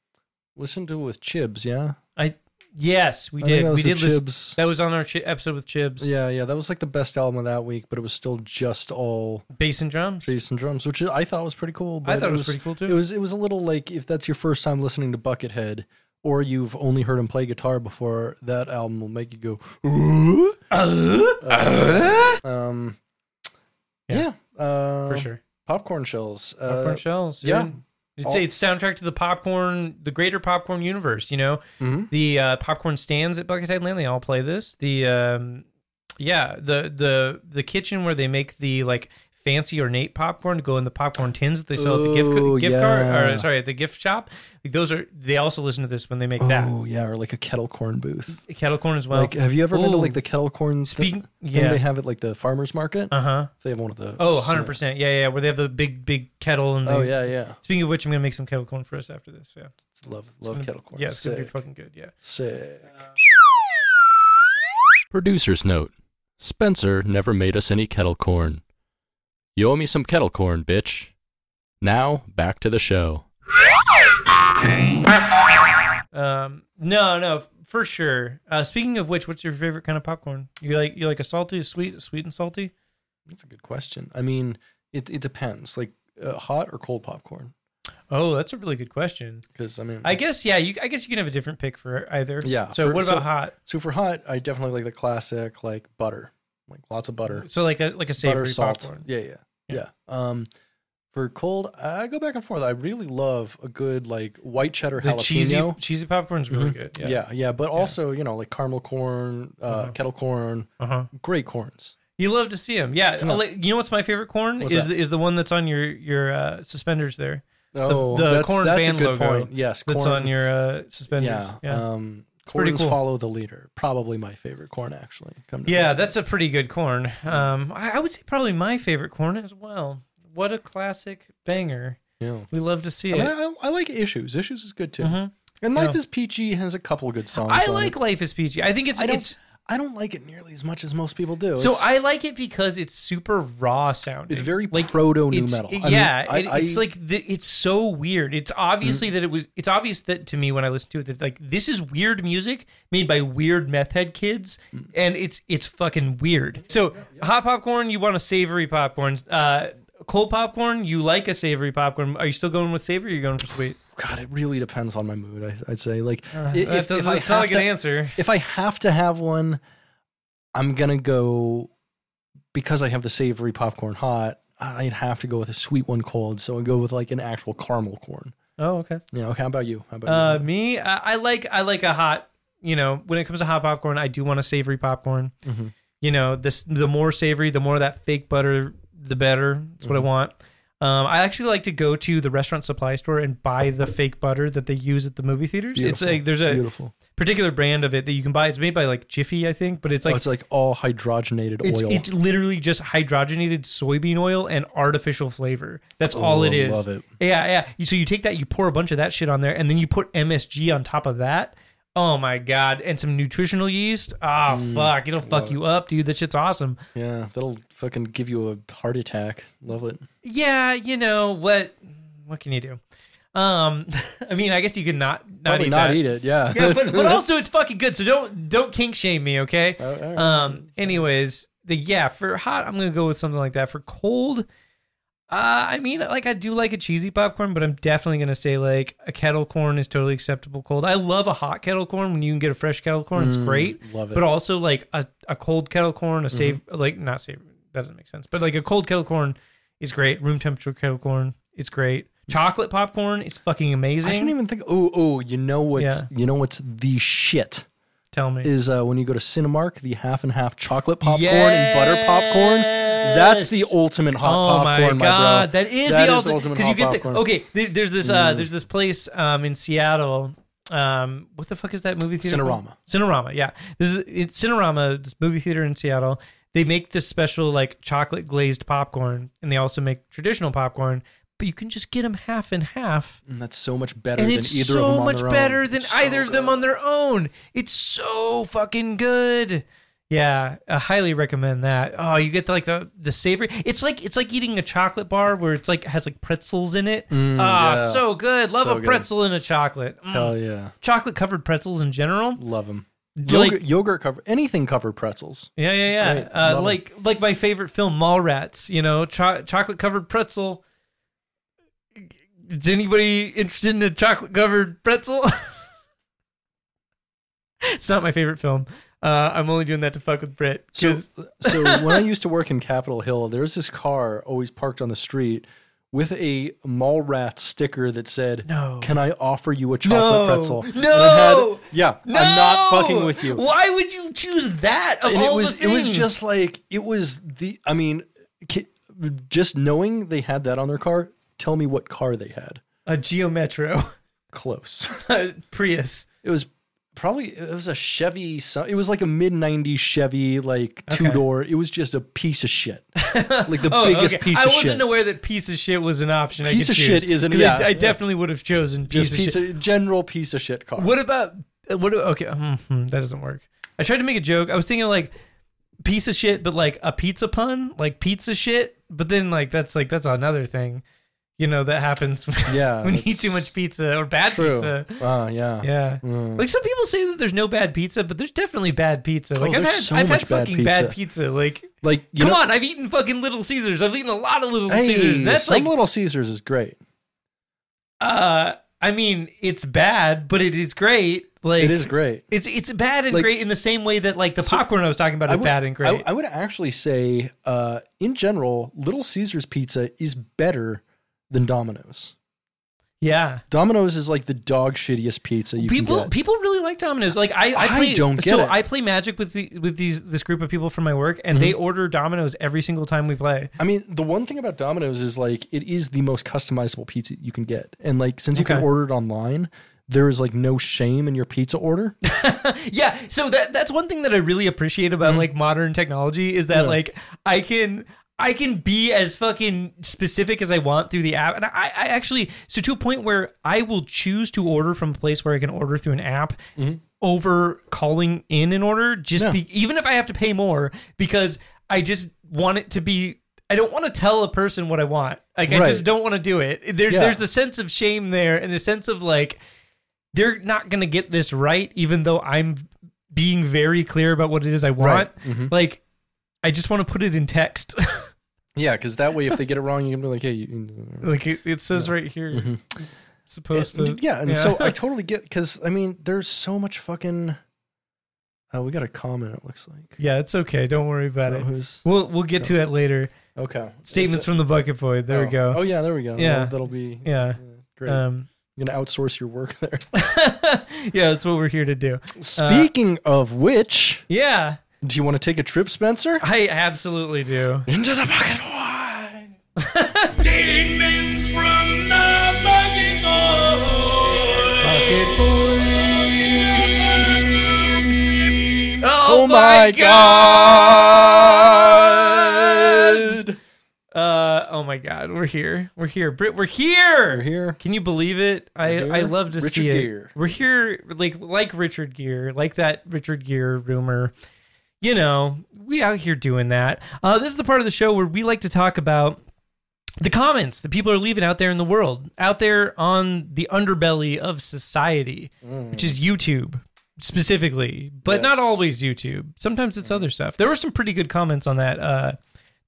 Speaker 2: listened to it with Chibs. Yeah,
Speaker 1: I yes we
Speaker 2: I think
Speaker 1: did
Speaker 2: that
Speaker 1: we
Speaker 2: was
Speaker 1: did
Speaker 2: the
Speaker 1: listen.
Speaker 2: Chibs.
Speaker 1: That was on our chi- episode with Chibs.
Speaker 2: Yeah, yeah, that was like the best album of that week, but it was still just all
Speaker 1: bass and drums.
Speaker 2: bass and drums, which I thought was pretty cool. But
Speaker 1: I thought it was pretty cool, too.
Speaker 2: It was it was a little like if that's your first time listening to Buckethead, or you've only heard him play guitar before, that album will make you go. "Ooh." "Uh, um,
Speaker 1: Yeah.
Speaker 2: Yeah, uh,
Speaker 1: for sure.
Speaker 2: Popcorn shells. Uh,
Speaker 1: Popcorn shells. dude.
Speaker 2: yeah.
Speaker 1: It's, it's soundtrack to the popcorn, the greater popcorn universe. You know,
Speaker 2: Mhm.
Speaker 1: the uh, popcorn stands at Buckethead Lane. They all play this. The um, yeah, the the the kitchen where they make the like fancy ornate popcorn to go in the popcorn tins that they sell at the gift
Speaker 2: Ooh,
Speaker 1: gift card
Speaker 2: yeah.
Speaker 1: or sorry at the gift shop. Like, those are they also listen to this when they make that
Speaker 2: Oh yeah, or like a kettle corn booth.
Speaker 1: kettle corn as well.
Speaker 2: like, have you ever been to
Speaker 1: Ooh.
Speaker 2: like the kettle corn
Speaker 1: Speak-
Speaker 2: thing
Speaker 1: yeah.
Speaker 2: they have at like the farmers market?
Speaker 1: uh huh.
Speaker 2: they have one of those.
Speaker 1: Oh, 100 percent. Yeah, yeah. Where they have the big big kettle and
Speaker 2: Oh
Speaker 1: the-
Speaker 2: yeah, yeah.
Speaker 1: Speaking of which, I'm gonna make some kettle corn for us after this. Yeah,
Speaker 2: Love love
Speaker 1: Gonna-
Speaker 2: kettle corn.
Speaker 1: Yeah, it's gonna be
Speaker 2: sick.
Speaker 1: fucking good. Yeah.
Speaker 2: sick.
Speaker 4: Producer's note Spencer never made us any kettle corn. You owe me some kettle corn, bitch. Now, back to the show.
Speaker 1: Um, no, no, for sure. Uh, speaking of which, what's your favorite kind of popcorn? You like you like a salty, a sweet, a sweet and salty.
Speaker 2: That's a good question. I mean, it it depends. Like uh, hot or cold popcorn.
Speaker 1: Oh, that's a really good question.
Speaker 2: Because I mean,
Speaker 1: I guess yeah. You I guess you can have a different pick for either.
Speaker 2: Yeah,
Speaker 1: So
Speaker 2: for-
Speaker 1: what about
Speaker 2: so-
Speaker 1: hot?
Speaker 2: so for hot, I definitely like the classic, like butter, like lots of butter,
Speaker 1: So like a like a savory
Speaker 2: butter, salt.
Speaker 1: popcorn.
Speaker 2: Yeah, yeah,
Speaker 1: Yeah.
Speaker 2: yeah, Um, for cold, I go back and forth. I really love a good like white cheddar
Speaker 1: The
Speaker 2: jalapeno.
Speaker 1: cheesy cheesy popcorn's really good.
Speaker 2: yeah.
Speaker 1: Mm-hmm. Yeah. Uh-huh.
Speaker 2: yeah, but also you know like caramel corn, uh, kettle corn,
Speaker 1: Uh huh.
Speaker 2: great corns.
Speaker 1: You love to see them. Yeah. I'll let- You know what's my favorite corn
Speaker 2: What's
Speaker 1: is
Speaker 2: that?
Speaker 1: the, is the one that's on your your uh, suspenders there.
Speaker 2: Oh,
Speaker 1: the
Speaker 2: that's,
Speaker 1: corn
Speaker 2: that's
Speaker 1: band
Speaker 2: a good
Speaker 1: logo
Speaker 2: point. Yes,
Speaker 1: That's
Speaker 2: corn-
Speaker 1: on your uh, suspenders.
Speaker 2: yeah.
Speaker 1: Yeah.
Speaker 2: Um,
Speaker 1: pretty
Speaker 2: corns
Speaker 1: cool.
Speaker 2: follow the leader. Probably my favorite corn actually. Come to
Speaker 1: Yeah,
Speaker 2: think
Speaker 1: that's a pretty good corn. Um, I, I would say probably my favorite corn as well. What a classic banger!
Speaker 2: of it. Yeah.
Speaker 1: We love to see
Speaker 2: I,
Speaker 1: it.
Speaker 2: mean, I, I like issues. Issues is good too.
Speaker 1: Mhm.
Speaker 2: And Life
Speaker 1: Yeah.
Speaker 2: is Peachy has a couple good songs.
Speaker 1: I
Speaker 2: on
Speaker 1: like
Speaker 2: It.
Speaker 1: Life is Peachy. I think it's
Speaker 2: I don't.
Speaker 1: it's
Speaker 2: I don't like it nearly as much as most people do.
Speaker 1: so
Speaker 2: it's,
Speaker 1: I like it because it's super raw sounding.
Speaker 2: It's very proto new
Speaker 1: it's-
Speaker 2: metal. I mean,
Speaker 1: yeah,
Speaker 2: I- Mm-hmm.
Speaker 1: it- it's
Speaker 2: I-
Speaker 1: like the, it's so weird. It's obviously that it was. It's obvious that to me when I listen to it that like this is weird music made by weird meth head kids,
Speaker 2: Mm.
Speaker 1: and it's it's fucking weird. So hot popcorn, you want a savory popcorn. Uh, cold popcorn, you like a savory popcorn. Are you still going with savory? Or you going for sweet?
Speaker 2: God. It really depends on my mood. I, I'd say like i- if,
Speaker 1: Uh-huh. that
Speaker 2: if
Speaker 1: doesn't
Speaker 2: I
Speaker 1: sound
Speaker 2: have
Speaker 1: like
Speaker 2: to,
Speaker 1: an answer.
Speaker 2: if I have to have one, I'm gonna go because I have the savory popcorn hot. I'd have to go with a sweet one cold. So I go with like an actual caramel corn.
Speaker 1: Oh, okay.
Speaker 2: Yeah. Okay. How about you? How about
Speaker 1: Uh,
Speaker 2: you?
Speaker 1: me, I, I like I like a hot. You know, when it comes to hot popcorn, I do want a savory popcorn.
Speaker 2: Mhm.
Speaker 1: You know, this the more savory, the more of that fake butter, the better. That's
Speaker 2: Mm-hmm.
Speaker 1: what I want. Um, I actually like to go to the restaurant supply store and buy the fake butter that they use at the movie theaters. It's
Speaker 2: Beautiful.
Speaker 1: like there's a
Speaker 2: Beautiful. Oh,
Speaker 1: particular brand of it that you can buy. It's made by like Jiffy, I think, but it's
Speaker 2: Oh,
Speaker 1: like
Speaker 2: it's like all hydrogenated
Speaker 1: it's,
Speaker 2: oil.
Speaker 1: it's literally just hydrogenated soybean oil and artificial flavor. That's all
Speaker 2: Oh,
Speaker 1: it is.
Speaker 2: love it.
Speaker 1: Yeah, yeah. You- So you take that, you pour a bunch of that shit on there, and then you put MSG on top of that. Oh my god! And some nutritional yeast. Ah,
Speaker 2: Mm.
Speaker 1: fuck! It'll fuck you up, dude. That shit's awesome.
Speaker 2: Yeah, that'll fucking give you a heart attack. Love it.
Speaker 1: Yeah, you know what? What can you do? Um, I mean, I guess you could not not
Speaker 2: Probably
Speaker 1: eat
Speaker 2: not
Speaker 1: that.
Speaker 2: eat it. Yeah.
Speaker 1: Yeah, but, but also it's fucking good. So don't don't kink shame me, okay?
Speaker 2: Oh, All right.
Speaker 1: Um. Anyways, the yeah for hot, I'm gonna go with something like that. For cold, uh, I mean, like I do like a cheesy popcorn, but I'm definitely gonna say like a kettle corn is totally acceptable cold. I love a hot kettle corn when you can get a fresh kettle corn.
Speaker 2: Mm.
Speaker 1: it's great.
Speaker 2: love it.
Speaker 1: But also like a, a cold kettle corn,
Speaker 2: Mm-hmm.
Speaker 1: a save like not save doesn't make sense, but like a cold kettle corn is great. Room temperature kettle corn, it's great. Chocolate popcorn is fucking amazing.
Speaker 2: I didn't even think. Oh, oh, you know what?
Speaker 1: Yeah.
Speaker 2: You know what's the shit
Speaker 1: Tell me.
Speaker 2: is uh, when you go to Cinemark, the half and half chocolate popcorn and butter popcorn. That's the
Speaker 1: Yes.
Speaker 2: ultimate hot
Speaker 1: oh
Speaker 2: popcorn,
Speaker 1: my god,
Speaker 2: bro.
Speaker 1: that is
Speaker 2: That
Speaker 1: the
Speaker 2: is the
Speaker 1: ultimate
Speaker 2: ultimate
Speaker 1: because you
Speaker 2: hot
Speaker 1: get
Speaker 2: popcorn. Mm.
Speaker 1: the okay. There, there's this uh, there's this place um, in Seattle. Um, what the fuck is that movie theater? called?
Speaker 2: Cinerama.
Speaker 1: Cinerama, yeah. This is it's Cinerama, this movie theater in Seattle. They make this special like chocolate glazed popcorn, and they also make traditional popcorn. But you can just get them half and half,
Speaker 2: And that's so much better
Speaker 1: and
Speaker 2: than
Speaker 1: it's
Speaker 2: either of them
Speaker 1: so
Speaker 2: on
Speaker 1: much
Speaker 2: their own.
Speaker 1: better than
Speaker 2: So
Speaker 1: either of them
Speaker 2: good.
Speaker 1: on their own. It's so fucking good. Yeah, I highly recommend that. Oh, you get the, like the the savory. It's like it's like eating a chocolate bar where it's like has like pretzels in it. Ah,
Speaker 2: yeah.
Speaker 1: so good. Love
Speaker 2: So
Speaker 1: a
Speaker 2: good.
Speaker 1: pretzel in a chocolate. Mm.
Speaker 2: Hell yeah,
Speaker 1: Chocolate covered pretzels in general.
Speaker 2: love them.
Speaker 1: Like-
Speaker 2: Yogurt, yogurt cover anything covered pretzels.
Speaker 1: Yeah, yeah, yeah.
Speaker 2: Great.
Speaker 1: Uh,
Speaker 2: Love
Speaker 1: like like my favorite film, Mallrats. You know, cho- chocolate covered pretzel. Is anybody interested in a chocolate covered pretzel? it's not my favorite film. Uh, I'm only doing that to fuck with Brit.
Speaker 2: So,
Speaker 1: 'cause-
Speaker 2: so when I used to work in Capitol Hill, there was this car always parked on the street with a mall rat sticker that said,
Speaker 1: No.
Speaker 2: Can I offer you a chocolate
Speaker 1: No.
Speaker 2: pretzel? And it
Speaker 1: No.
Speaker 2: had- yeah, I'm not
Speaker 1: No!
Speaker 2: fucking with you.
Speaker 1: Why would you choose that of
Speaker 2: and
Speaker 1: all
Speaker 2: it was
Speaker 1: the
Speaker 2: it was
Speaker 1: things?
Speaker 2: just like it was the I mean, ki- just knowing they had that on their car. Tell me what car they had.
Speaker 1: a Geo Metro,
Speaker 2: Close.
Speaker 1: a Prius.
Speaker 2: It was probably it was a Chevy. so- It was like a mid '90s Chevy, like
Speaker 1: Okay.
Speaker 2: two door. It was just a piece of shit, like the biggest
Speaker 1: Oh, okay.
Speaker 2: piece
Speaker 1: I
Speaker 2: of
Speaker 1: wasn't
Speaker 2: shit.
Speaker 1: aware that piece of shit was an option. I
Speaker 2: Piece
Speaker 1: could
Speaker 2: of
Speaker 1: choose.
Speaker 2: shit is an-
Speaker 1: 'Cause
Speaker 2: yeah.
Speaker 1: I, I definitely would have chosen piece,
Speaker 2: Just
Speaker 1: of,
Speaker 2: piece
Speaker 1: shit.
Speaker 2: of general piece of shit car.
Speaker 1: What about uh, what? do- Okay, hmm, hmm, that doesn't work. I tried to make a joke. I was thinking like piece of shit, but like a pizza pun, like pizza shit. But then like that's like that's another thing, you know, that happens. When,
Speaker 2: Yeah,
Speaker 1: when you eat
Speaker 2: that's
Speaker 1: too much pizza or bad
Speaker 2: True.
Speaker 1: pizza.
Speaker 2: Ah, yeah.
Speaker 1: Yeah.
Speaker 2: Mm.
Speaker 1: Like some people say that there's no bad pizza, but there's definitely bad pizza. Like I've
Speaker 2: Oh, there's
Speaker 1: had
Speaker 2: so
Speaker 1: I've had
Speaker 2: much bad
Speaker 1: fucking bad pizza. Like
Speaker 2: Like you
Speaker 1: come
Speaker 2: know,
Speaker 1: on, I've eaten fucking Little Caesars. I've eaten a lot of Little
Speaker 2: Hey,
Speaker 1: Caesars. and That's
Speaker 2: some
Speaker 1: like
Speaker 2: Little Caesars is great.
Speaker 1: uh I mean, it's bad, but it is great. Like
Speaker 2: It is great.
Speaker 1: It's it's bad and
Speaker 2: Like-
Speaker 1: great in the same way that like the popcorn I was talking about
Speaker 2: I
Speaker 1: is
Speaker 2: would-
Speaker 1: bad and great.
Speaker 2: I, I would actually say, uh, in general, Little Caesars pizza is better than Domino's.
Speaker 1: yeah.
Speaker 2: Domino's is like the dog shittiest pizza you
Speaker 1: People
Speaker 2: can get.
Speaker 1: people really like Domino's. Like I I,
Speaker 2: I
Speaker 1: play,
Speaker 2: don't get
Speaker 1: so
Speaker 2: it.
Speaker 1: I play Magic with the, with these this group of people from my work and
Speaker 2: Mhm.
Speaker 1: they order Domino's every single time we play.
Speaker 2: I mean, the one thing about Domino's is like it is the most customizable pizza you can get, and like since you can
Speaker 1: Okay.
Speaker 2: order it online, there is like no shame in your pizza order.
Speaker 1: Yeah, so that that's one thing that I really appreciate about
Speaker 2: Mm-hmm.
Speaker 1: like modern technology is that like I can I can be as fucking specific as I want through the app, and I, I actually so to a point where I will choose to order from a place where I can order through an app. Over calling in an order, just
Speaker 2: Mm-hmm. Yeah.
Speaker 1: be, even if I have to pay more, because I just want it to be. I don't want to tell a person what I want. Like I
Speaker 2: Right.
Speaker 1: just don't want to do it. There,
Speaker 2: Yeah.
Speaker 1: There's the sense of shame there, and the sense of like, they're not going to get this right, even though I'm being very clear about what it is I want.
Speaker 2: Right.
Speaker 1: Like, I just want to put it in text.
Speaker 2: Yeah, because that way, if they get it wrong, you can be like, "Hey, you,
Speaker 1: like, it, it says right here. It's supposed to.
Speaker 2: yeah." Mm-hmm. And so I totally get because I mean, there's so much fucking. Oh, we got a comment. It looks like.
Speaker 1: yeah, it's okay. Don't worry about
Speaker 2: Oh,
Speaker 1: it.
Speaker 2: who's-
Speaker 1: We'll we'll get to it later.
Speaker 2: okay.
Speaker 1: Statements from the bucket boy. There we
Speaker 2: uh, Oh.
Speaker 1: go.
Speaker 2: Oh yeah, there we go.
Speaker 1: Yeah.
Speaker 2: That'll, that'll be
Speaker 1: yeah.
Speaker 2: great.
Speaker 1: Um, uh,
Speaker 2: I'm gonna outsource your work there.
Speaker 1: yeah, that's what we're here to do.
Speaker 2: Speaking of which,
Speaker 1: Yeah,
Speaker 2: do you want to take a trip, Spencer?
Speaker 1: I absolutely do.
Speaker 2: Into the bucket of wine.
Speaker 3: Demons from the bucket boy.
Speaker 1: Oh,
Speaker 2: god!
Speaker 1: Uh, oh my God, we're here. We're here. Brit, we're here.
Speaker 2: We're here.
Speaker 1: Can you believe it? I,
Speaker 2: We're here.
Speaker 1: I love to
Speaker 2: Richard
Speaker 1: see it.
Speaker 2: Gere.
Speaker 1: We're here, like like Richard Gere, like that Richard Gere rumor. You know, we out here doing that. Uh, this is the part of the show where we like to talk about the comments that people are leaving out there in the world, out there on the underbelly of society, which is YouTube specifically, but not
Speaker 2: Mm. Yes.
Speaker 1: always YouTube. Sometimes it's other stuff. There were some pretty good comments on that. Uh,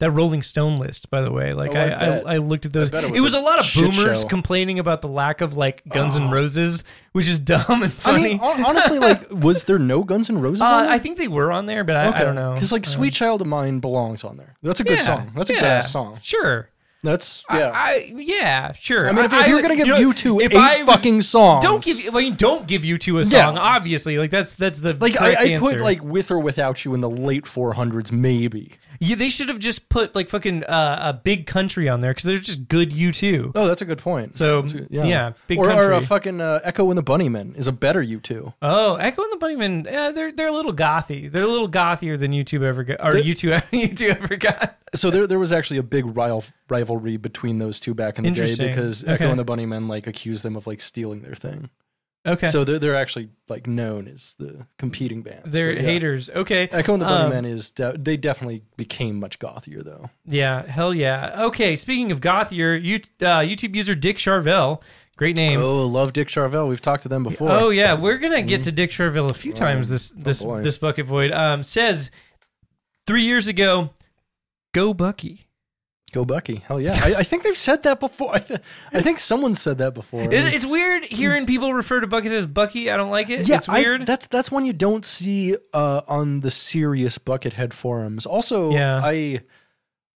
Speaker 1: that Rolling Stone list, by the way, like
Speaker 2: Oh, I
Speaker 1: I, I,
Speaker 2: bet.
Speaker 1: I, looked at those.
Speaker 2: bet it
Speaker 1: it
Speaker 2: was
Speaker 1: was, a,
Speaker 2: a
Speaker 1: lot of
Speaker 2: shit
Speaker 1: boomers
Speaker 2: show.
Speaker 1: complaining about the lack of like Guns N' Roses, which is dumb and
Speaker 2: Oh. I
Speaker 1: funny.
Speaker 2: mean, hon- honestly, like, was there no Guns N' Roses?
Speaker 1: uh,
Speaker 2: on there?
Speaker 1: I think they were on there, but I, I don't know. Um,
Speaker 2: Because like, "Sweet Child of Mine" belongs on there. That's a good
Speaker 1: Yeah,
Speaker 2: song. That's a
Speaker 1: yeah,
Speaker 2: good song.
Speaker 1: Sure.
Speaker 2: That's yeah. I,
Speaker 1: I yeah, sure.
Speaker 2: mean, if, if you were gonna give you,
Speaker 1: know,
Speaker 2: two
Speaker 1: if
Speaker 2: eight
Speaker 1: I was-
Speaker 2: fucking songs,
Speaker 1: don't give. I mean, don't give you two a
Speaker 2: Yeah.
Speaker 1: song. Obviously, like that's that's the
Speaker 2: Like
Speaker 1: correct
Speaker 2: I, I put
Speaker 1: answer.
Speaker 2: like with or without you in the late 400s, maybe.
Speaker 1: Yeah, they should have just put like fucking uh, a big country on there because they're just good U two.
Speaker 2: Oh, that's a good point.
Speaker 1: So yeah, big
Speaker 2: or,
Speaker 1: country.
Speaker 2: or a fucking uh, Echo and the Bunnymen is a better U2.
Speaker 1: Oh, Echo and the Bunnymen, yeah, they're they're a little gothy. They're a little gothier than YouTube ever got, or YouTube YouTube ever got.
Speaker 2: So there, there was actually a big rival, rivalry between those two back in the day
Speaker 1: Interesting.
Speaker 2: because
Speaker 1: Okay.
Speaker 2: Echo and the Bunnymen like accused them of like stealing their thing.
Speaker 1: Okay,
Speaker 2: So they're they're actually like known as the competing bands.
Speaker 1: they're
Speaker 2: but yeah.
Speaker 1: haters. Okay,
Speaker 2: Echo and the
Speaker 1: Um,
Speaker 2: Bunnymen is de- they definitely became much gothier though.
Speaker 1: Yeah, hell yeah. Okay, speaking of gothier, you, uh, YouTube user Dick Charvel, great name. Oh.
Speaker 2: Oh, love Dick Charvel. We've talked to them before.
Speaker 1: yeah, we're gonna get to Dick Charvel a few times this this
Speaker 2: Oh, boy.
Speaker 1: this bucket void. Um, says three years ago, go Bucky.
Speaker 2: Go Bucky. Hell yeah. I, I think they've said that before. I, th- I think someone said that before.
Speaker 1: It's, it's weird hearing people refer to Bucket as Bucky. I don't like it.
Speaker 2: yeah,
Speaker 1: it's
Speaker 2: I-
Speaker 1: weird.
Speaker 2: that's that's one you don't see uh, on the serious Buckethead forums. Also,
Speaker 1: Yeah.
Speaker 2: I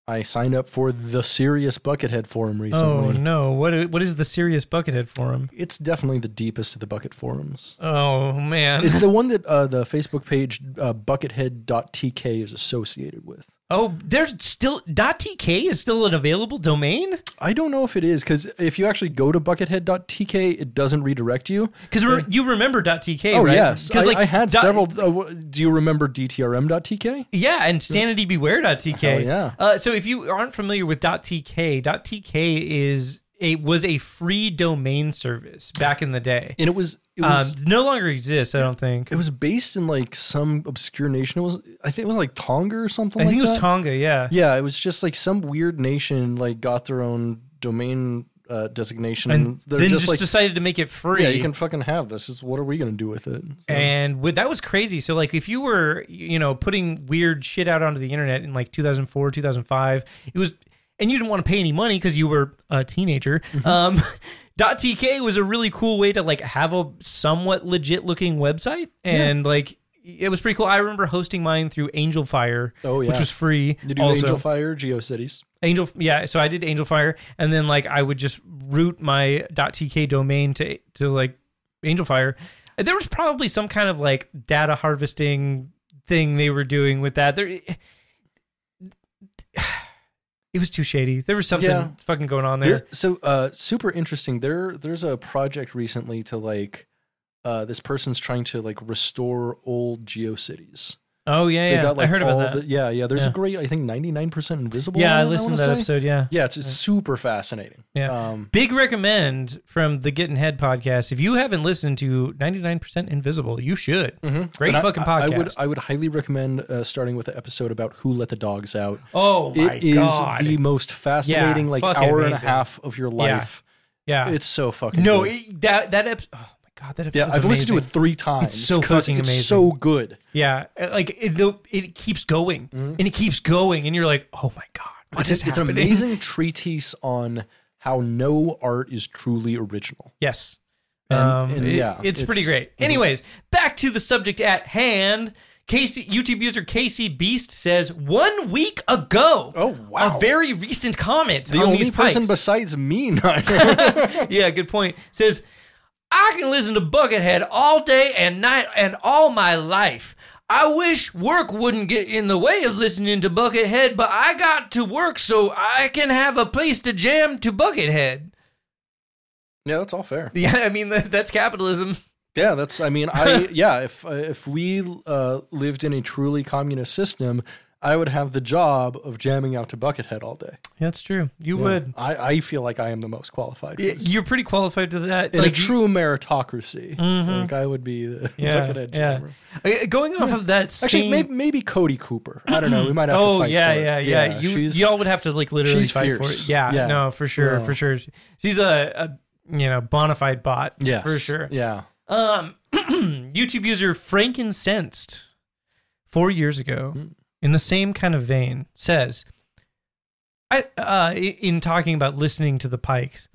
Speaker 2: I signed up for the serious Buckethead forum
Speaker 1: oh
Speaker 2: recently.
Speaker 1: no! What i- what is the serious Buckethead forum?
Speaker 2: It's definitely the deepest of the bucket forums.
Speaker 1: Oh man!
Speaker 2: It's the one that uh, the Facebook page uh, buckethead.tk is associated with.
Speaker 1: oh, there's still .tk is still an available domain
Speaker 2: I don't know if it is because if you actually go to buckethead.tk, it doesn't redirect you.
Speaker 1: because re- you remember .tk.
Speaker 2: oh
Speaker 1: right?
Speaker 2: yes, I,
Speaker 1: 'Cause,
Speaker 2: I had
Speaker 1: dot-
Speaker 2: several. Uh, w- do you remember dtrm.tk?
Speaker 1: Yeah, and sanityBeware.tk.
Speaker 2: Hell yeah.
Speaker 1: Uh, so if you aren't familiar with .tk, .tk is a was a free domain service back in the day.
Speaker 2: And it was it
Speaker 1: Um,
Speaker 2: was
Speaker 1: no longer exists, I don't think.
Speaker 2: it was based in like some obscure nation. It was I think it was like Tonga or something.
Speaker 1: I think
Speaker 2: like
Speaker 1: it was
Speaker 2: that.
Speaker 1: Tonga. Yeah.
Speaker 2: Yeah, it was just like some weird nation like got their own domain uh, designation,
Speaker 1: and
Speaker 2: and
Speaker 1: then
Speaker 2: they're
Speaker 1: just,
Speaker 2: just, like,
Speaker 1: decided to make it free.
Speaker 2: yeah, you can fucking have this. Is what are we gonna do with it? So-
Speaker 1: and with, that was crazy. So like, if you were, you know, putting weird shit out onto the internet in like 2004, 2005, it was, and you didn't want to pay any money because you were a teenager. Um, .tk was a really cool way to like have a somewhat legit looking website, and like it was pretty cool. I remember hosting mine through Angel Fire,
Speaker 2: Oh, yeah.
Speaker 1: which was free.
Speaker 2: you do
Speaker 1: also.
Speaker 2: Angel Fire, GeoCities.
Speaker 1: Angel, yeah. So I did Angel Fire, and then like I would just route my .tk domain to to like Angel Fire. There was probably some kind of like data harvesting thing they were doing with that. There, it was too shady. There was something
Speaker 2: Yeah.
Speaker 1: fucking going on
Speaker 2: There-
Speaker 1: there.
Speaker 2: so uh, super interesting. There, there's a project recently to like. Uh, this person's trying to like restore old GeoCities.
Speaker 1: Oh yeah,
Speaker 2: They
Speaker 1: yeah.
Speaker 2: got, like,
Speaker 1: I heard about
Speaker 2: all
Speaker 1: that.
Speaker 2: the- yeah, yeah. There's
Speaker 1: Yeah.
Speaker 2: a great, I think, 99% invisible.
Speaker 1: yeah,
Speaker 2: on
Speaker 1: I
Speaker 2: it,
Speaker 1: listened to that
Speaker 2: wanna say.
Speaker 1: episode. Yeah.
Speaker 2: Yeah, it's, it's super fascinating.
Speaker 1: Yeah.
Speaker 2: Um,
Speaker 1: Big recommend from the Getting Head podcast. If you haven't listened to 99% Invisible, you should. Great
Speaker 2: Mm-hmm. and I-
Speaker 1: fucking
Speaker 2: I,
Speaker 1: podcast.
Speaker 2: I would I would highly recommend uh, starting with the episode about who let the dogs out.
Speaker 1: oh my
Speaker 2: it is
Speaker 1: god.
Speaker 2: the most fascinating
Speaker 1: Yeah,
Speaker 2: like
Speaker 1: fucking
Speaker 2: hour and a
Speaker 1: amazing.
Speaker 2: half of your life.
Speaker 1: yeah.
Speaker 2: It's so fucking
Speaker 1: No,
Speaker 2: good.
Speaker 1: it, that that episode. Oh my god, that episode.
Speaker 2: yeah, I've listened to it three times.
Speaker 1: so
Speaker 2: 'cause
Speaker 1: fucking
Speaker 2: it's
Speaker 1: amazing.
Speaker 2: So good.
Speaker 1: Yeah, like it, the, it keeps going and it keeps going, and you're like, oh my god, what is
Speaker 2: Mm-hmm. It's, it's an
Speaker 1: happening?
Speaker 2: amazing treatise on how no art is truly original.
Speaker 1: Yes.
Speaker 2: And-
Speaker 1: um,
Speaker 2: and
Speaker 1: it-
Speaker 2: yeah,
Speaker 1: it's, pretty
Speaker 2: it's- mm-hmm.
Speaker 1: great. Anyways, back to the subject at hand. Casey, YouTube user Casey Beast says one week ago.
Speaker 2: Oh, wow.
Speaker 1: A very recent comment.
Speaker 2: The
Speaker 1: on
Speaker 2: only
Speaker 1: these
Speaker 2: person
Speaker 1: pipes.
Speaker 2: besides me not
Speaker 1: yeah, good point. Says, I can listen to Buckethead all day and night and all my life. I wish work wouldn't get in the way of listening to Buckethead, but I got to work so I can have a place to jam to Buckethead.
Speaker 2: Yeah, that's all fair.
Speaker 1: Yeah, I mean, that, that's capitalism.
Speaker 2: Yeah, that's. I mean, I yeah. If uh, if we uh, lived in a truly communist system, I would have the job of jamming out to Buckethead all day.
Speaker 1: That's true. You
Speaker 2: Yeah. I, I feel like I am the most qualified. for this.
Speaker 1: You're pretty qualified to that.
Speaker 2: in a true meritocracy, like I would be the
Speaker 1: Mm-hmm. Yeah,
Speaker 2: Buckethead
Speaker 1: yeah.
Speaker 2: jammer.
Speaker 1: Uh, Going off of that
Speaker 2: Actually,
Speaker 1: same-
Speaker 2: maybe, maybe Cody Cooper. I don't know. We might have to
Speaker 1: Oh
Speaker 2: fight.
Speaker 1: yeah,
Speaker 2: for it.
Speaker 1: yeah, yeah, You
Speaker 2: she's-
Speaker 1: y'all would have to like literally
Speaker 2: she's
Speaker 1: fight for
Speaker 2: fierce.
Speaker 1: it. Yeah,
Speaker 2: Yeah.
Speaker 1: no, for sure,
Speaker 2: Yeah.
Speaker 1: for sure. She's a, a you know bona fide bot.
Speaker 2: Yes,
Speaker 1: for sure.
Speaker 2: Yeah.
Speaker 1: Um, YouTube user Frankincensed four years ago, in the same kind of vein, says, I uh, i- in talking about listening to the Pikes.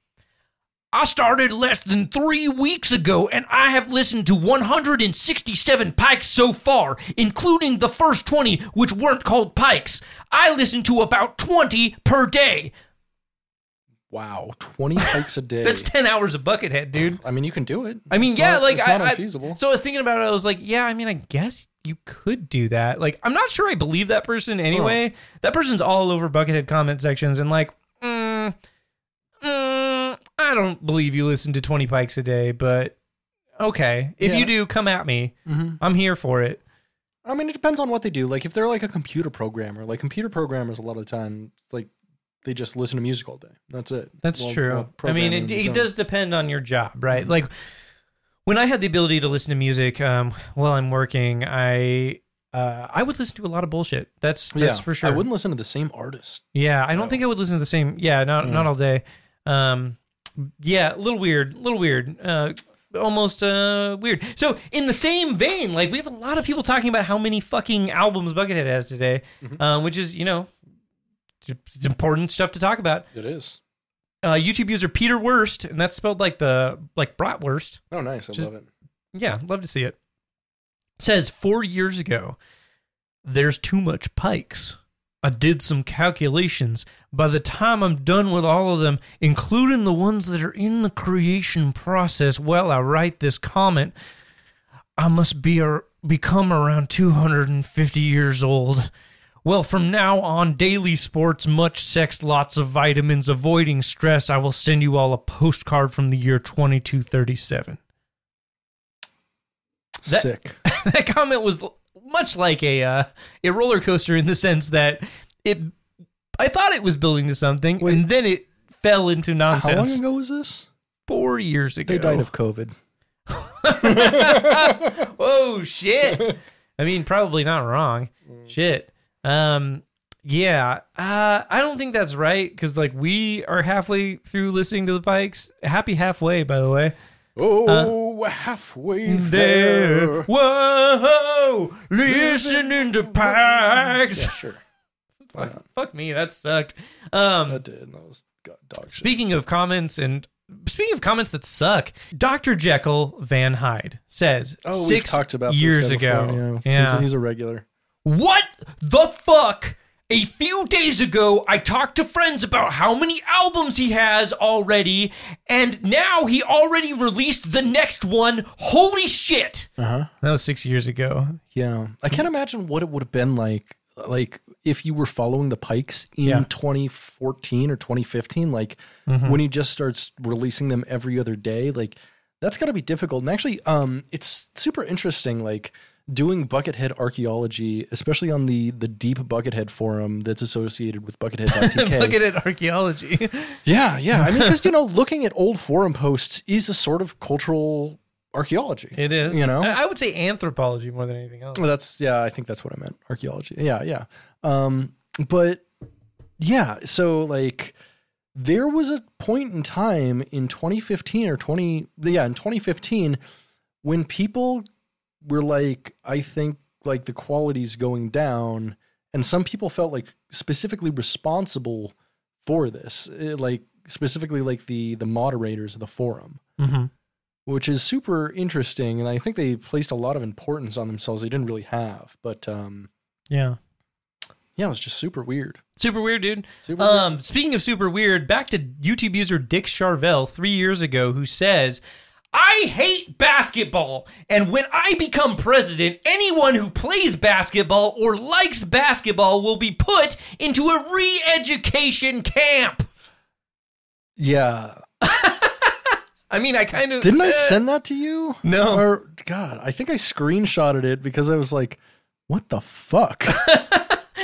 Speaker 1: I started less than three weeks ago, and I have listened to 167 pikes so far, including the first 20, which weren't called pikes. I listen to about 20 per day.
Speaker 2: Wow, twenty hikes a day.
Speaker 1: That's 10 hours of Buckethead, dude.
Speaker 2: I mean, you can do it.
Speaker 1: I mean,
Speaker 2: It's
Speaker 1: yeah,
Speaker 2: not-
Speaker 1: like
Speaker 2: it's
Speaker 1: I,
Speaker 2: not
Speaker 1: I-
Speaker 2: unfeasible.
Speaker 1: so I was thinking about it. I was like, yeah, I mean, I guess you could do that. Like, I'm not sure I believe that person anyway. That person's all over buckethead comment sections and like, mm, mm, I don't believe you listen to 20 pikes a day, but okay, if
Speaker 2: Yeah. Mm-hmm.
Speaker 1: you do, come at me. I'm here for it.
Speaker 2: I mean, it depends on what they do. Like, if they're like a computer programmer, like computer programmers, a lot of the time, it's like they just listen to music all day. That's it.
Speaker 1: That's
Speaker 2: While-
Speaker 1: true.
Speaker 2: while
Speaker 1: I mean, it,
Speaker 2: programming
Speaker 1: it
Speaker 2: is um, Mm-hmm.
Speaker 1: does depend on your job, right? Like when I had the ability to listen to music um, while I'm working, I uh, I would listen to a lot of bullshit. That's
Speaker 2: own- Yeah,
Speaker 1: that's for sure.
Speaker 2: I wouldn't listen to the same artist.
Speaker 1: Yeah, I don't think I would listen to the same. Yeah, not not all day. Um, yeah, a little weird, a little weird, uh, almost uh, weird. So in the same vein, like we have a uh, lot of people talking about how many fucking albums Buckethead has today, um, which is you know It's important stuff to talk about.
Speaker 2: It is.
Speaker 1: Uh, YouTube user Peter Wurst, and that's spelled like the like bratwurst.
Speaker 2: Oh, nice. I
Speaker 1: Just-
Speaker 2: love it.
Speaker 1: Yeah, love to see it. Says four years ago, there's too much pikes. I did some calculations. By the time I'm done with all of them, including the ones that are in the creation process while I write this comment, I must be ar- become around 250 years old. Well, from now on, daily sports, much sex, lots of vitamins, avoiding stress. I will send you all a postcard from the year 2237 That-
Speaker 2: Sick.
Speaker 1: that comment was l- much like a uh, a roller coaster in the sense that it I thought it was building to something
Speaker 2: Wait.
Speaker 1: and then it fell into
Speaker 2: How long
Speaker 1: nonsense
Speaker 2: ago was this?
Speaker 1: four years ago.
Speaker 2: They died of COVID.
Speaker 1: oh shit. I mean, probably not wrong.
Speaker 2: Mm.
Speaker 1: Shit. Um, yeah. Uh, I don't think that's right because like we are halfway through listening to the Pikes. Happy halfway, by the way.
Speaker 2: Oh, halfway
Speaker 1: There. Whoa. Listening to Pikes.
Speaker 2: Yeah, sure.
Speaker 1: Fuck, fuck me, that sucked. Um,
Speaker 2: That did. That was god, dog shit.
Speaker 1: speaking of comments and speaking of comments that suck, Doctor Jekyll Van Hyde says
Speaker 2: Oh,
Speaker 1: six
Speaker 2: we've talked about this
Speaker 1: years
Speaker 2: guy
Speaker 1: ago.
Speaker 2: before,
Speaker 1: Yeah.
Speaker 2: He's, he's a regular.
Speaker 1: What the fuck? A few days ago, I talked to friends about how many albums he has already, and now he already released the next one. Holy shit!
Speaker 2: Uh-huh.
Speaker 1: That was six years ago.
Speaker 2: Yeah. I can't imagine what it would have been like like if you were following the Pikes in
Speaker 1: Yeah. Mm-hmm.
Speaker 2: 2014 or 2015 like when he just starts releasing them every other day like that's got to be difficult. And actually um it's super interesting like doing buckethead archaeology especially on the the deep buckethead forum that's associated with buckethead.tk.
Speaker 1: Look at it, archaeology.
Speaker 2: Yeah, yeah. I mean, because you know, looking at old forum posts is a sort of cultural archaeology.
Speaker 1: It is.
Speaker 2: You know?
Speaker 1: I I would say anthropology more than anything else.
Speaker 2: Well, that's yeah. I think that's what I meant. Archaeology. Yeah, yeah. Um, but yeah. So like, there was a point in time in 2015 or 20 yeah in 2015 when people were like, I think like the quality's going down, and some people felt like specifically responsible for this, eh, like specifically like the the moderators of the forum
Speaker 1: Mm-hmm.
Speaker 2: which is super interesting. And I think they placed a lot of importance on themselves they didn't really have. But um,
Speaker 1: Yeah.
Speaker 2: yeah, it was just super weird.
Speaker 1: Super weird, dude.
Speaker 2: Super
Speaker 1: um, speaking of super weird, back to YouTube user Dick Charvel three years ago, who says, "I hate basketball, and when I become president, anyone who plays basketball or likes basketball will be put into a re-education camp."
Speaker 2: Yeah.
Speaker 1: I mean, I kind of
Speaker 2: Didn't I send that to you?
Speaker 1: No.
Speaker 2: Or God, I think I screenshotted it because I was like, what the fuck?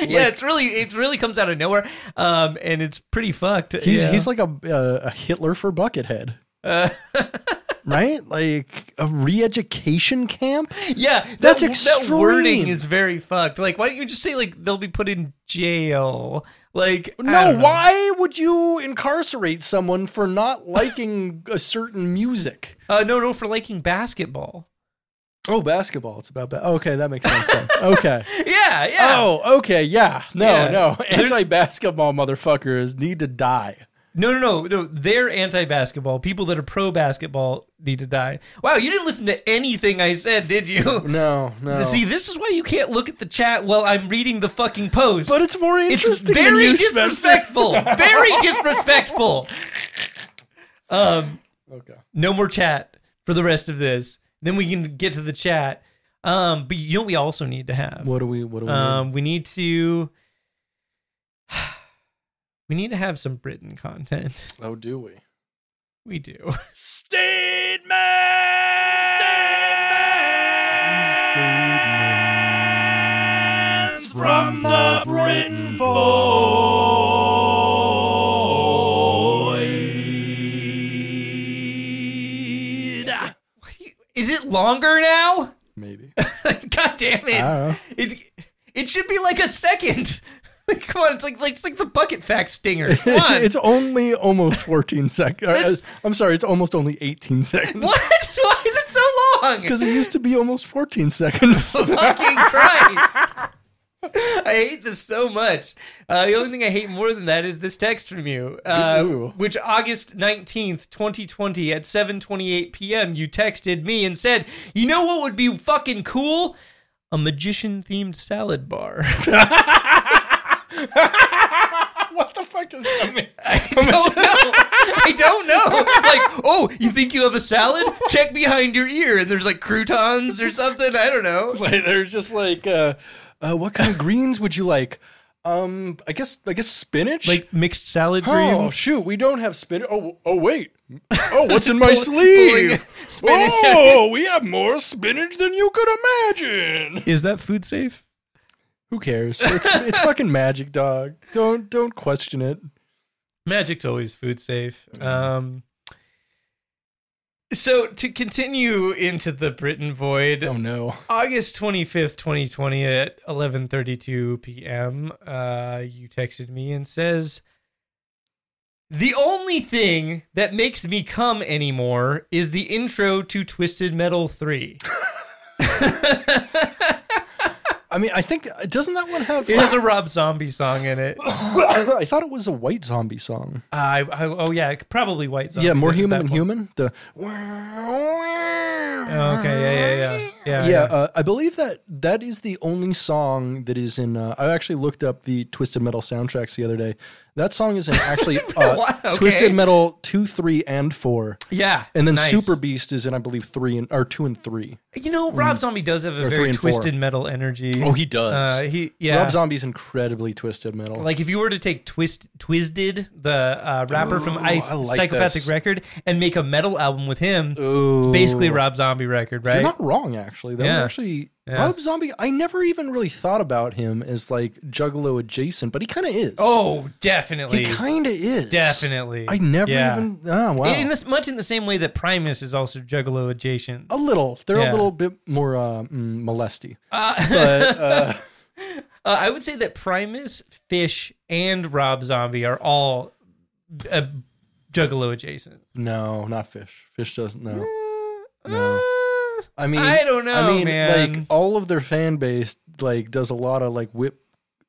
Speaker 1: yeah, it's really it really comes out of nowhere, um, and it's pretty fucked.
Speaker 2: He's
Speaker 1: yeah. Uh,
Speaker 2: he's like a uh, a Hitler for Buckethead. right? Like a re-education camp?
Speaker 1: Yeah,
Speaker 2: That's
Speaker 1: that, That wording
Speaker 2: extreme.
Speaker 1: is very fucked. Like, why don't you just say like they'll be put in jail? Like, I
Speaker 2: No,
Speaker 1: don't know.
Speaker 2: why would you incarcerate someone for not liking a certain music?
Speaker 1: Uh, no, no, for liking basketball.
Speaker 2: Oh, basketball. It's about ba- okay, that makes sense then. Okay.
Speaker 1: Yeah, yeah.
Speaker 2: Oh, okay, yeah. No,
Speaker 1: Yeah.
Speaker 2: no.
Speaker 1: They're-
Speaker 2: Anti basketball motherfuckers need to die.
Speaker 1: No, no, no, no. They're anti-basketball. People that are pro-basketball need to die. Wow, you didn't listen to anything I said, did you?
Speaker 2: No, no.
Speaker 1: See, this is why you can't look at the chat while I'm reading the fucking post.
Speaker 2: but it's more interesting.
Speaker 1: it's
Speaker 2: than
Speaker 1: very
Speaker 2: you, Spencer.
Speaker 1: disrespectful. very disrespectful. Um.
Speaker 2: Okay.
Speaker 1: no more chat for the rest of this. Then we can get to the chat. Um, but you know what we also need to have.
Speaker 2: What do we? What do we?
Speaker 1: Um, we need to. We need to have some Britain content.
Speaker 2: oh, do we?
Speaker 1: We do.
Speaker 3: from the Britain Void.
Speaker 1: What do you- Is it longer now?
Speaker 2: Maybe.
Speaker 1: God damn it!
Speaker 2: I
Speaker 1: It it should be like a second. Like, come on, it's like, like it's like the bucket fact stinger. Come
Speaker 2: It's,
Speaker 1: on.
Speaker 2: it's only almost 14 seconds.
Speaker 1: It's-
Speaker 2: uh, I'm sorry, it's almost only 18 seconds.
Speaker 1: what? Why is it so long?
Speaker 2: Because it used to be almost 14 seconds.
Speaker 1: fucking Christ. I hate this so much. Uh, the only thing I hate more than that is this text from you, uh,
Speaker 2: Ooh.
Speaker 1: which August 19th, 2020 at 7:28 p.m. you texted me and said, "You know what would be fucking cool? A magician themed salad bar."
Speaker 2: What the fuck does that mean?
Speaker 1: I don't know. I don't know. Like, oh, you think you have a salad? Check behind your ear and there's like croutons or something. I don't know.
Speaker 2: Like, they're just like, uh, uh, what kind of greens would you like? Um, I guess, I guess spinach.
Speaker 5: like mixed salad
Speaker 2: oh
Speaker 5: greens.
Speaker 2: shoot, we don't have spinach. Oh, oh wait. Oh, what's in my
Speaker 1: Pull- pulling
Speaker 2: sleeve?
Speaker 1: spinach out.
Speaker 2: Oh, we have more spinach than you could imagine.
Speaker 5: Is that food safe?
Speaker 2: Who cares? It's it's fucking magic, dog. Don't don't question it.
Speaker 5: Magic's always food safe.
Speaker 2: Mm-hmm.
Speaker 1: Um, so to continue into the Britain void,
Speaker 2: Oh no.
Speaker 1: August 25th, 2020 at 11:32 p.m., uh, you texted me and says, "The only thing that makes me come anymore is the intro to Twisted Metal 3."
Speaker 2: I mean, I think doesn't that one have?
Speaker 1: It has a Rob Zombie song in it. Uh,
Speaker 2: I thought it was a white zombie song.
Speaker 1: I, I oh yeah, probably White Zombie.
Speaker 2: yeah, more
Speaker 1: at
Speaker 2: human
Speaker 1: that
Speaker 2: than
Speaker 1: point.
Speaker 2: human. The
Speaker 1: Oh, okay, yeah, yeah, yeah, yeah.
Speaker 2: yeah, Uh, I believe that that is the only song that is in. Uh, I actually looked up the Twisted Metal soundtracks the other day. That song is in actually uh,
Speaker 1: What? Okay.
Speaker 2: Twisted Metal two, three, and four,
Speaker 1: Yeah,
Speaker 2: and then
Speaker 1: nice.
Speaker 2: Super Beast is in I believe three and or two and three.
Speaker 1: You know, Rob Zombie does have a
Speaker 2: Mm. Or three
Speaker 1: very
Speaker 2: and four.
Speaker 1: twisted metal energy.
Speaker 6: Oh, he does.
Speaker 1: Uh, he yeah.
Speaker 2: Rob Zombie's incredibly Twisted Metal.
Speaker 1: like if you were to take Twist Twisted, the uh, rapper from Ice
Speaker 2: I like
Speaker 1: Psychopathic
Speaker 2: this.
Speaker 1: Record, and make a metal album with him, it's
Speaker 2: Ooh.
Speaker 1: basically a Rob Zombie record, right?
Speaker 2: You're not wrong, actually. That
Speaker 1: Yeah.
Speaker 2: one actually, Rob Zombie. I never even really thought about him as like Juggalo adjacent, but he kind of is.
Speaker 1: oh, definitely,
Speaker 2: he kind of is.
Speaker 1: definitely.
Speaker 2: I never
Speaker 1: Yeah.
Speaker 2: even. Oh wow.
Speaker 1: In this much in the same way that Primus is also Juggalo adjacent.
Speaker 2: a little. They're
Speaker 1: Yeah.
Speaker 2: a little bit more uh, mm, molesty.
Speaker 1: Uh, I would say that Primus, Fish, and Rob Zombie are all uh, Juggalo adjacent.
Speaker 2: No, not fish. Fish doesn't. No, no.
Speaker 1: Uh,
Speaker 2: I mean,
Speaker 1: I don't know,
Speaker 2: I mean,
Speaker 1: man.
Speaker 2: like all of their fan base like does a lot of like whip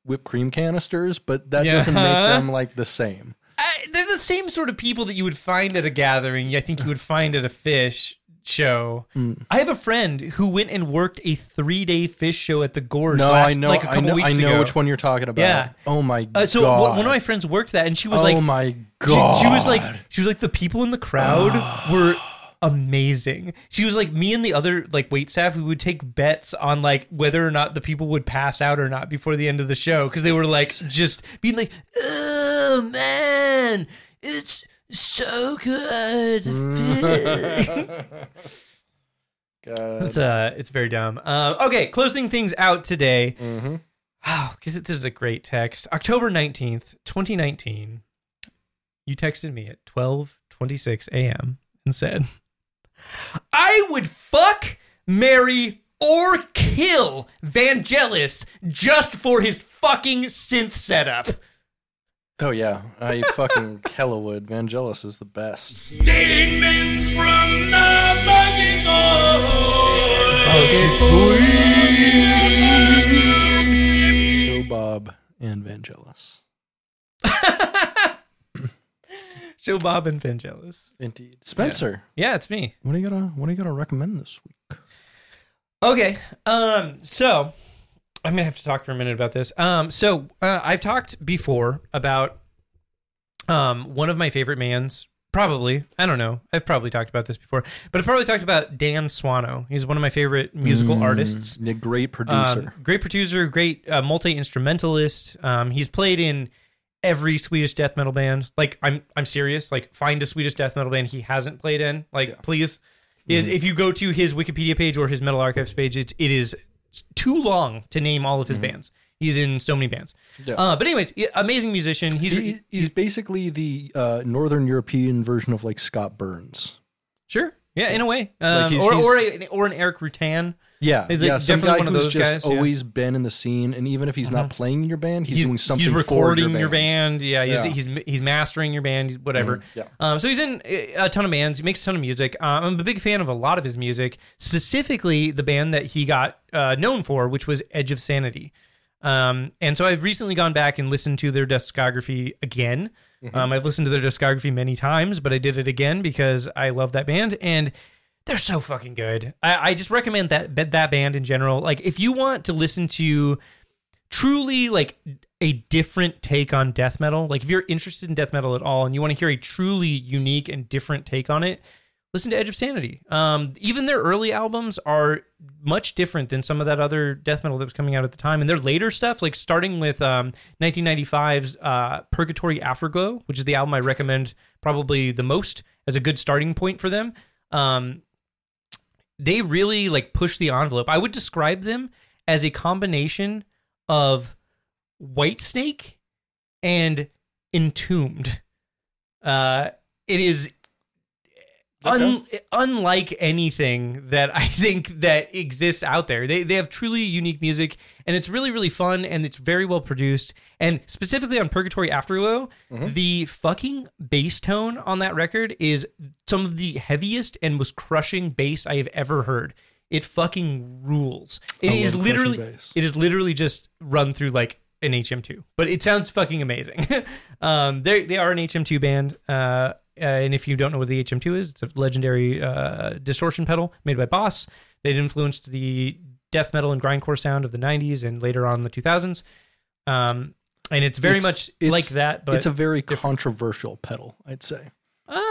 Speaker 2: whipped cream canisters, but that
Speaker 1: Yeah. Uh-huh.
Speaker 2: doesn't make them like the same.
Speaker 1: I, they're the same sort of people that you would find at a gathering. I think you would find at a fish show.
Speaker 2: Mm.
Speaker 1: I have a friend who went and worked a three day fish show at the Gorge.
Speaker 2: No,
Speaker 1: last,
Speaker 2: I know.
Speaker 1: Like a
Speaker 2: I
Speaker 1: couple
Speaker 2: know,
Speaker 1: weeks
Speaker 2: I know
Speaker 1: ago.
Speaker 2: which one you're talking about.
Speaker 1: Yeah.
Speaker 2: Oh my
Speaker 1: Uh, so
Speaker 2: god.
Speaker 1: one one of my friends worked that, and she was
Speaker 2: oh
Speaker 1: like,
Speaker 2: my
Speaker 1: she,
Speaker 2: god.
Speaker 1: she was like, she was like, the people in the crowd were amazing. She was like, me and the other like wait staff, we would take bets on like whether or not the people would pass out or not before the end of the show because they were like just being like, oh man, it's so good. it's uh, it's very dumb. Uh, okay, closing things out today. Oh, because this is a great text. October 19th, 2019, you texted me at 12:26 a.m. and said, "I would fuck, marry or kill Vangelis just for his fucking synth setup."
Speaker 2: oh yeah, I fucking hella would. Vangelis is the best.
Speaker 3: Demons from the bugging
Speaker 2: Joe Bob and Vangelis.
Speaker 1: Show Bob and Vangelis.
Speaker 2: Indeed, Spencer.
Speaker 1: Yeah, it's me.
Speaker 2: What are you gonna What are you gonna recommend this week?
Speaker 1: Okay. Um. So I'm gonna have to talk for a minute about this. Um. So uh, I've talked before about um one of my favorite bands. Probably, I don't know. I've probably talked about this before, but I've probably talked about Dan Swano. He's one of my favorite musical artists.
Speaker 2: The great
Speaker 1: Um,
Speaker 2: producer.
Speaker 1: great producer, great uh, multi instrumentalist. Um, he's played in every Swedish death metal band. Like I'm, I'm serious. Like find a Swedish death metal band he hasn't played in. Like please, If-
Speaker 2: Mm-hmm.
Speaker 1: if you go to his Wikipedia page or his Metal Archives page, it's it is too long to name all of his bands. He's in so many bands.
Speaker 2: Mm-hmm. Yeah.
Speaker 1: Uh, but anyways, yeah, amazing musician. He's
Speaker 2: he, he's basically the uh, Northern European version of like Scott Burns.
Speaker 1: sure. Yeah, in a way, um,
Speaker 2: he's-
Speaker 1: or or,
Speaker 2: he's-
Speaker 1: a, or an Eric Rutan.
Speaker 2: Yeah,
Speaker 1: He's, like,
Speaker 2: yeah, some
Speaker 1: definitely
Speaker 2: guy
Speaker 1: one of
Speaker 2: who's
Speaker 1: those
Speaker 2: just
Speaker 1: guys, yeah. Mm-hmm.
Speaker 2: always been in the scene, and even if he's not playing in your band, he's,
Speaker 1: He's-
Speaker 2: doing something.
Speaker 1: He's recording
Speaker 2: for
Speaker 1: your band. Yeah, he's,
Speaker 2: Yeah. Mm-hmm.
Speaker 1: he's he's mastering your band. he's- Whatever.
Speaker 2: yeah.
Speaker 1: Um, so he's in uh, a ton of bands. He makes a ton of music. Um, I'm a big fan of a lot of his music, specifically the band that he got uh, known for, which was Edge of Sanity. Um, and so I've recently gone back and listened to their discography again.
Speaker 2: Mm-hmm.
Speaker 1: Um, I've listened to their discography many times, but I did it again because I love that band and they're so fucking good. I, I just recommend that that band in general. Like, if you want to listen to truly like a different take on death metal, like if you're interested in death metal at all and you want to hear a truly unique and different take on it, listen to Edge of Sanity. Um, even their early albums are much different than some of that other death metal that was coming out at the time. And their later stuff, like starting with um, 1995's uh, Purgatory Afterglow, which is the album I recommend probably the most as a good starting point for them. Um, they really like push the envelope. I would describe them as a combination of White Snake and Entombed. Uh, it is un- unlike anything that I think that exists out there. They they have truly unique music, and it's really really fun, and it's very well produced. And specifically on Purgatory Afterglow, the fucking bass tone on that record is some of the heaviest and most crushing bass I have ever heard. It fucking rules. It
Speaker 2: I
Speaker 1: is
Speaker 2: love crushing
Speaker 1: literally
Speaker 2: bass.
Speaker 1: it is literally just run through like an HM2, but it sounds fucking amazing. um, they they are an HM2 band, uh, uh, and if you don't know what the HM2 is, it's a legendary uh, distortion pedal made by Boss. That influenced the death metal and grindcore sound of the '90s and later on the 2000s. Um, and it's very
Speaker 2: It's-
Speaker 1: much
Speaker 2: it's-
Speaker 1: like that, but
Speaker 2: it's a very controversial pedal, I'd say.
Speaker 1: uh,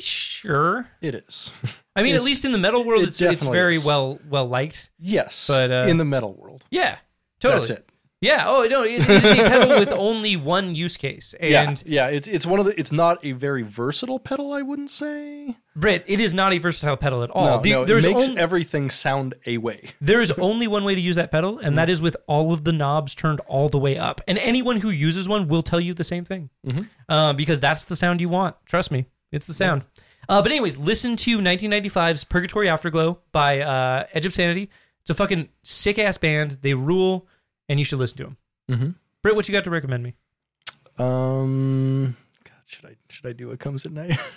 Speaker 1: sure.
Speaker 2: It is.
Speaker 1: I mean, at least in the metal world,
Speaker 2: it
Speaker 1: it's it's
Speaker 2: definitely
Speaker 1: very
Speaker 2: is.
Speaker 1: well well liked.
Speaker 2: Yes,
Speaker 1: But, uh,
Speaker 2: in the metal world,
Speaker 1: Yeah, totally.
Speaker 2: that's it.
Speaker 1: Yeah. Oh no, it it is a pedal with only one use case, and
Speaker 2: yeah, yeah, it's it's one of the. It's not a very versatile pedal, I wouldn't say.
Speaker 1: Britt, it is not a versatile pedal at all.
Speaker 2: No,
Speaker 1: Oh, The-
Speaker 2: no, it
Speaker 1: there's
Speaker 2: makes
Speaker 1: only,
Speaker 2: everything sound a way.
Speaker 1: there is only one way to use that pedal, and
Speaker 2: Mm-hmm.
Speaker 1: that is with all of the knobs turned all the way up. And anyone who uses one will tell you the same thing,
Speaker 2: Mm-hmm.
Speaker 1: uh, because that's the sound you want. Trust me, it's the sound. Uh, but anyways, listen to 1995's "Purgatory Afterglow" by uh, Edge of Sanity. It's a fucking sick ass band. They rule, and you should listen to them.
Speaker 2: Mhm.
Speaker 1: Britt, what you got to recommend me?
Speaker 2: Um, God, should I should I do what comes at night?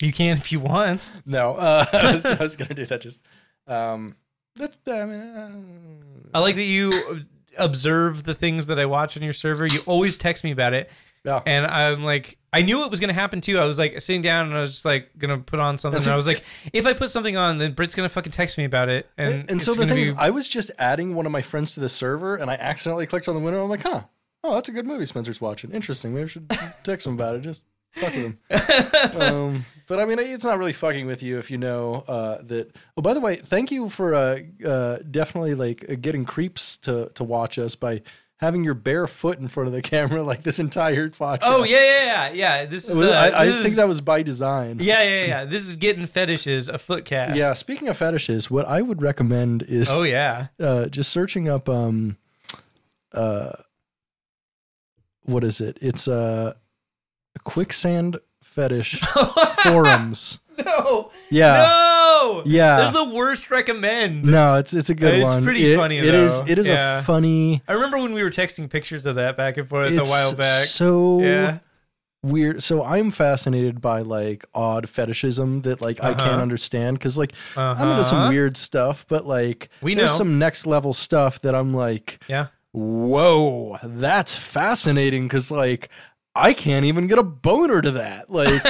Speaker 1: You can if you want.
Speaker 2: no, uh, I, was, I was gonna do that. Just um, that I uh, mean,
Speaker 1: I like that you observe the things that I watch on your server. You always text me about it.
Speaker 2: uh, yeah.
Speaker 1: And I'm like, I knew it was gonna happen too. I was like sitting down and I was just like gonna put on something.
Speaker 2: That's
Speaker 1: and I
Speaker 2: it.
Speaker 1: was like, if I put something on, then Brit's gonna fucking text me about it. And,
Speaker 2: And, and so
Speaker 1: it's
Speaker 2: the
Speaker 1: gonna
Speaker 2: thing is,
Speaker 1: be-
Speaker 2: I was just adding one of my friends to the server, and I accidentally clicked on the window. I'm like, huh, oh, that's a good movie Spencer's watching. Interesting. Maybe I should text him about it. Just fuck with him. um, but I mean, it's not really fucking with you if you know uh, that. Oh, by the way, thank you for uh, uh, definitely like uh, getting creeps to to watch us by having your bare foot in front of the camera like this entire podcast.
Speaker 1: oh yeah, yeah, yeah, yeah. This is, uh,
Speaker 2: I, I
Speaker 1: this is-
Speaker 2: think that was by design.
Speaker 1: yeah, yeah, yeah. This is getting fetishes a foot cast.
Speaker 2: Yeah, speaking of fetishes, what I would recommend is
Speaker 1: Oh yeah.
Speaker 2: uh, just searching up um uh what is it? It's uh quicksand fetish forums.
Speaker 1: No.
Speaker 2: Yeah.
Speaker 1: No.
Speaker 2: Yeah.
Speaker 1: There's the worst recommend.
Speaker 2: No, it's it's a good
Speaker 1: It's
Speaker 2: one.
Speaker 1: pretty
Speaker 2: It-
Speaker 1: funny,
Speaker 2: It is
Speaker 1: though.
Speaker 2: it is
Speaker 1: Yeah.
Speaker 2: a funny
Speaker 1: I remember when we were texting pictures of that back and forth
Speaker 2: it's
Speaker 1: a while back.
Speaker 2: so
Speaker 1: yeah.
Speaker 2: weird. So I'm fascinated by like odd fetishism that like I can't understand because like I'm into
Speaker 1: Uh-huh.
Speaker 2: some weird stuff, but like
Speaker 1: We
Speaker 2: there's
Speaker 1: know.
Speaker 2: some next level stuff that I'm like
Speaker 1: Yeah.
Speaker 2: whoa, that's fascinating because like I can't even get a boner to that. Like,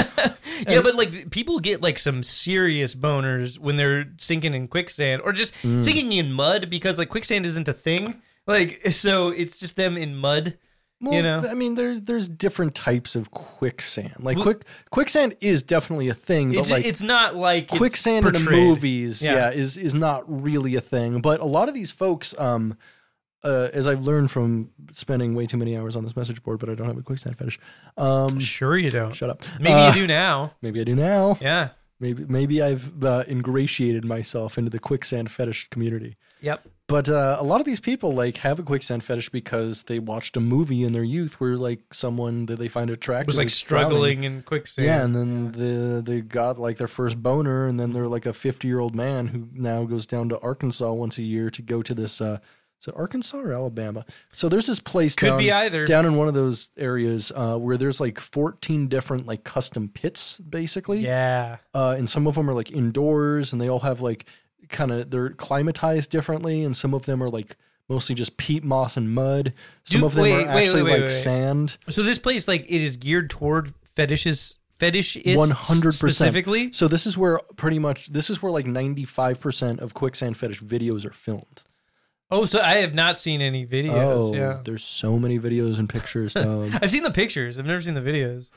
Speaker 1: Yeah, but like people get like some serious boners when they're sinking in quicksand or just
Speaker 2: Mm.
Speaker 1: sinking in mud because like quicksand isn't a thing. Like so it's just them in mud.
Speaker 2: well,
Speaker 1: You know?
Speaker 2: I mean, there's there's different types of quicksand. Like quick quicksand is definitely a thing, but
Speaker 1: It's
Speaker 2: like
Speaker 1: it's not like it's
Speaker 2: quicksand in the
Speaker 1: portrayed.
Speaker 2: movies,
Speaker 1: Yeah.
Speaker 2: yeah. is is not really a thing. But a lot of these folks, um, uh, as I've learned from spending way too many hours on this message board, but I don't have a quicksand fetish. Um,
Speaker 1: Sure you don't.
Speaker 2: shut up.
Speaker 1: Maybe
Speaker 2: Uh,
Speaker 1: you do now.
Speaker 2: Maybe I do now.
Speaker 1: Yeah.
Speaker 2: Maybe maybe I've uh, ingratiated myself into the quicksand fetish community.
Speaker 1: Yep.
Speaker 2: But uh, a lot of these people like have a quicksand fetish because they watched a movie in their youth where like someone that they find attractive
Speaker 1: Was like
Speaker 2: is
Speaker 1: struggling
Speaker 2: drowning.
Speaker 1: in quicksand.
Speaker 2: Yeah, and then the they got like their first boner, and then they're like a fifty year old man who now goes down to Arkansas once a year to go to this. Uh, is it Arkansas or Alabama? So there's this place
Speaker 1: Could
Speaker 2: down,
Speaker 1: be either.
Speaker 2: down in one of those areas uh, where there's like 14 different like custom pits basically
Speaker 1: Yeah.
Speaker 2: uh, and some of them are like indoors and they all have like kind of they're climatized differently and some of them are like mostly just peat moss and mud. Some
Speaker 1: Dude,
Speaker 2: of them
Speaker 1: wait,
Speaker 2: are
Speaker 1: wait,
Speaker 2: actually
Speaker 1: wait, wait,
Speaker 2: like
Speaker 1: wait.
Speaker 2: sand.
Speaker 1: So this place, like, it is geared toward fetishes, fetishists,
Speaker 2: One hundred percent.
Speaker 1: specifically.
Speaker 2: So this is where pretty much this is where like ninety five percent of quicksand fetish videos are filmed.
Speaker 1: Oh, so I have not seen any videos.
Speaker 2: oh,
Speaker 1: yeah,
Speaker 2: there's so many videos and pictures. Dog.
Speaker 1: I've seen the pictures. I've never seen the videos.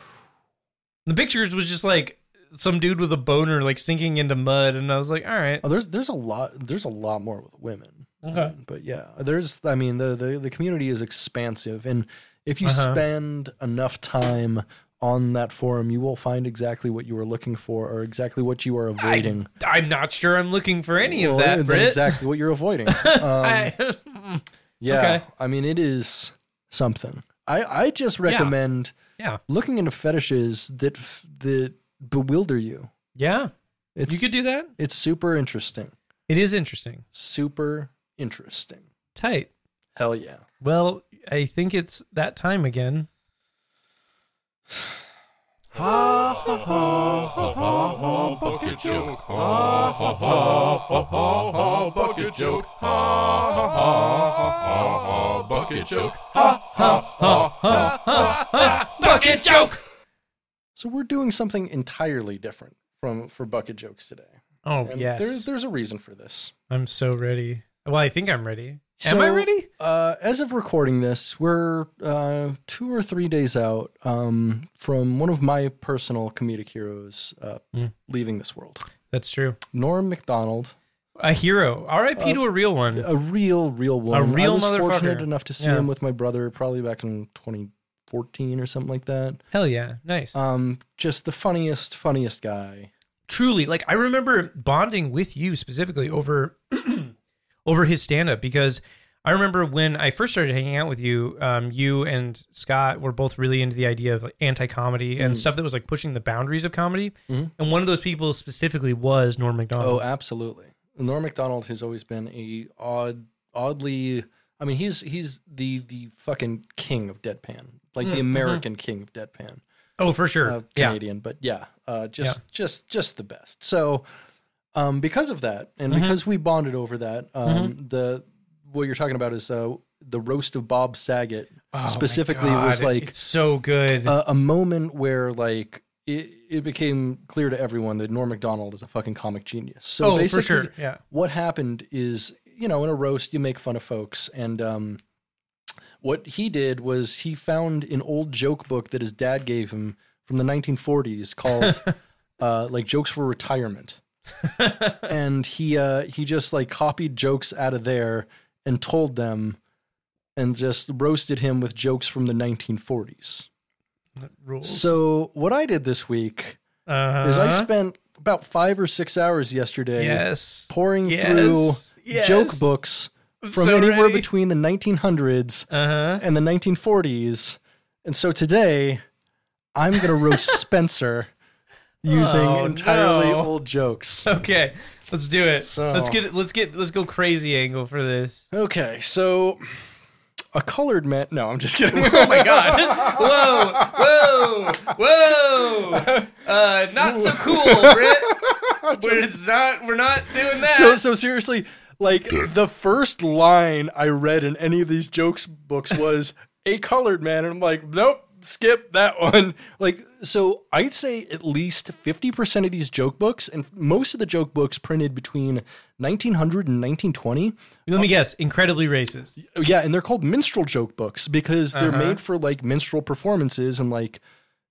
Speaker 1: The pictures was just like some dude with a boner like sinking into mud, and I was like, all right,
Speaker 2: oh, there's there's a lot there's a lot more with women.
Speaker 1: okay.
Speaker 2: But yeah, there's I mean the the, the community is expansive, and if you
Speaker 1: Uh-huh.
Speaker 2: spend enough time on that forum, you will find exactly what you are looking for or exactly what you are avoiding.
Speaker 1: I'm not sure I'm looking for any
Speaker 2: Well,
Speaker 1: of that,
Speaker 2: then
Speaker 1: Britt.
Speaker 2: exactly what you're avoiding. Um,
Speaker 1: I-
Speaker 2: yeah,
Speaker 1: okay.
Speaker 2: I mean it is something. I I just recommend
Speaker 1: Yeah.
Speaker 2: looking into fetishes that f- that bewilder you.
Speaker 1: yeah,
Speaker 2: It's
Speaker 1: you could do that.
Speaker 2: it's super interesting,
Speaker 1: It is interesting.
Speaker 2: super interesting.
Speaker 1: Tight.
Speaker 2: Hell yeah.
Speaker 1: Well, I think it's that time again.
Speaker 3: Bucket joke. Ha ha ha ha ha ha. Bucket joke. Ha ha ha ha ha. Bucket joke.
Speaker 1: Bucket joke.
Speaker 2: So we're doing something entirely different from for bucket jokes today.
Speaker 1: Oh
Speaker 2: And
Speaker 1: yes,
Speaker 2: there's there's a reason for this.
Speaker 1: I'm so ready. Well, I think I'm ready. Am I
Speaker 2: So,
Speaker 1: ready?
Speaker 2: Uh, as of recording this, we're uh, two or three days out um, from one of my personal comedic heroes uh,
Speaker 1: Hmm.
Speaker 2: leaving this world.
Speaker 1: That's true.
Speaker 2: Norm Macdonald,
Speaker 1: A hero. R.I.P.
Speaker 2: Uh,
Speaker 1: to a real one.
Speaker 2: a real, real woman.
Speaker 1: real
Speaker 2: I was
Speaker 1: motherfucker.
Speaker 2: fortunate enough to see
Speaker 1: Yeah.
Speaker 2: him with my brother probably back in 2014 or something like that.
Speaker 1: Hell yeah, nice.
Speaker 2: Um, just the funniest, funniest guy.
Speaker 1: Truly, like I remember bonding with you specifically over over his stand up because I remember when I first started hanging out with you, um, you and Scott were both really into the idea of like, anti comedy
Speaker 2: Mm-hmm.
Speaker 1: and stuff that was like pushing the boundaries of comedy. And one of those people specifically was Norm
Speaker 2: Oh,
Speaker 1: Macdonald.
Speaker 2: absolutely. Norm Macdonald has always been a odd, oddly. I mean, he's he's the the fucking king of deadpan, like the American king of deadpan,
Speaker 1: Oh, for sure.
Speaker 2: uh,
Speaker 1: Mm, mm-hmm. yeah.
Speaker 2: Canadian. But yeah, uh, just just just the best. So, um, because of that, and
Speaker 1: Mm-hmm.
Speaker 2: because we bonded over that, um, the what you're talking about is uh, the roast of Bob Saget specifically
Speaker 1: Oh
Speaker 2: was
Speaker 1: God,
Speaker 2: like uh,
Speaker 1: it's so good.
Speaker 2: a, a moment where like it, it became clear to everyone that Norm Macdonald is a fucking comic genius. So
Speaker 1: Oh, for
Speaker 2: basically,
Speaker 1: sure, yeah.
Speaker 2: what happened is you know in a roast you make fun of folks and um, what he did was he found an old joke book that his dad gave him from the 1940s called uh, like jokes for retirement and he uh, he just like copied jokes out of there and told them and just roasted him with jokes from the 1940s
Speaker 1: Rules.
Speaker 2: so what I did this week
Speaker 1: uh
Speaker 2: is I spent about five or six hours yesterday
Speaker 1: yes.
Speaker 2: pouring
Speaker 1: Yes.
Speaker 2: through
Speaker 1: Yes.
Speaker 2: joke books from
Speaker 1: so
Speaker 2: anywhere
Speaker 1: ready.
Speaker 2: between the 1900s
Speaker 1: Uh huh.
Speaker 2: and the 1940s. And so today, I'm gonna roast Spencer using
Speaker 1: Oh,
Speaker 2: entirely
Speaker 1: no.
Speaker 2: old jokes.
Speaker 1: Okay, let's do it.
Speaker 2: So-
Speaker 1: let's get let's get let's go crazy angle for this.
Speaker 2: Okay, so a colored man. No, I'm just kidding.
Speaker 1: Oh my god! Whoa! Whoa! Whoa! Uh, not so cool, Britt. We're it's not. We're not doing that.
Speaker 2: so so seriously, like the first line I read in any of these jokes books was a colored man, and I'm like, nope, skip that one. Like, so I'd say at least fifty percent of these joke books, and most of the joke books printed between 1900 and 1920,
Speaker 1: Let me guess. Incredibly racist.
Speaker 2: yeah, and they're called minstrel joke books because they're
Speaker 1: Uh-huh.
Speaker 2: made for like minstrel performances and like.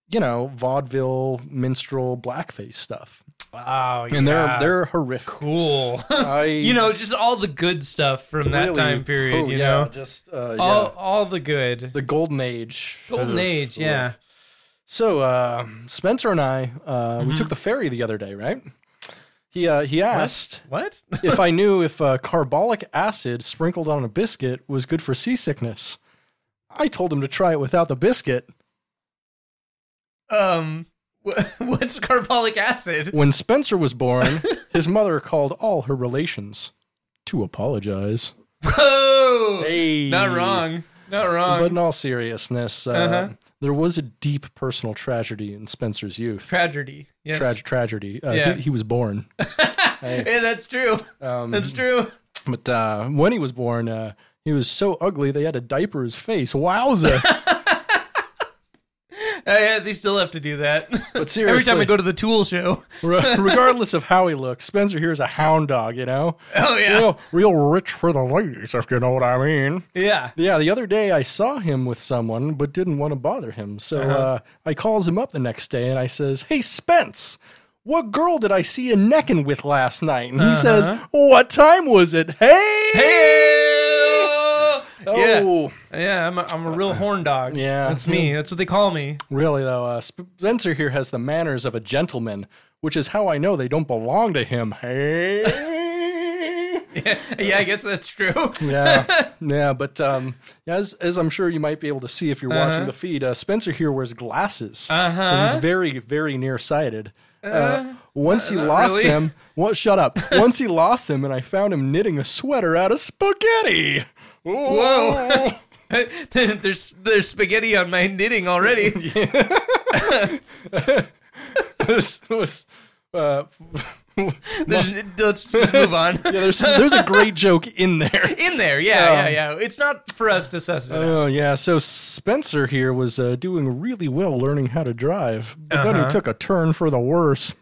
Speaker 2: You know, vaudeville, minstrel, blackface stuff,
Speaker 1: Wow.
Speaker 2: and
Speaker 1: yeah.
Speaker 2: they're they're horrific.
Speaker 1: cool.
Speaker 2: I,
Speaker 1: you know, just all the good stuff from that
Speaker 2: really-
Speaker 1: time period.
Speaker 2: oh,
Speaker 1: you
Speaker 2: yeah,
Speaker 1: know,
Speaker 2: just uh, yeah.
Speaker 1: all all the good.
Speaker 2: the golden age
Speaker 1: Golden
Speaker 2: of-
Speaker 1: age. Yeah.
Speaker 2: so uh spencer and i uh we took the ferry the other day right he uh he asked
Speaker 1: Mm-hmm. What?
Speaker 2: if i knew if uh, carbolic acid sprinkled on a biscuit was good for seasickness i told him to try it without the biscuit
Speaker 1: um. wh- What's carbolic acid?
Speaker 2: when spencer was born his mother called all her relations to apologize
Speaker 1: Whoa!
Speaker 2: hey
Speaker 1: Not wrong. Not wrong.
Speaker 2: but in all seriousness uh,
Speaker 1: Uh-huh.
Speaker 2: there was a deep personal tragedy in spencer's youth
Speaker 1: tragedy. Yes.
Speaker 2: Trag- tragedy. Uh,
Speaker 1: Yeah.
Speaker 2: he, he was born.
Speaker 1: Yeah, that's true.
Speaker 2: Um,
Speaker 1: That's true.
Speaker 2: But uh, when he was born, uh, He was so ugly they had to diaper his face. Wowza!
Speaker 1: yeah, they still have to do that.
Speaker 2: But
Speaker 1: Every
Speaker 2: seriously,
Speaker 1: time I go to the Tool show.
Speaker 2: re- regardless of how he looks, Spencer here is a hound dog. You know,
Speaker 1: Oh yeah,
Speaker 2: real, real rich for the ladies, if you know what I mean.
Speaker 1: yeah.
Speaker 2: Yeah, the other day I saw him with someone, but didn't want to bother him. So
Speaker 1: Uh-huh.
Speaker 2: uh I calls him up the next day and I says, "Hey Spence, what girl did I see you necking with last night?" And he
Speaker 1: Uh-huh.
Speaker 2: says, "What time was it?" Hey,
Speaker 1: Hey! Yeah,
Speaker 2: oh,
Speaker 1: yeah. I'm a, I'm a real horn dog.
Speaker 2: Yeah.
Speaker 1: that's me. That's what they call me.
Speaker 2: really though, uh, Spencer here has the manners of a gentleman, which is how I know they don't belong to him. Hey.
Speaker 1: yeah, I guess that's true.
Speaker 2: yeah, yeah, but um, as as I'm sure you might be able to see if you're watching the feed, uh, Spencer here wears glasses. Uh-huh. He's very, very nearsighted. Uh, once he lost
Speaker 1: really?
Speaker 2: them, well, shut up. once he lost them, and I found him knitting a sweater out of spaghetti.
Speaker 1: Whoa. there's there's spaghetti on my knitting already.
Speaker 2: this was. Uh, yeah,
Speaker 1: There's, let's just move on.
Speaker 2: there's there's a great joke in there.
Speaker 1: In there, yeah, yeah, yeah. It's not for us to suss it out.
Speaker 2: Oh yeah, so Spencer here was uh, doing really well learning how to drive, but then
Speaker 1: Uh-huh.
Speaker 2: he took a turn for the worse.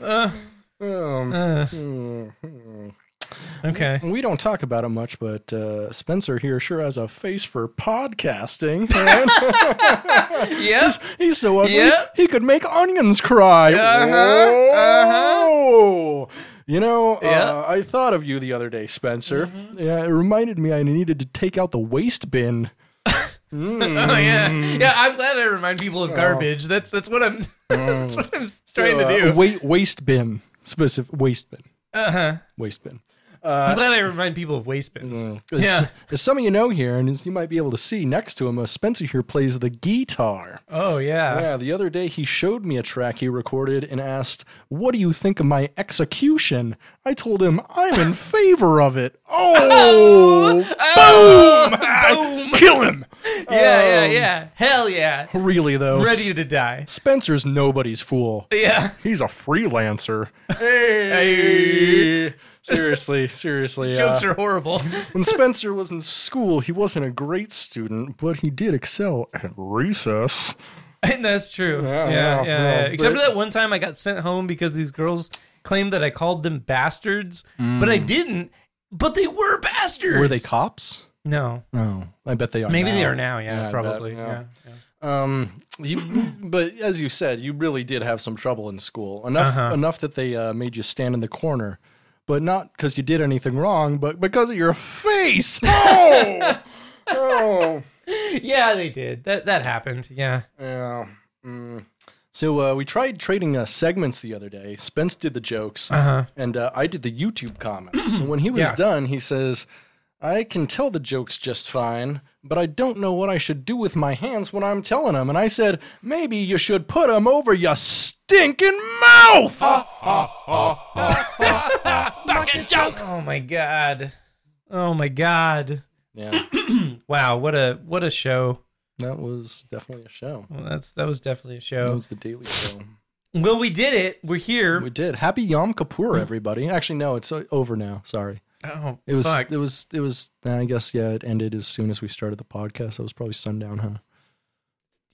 Speaker 1: Okay.
Speaker 2: We don't talk about it much, but uh, Spencer here sure has a face for podcasting. man.
Speaker 1: Yeah.
Speaker 2: He's so ugly,
Speaker 1: Yeah. Uh-huh.
Speaker 2: he could make onions cry. Whoa. You know, uh,
Speaker 1: Yeah. Mm-hmm.
Speaker 2: I thought of you the other day, Spencer. Yeah, it reminded me I needed to take out the waste bin.
Speaker 1: Oh yeah.
Speaker 2: Mm.
Speaker 1: Yeah. I'm glad I remind people
Speaker 2: Oh.
Speaker 1: of garbage. That's that's what I'm.
Speaker 2: Mm.
Speaker 1: that's what I'm trying to do.
Speaker 2: wait, Uh, waste bin. Specific waste bin.
Speaker 1: Uh huh.
Speaker 2: Waste bin.
Speaker 1: I'm glad I remind people of waste bins.
Speaker 2: As,
Speaker 1: Yeah.
Speaker 2: as some of you know here, and as you might be able to see next to him, uh, Spencer here plays the guitar.
Speaker 1: Oh yeah.
Speaker 2: Yeah, the other day he showed me a track he recorded and asked, What do you think of my execution? I told him, I'm in favor of it. Oh, boom! Kill him! Oh.
Speaker 1: Yeah. Yeah. Yeah. Hell yeah.
Speaker 2: Really, though,
Speaker 1: Ready to die.
Speaker 2: Spencer's nobody's fool.
Speaker 1: Yeah.
Speaker 2: He's a freelancer. Hey! Seriously, seriously. uh,
Speaker 1: Jokes are horrible.
Speaker 2: when Spencer was in school, he wasn't a great student, but he did excel at recess.
Speaker 1: And that's true.
Speaker 2: Yeah,
Speaker 1: Yeah,
Speaker 2: yeah,
Speaker 1: yeah.
Speaker 2: yeah.
Speaker 1: yeah. Except for
Speaker 2: But-
Speaker 1: that one time I got sent home because these girls claimed that I called them bastards, but I didn't. But they were bastards.
Speaker 2: Mm. Were they cops?
Speaker 1: No.
Speaker 2: No, I bet they are.
Speaker 1: Maybe they
Speaker 2: now.
Speaker 1: are now. Yeah,
Speaker 2: Yeah, I
Speaker 1: probably.
Speaker 2: bet, yeah.
Speaker 1: yeah.
Speaker 2: Um, you, but as you said, you really did have some trouble in school. Enough,
Speaker 1: Uh-huh.
Speaker 2: enough that they uh, made you stand in the corner, but not because you did anything wrong, but because of your face. Oh, oh,
Speaker 1: yeah. they did. That that happened. Yeah.
Speaker 2: yeah. Mm. So uh, we tried trading uh, segments the other day. Spence did the jokes, and uh, I did the YouTube comments. and when he was
Speaker 1: Yeah.
Speaker 2: done, he says, "I can tell the jokes just fine." But I don't know what I should do with my hands when I'm telling them. And I said, maybe you should put them over your stinking mouth.
Speaker 1: Oh my god. Oh my god.
Speaker 2: Yeah,
Speaker 1: Wow, what a what a show.
Speaker 2: that was definitely a show.
Speaker 1: Well, that's that was definitely a
Speaker 2: That
Speaker 1: show.
Speaker 2: was the Daily Show.
Speaker 1: Well, we did it. We're here.
Speaker 2: We did. Happy Yom Kippur, everybody. Actually, no, it's uh, over now. Sorry.
Speaker 1: Oh,
Speaker 2: It was.
Speaker 1: fuck.
Speaker 2: It was. It was. I guess. Yeah. It ended as soon as we started the podcast. That was probably sundown, huh?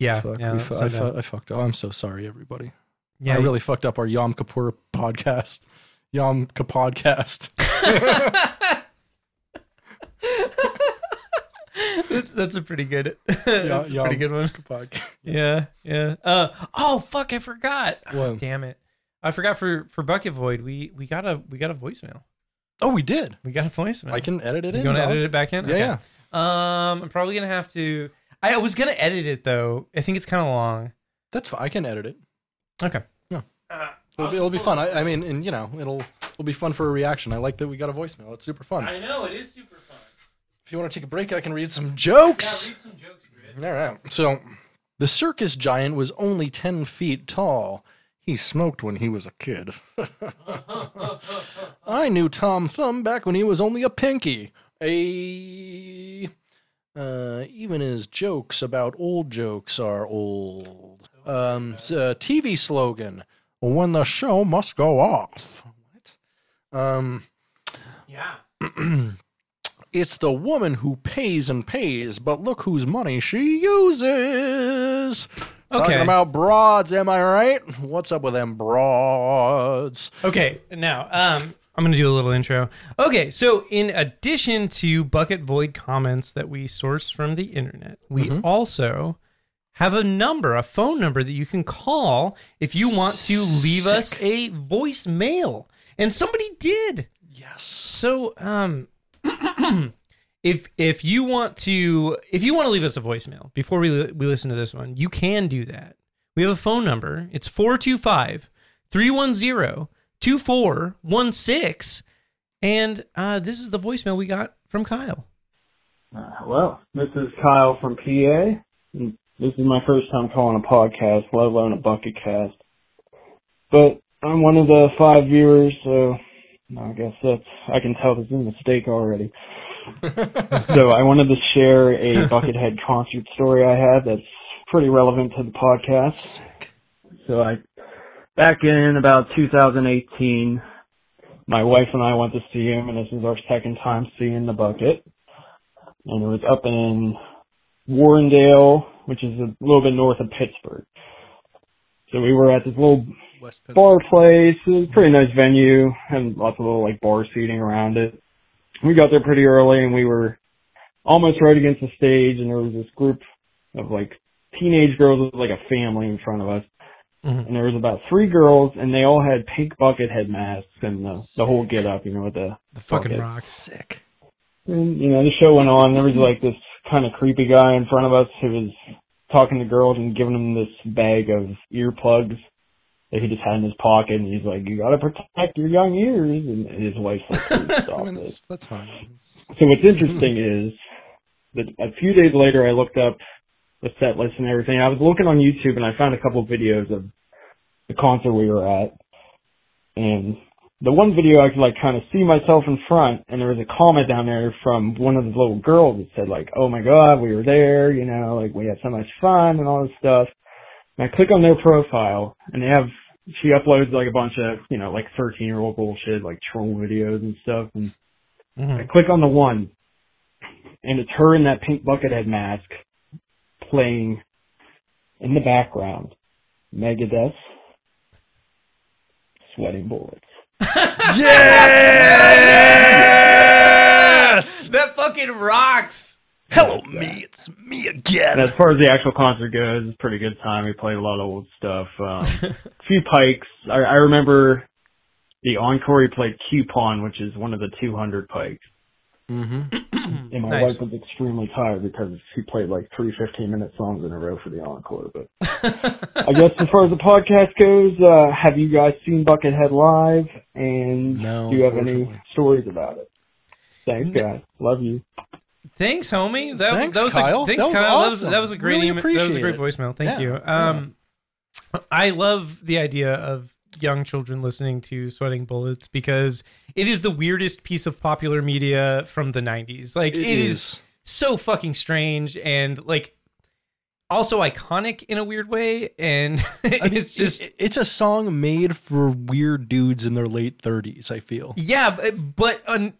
Speaker 1: yeah.
Speaker 2: Fuck.
Speaker 1: yeah,
Speaker 2: we
Speaker 1: that
Speaker 2: fu-
Speaker 1: was
Speaker 2: I,
Speaker 1: so bad.
Speaker 2: fu- I fucked up. I'm so sorry, everybody.
Speaker 1: yeah,
Speaker 2: I really fucked up our Yom Kippur podcast. Yom Kapodcast.
Speaker 1: that's, that's a pretty good that's
Speaker 2: yeah.
Speaker 1: a pretty good one.
Speaker 2: podcast.
Speaker 1: Yeah, yeah. Uh, oh fuck, I forgot. Ah,
Speaker 2: What?
Speaker 1: damn it, I forgot for for Bucket Void. We we got a we got a voicemail.
Speaker 2: Oh, we did.
Speaker 1: We got a voicemail.
Speaker 2: I can edit it
Speaker 1: you
Speaker 2: in.
Speaker 1: gonna
Speaker 2: dog.
Speaker 1: edit it back in?
Speaker 2: Yeah, yeah.
Speaker 1: Um, I'm probably gonna have to. I was gonna edit it though. I think it's kind of long.
Speaker 2: That's fine. I can edit it.
Speaker 1: Okay.
Speaker 2: It'll be, it'll be fun. I, I mean, and you know, it'll it'll be fun for a reaction. I like that we got a voicemail. It's super fun.
Speaker 1: know it is super fun.
Speaker 2: If you want to take a break, I can read some jokes.
Speaker 1: some jokes,
Speaker 2: All right. So the circus giant was only 10 feet tall. He smoked when he was a kid. I knew Tom Thumb back when he was only a pinky. A. Uh, even his jokes about old jokes are old. Um, it's a TV slogan when the show must go off. What? Um,
Speaker 1: Yeah.
Speaker 2: It's the woman who pays and pays, but look whose money she uses. Talking
Speaker 7: Okay.
Speaker 2: about broads, am I right? What's up with them broads?
Speaker 7: Okay,
Speaker 1: Now, um, I'm going to do a little intro. Okay, so in addition to bucket void comments that we source from the internet, we also have a number, a phone number that you can call if you want to leave us a voicemail. And somebody did.
Speaker 2: Yes.
Speaker 1: So, um, if if you want to if you want to leave us a voicemail before we li- we listen to this one, you can do that. We have a phone number. It's 425-310-2416 and uh, this is the voicemail we got from Kyle.
Speaker 8: Uh, hello, this is Kyle from PA. and This is my first time calling a podcast, let alone a bucket cast. But I'm one of the five viewers, so I guess that's, I can tell this is a mistake already. so I wanted to share a Buckethead concert story I had that's pretty relevant to the podcast. So I, back in about 2018, my wife and I went to see him, and this is our second time seeing the bucket and it was up in Warrendale, which is a little bit north of Pittsburgh. So we were at this little
Speaker 2: West
Speaker 8: bar place. It was a pretty nice venue, had lots of little like bar seating around it. We got there pretty early, and we were almost right against the stage, and there was this group of like teenage girls with like a family in front of us. And there was about three girls, and they all had pink bucket head masks and the, the whole get up, you know, with the
Speaker 7: the fucking
Speaker 8: Okay.
Speaker 7: rocks.
Speaker 2: Sick.
Speaker 8: and, you know, the show went on. There was like this kind of creepy guy in front of us who was talking to girls and giving them this bag of earplugs that he just had in his pocket. And he's like, "You gotta protect your young ears." And his wife's like, "Please
Speaker 2: I
Speaker 8: "Stop
Speaker 2: mean,
Speaker 8: this."
Speaker 2: that's, that's fine.
Speaker 8: So what's interesting is that a few days later, I looked up the set list and everything. I was looking on YouTube and I found a couple videos of the concert we were at, and the one video I could like kind of see myself in front, and there was a comment down there from one of the little girls that said like, "Oh my God, we were there, you know, like we had so much fun and all this stuff." And I click on their profile, and they have she uploads like a bunch of you know like thirteen year old bullshit like troll videos and stuff, and I click on the one, and it's her in that pink buckethead mask playing in the background Megadeth, Sweating Bullets.
Speaker 7: That fucking rocks.
Speaker 2: Hello, me. It's me
Speaker 8: And
Speaker 2: again.
Speaker 8: as far as the actual concert goes, it's a pretty good time. We played a lot of old stuff. Um, a few pikes. I, I remember the encore, he played Coupon, which is one of the 200 pikes. Mm-hmm. And my
Speaker 7: Nice.
Speaker 8: wife was extremely tired because he played like three 15-minute songs in a row for the encore. But I guess as far as the podcast goes, uh, have you guys seen Buckethead live? And
Speaker 4: No,
Speaker 8: do you have any
Speaker 4: unfortunately.
Speaker 8: stories about it? Thanks, guys. Love you.
Speaker 7: Thanks, homie. That,
Speaker 2: Thanks,
Speaker 7: that was a-
Speaker 2: Kyle.
Speaker 7: thanks,
Speaker 2: That was
Speaker 7: Kyle. That, was,
Speaker 2: awesome.
Speaker 7: that was a great
Speaker 2: Really
Speaker 7: email. That was a
Speaker 2: appreciate
Speaker 7: great
Speaker 2: it.
Speaker 7: voice voicemail. Thank
Speaker 2: Yeah,
Speaker 7: you. Um, I love the idea of young children listening to Sweating Bullets because it is the weirdest piece of popular media from the 90s. Like, it is. so fucking strange and like also iconic in a weird way and
Speaker 2: I mean,
Speaker 7: it's just
Speaker 2: it- it's a song made for weird dudes in their late 30s, I feel.
Speaker 7: yeah but, but un-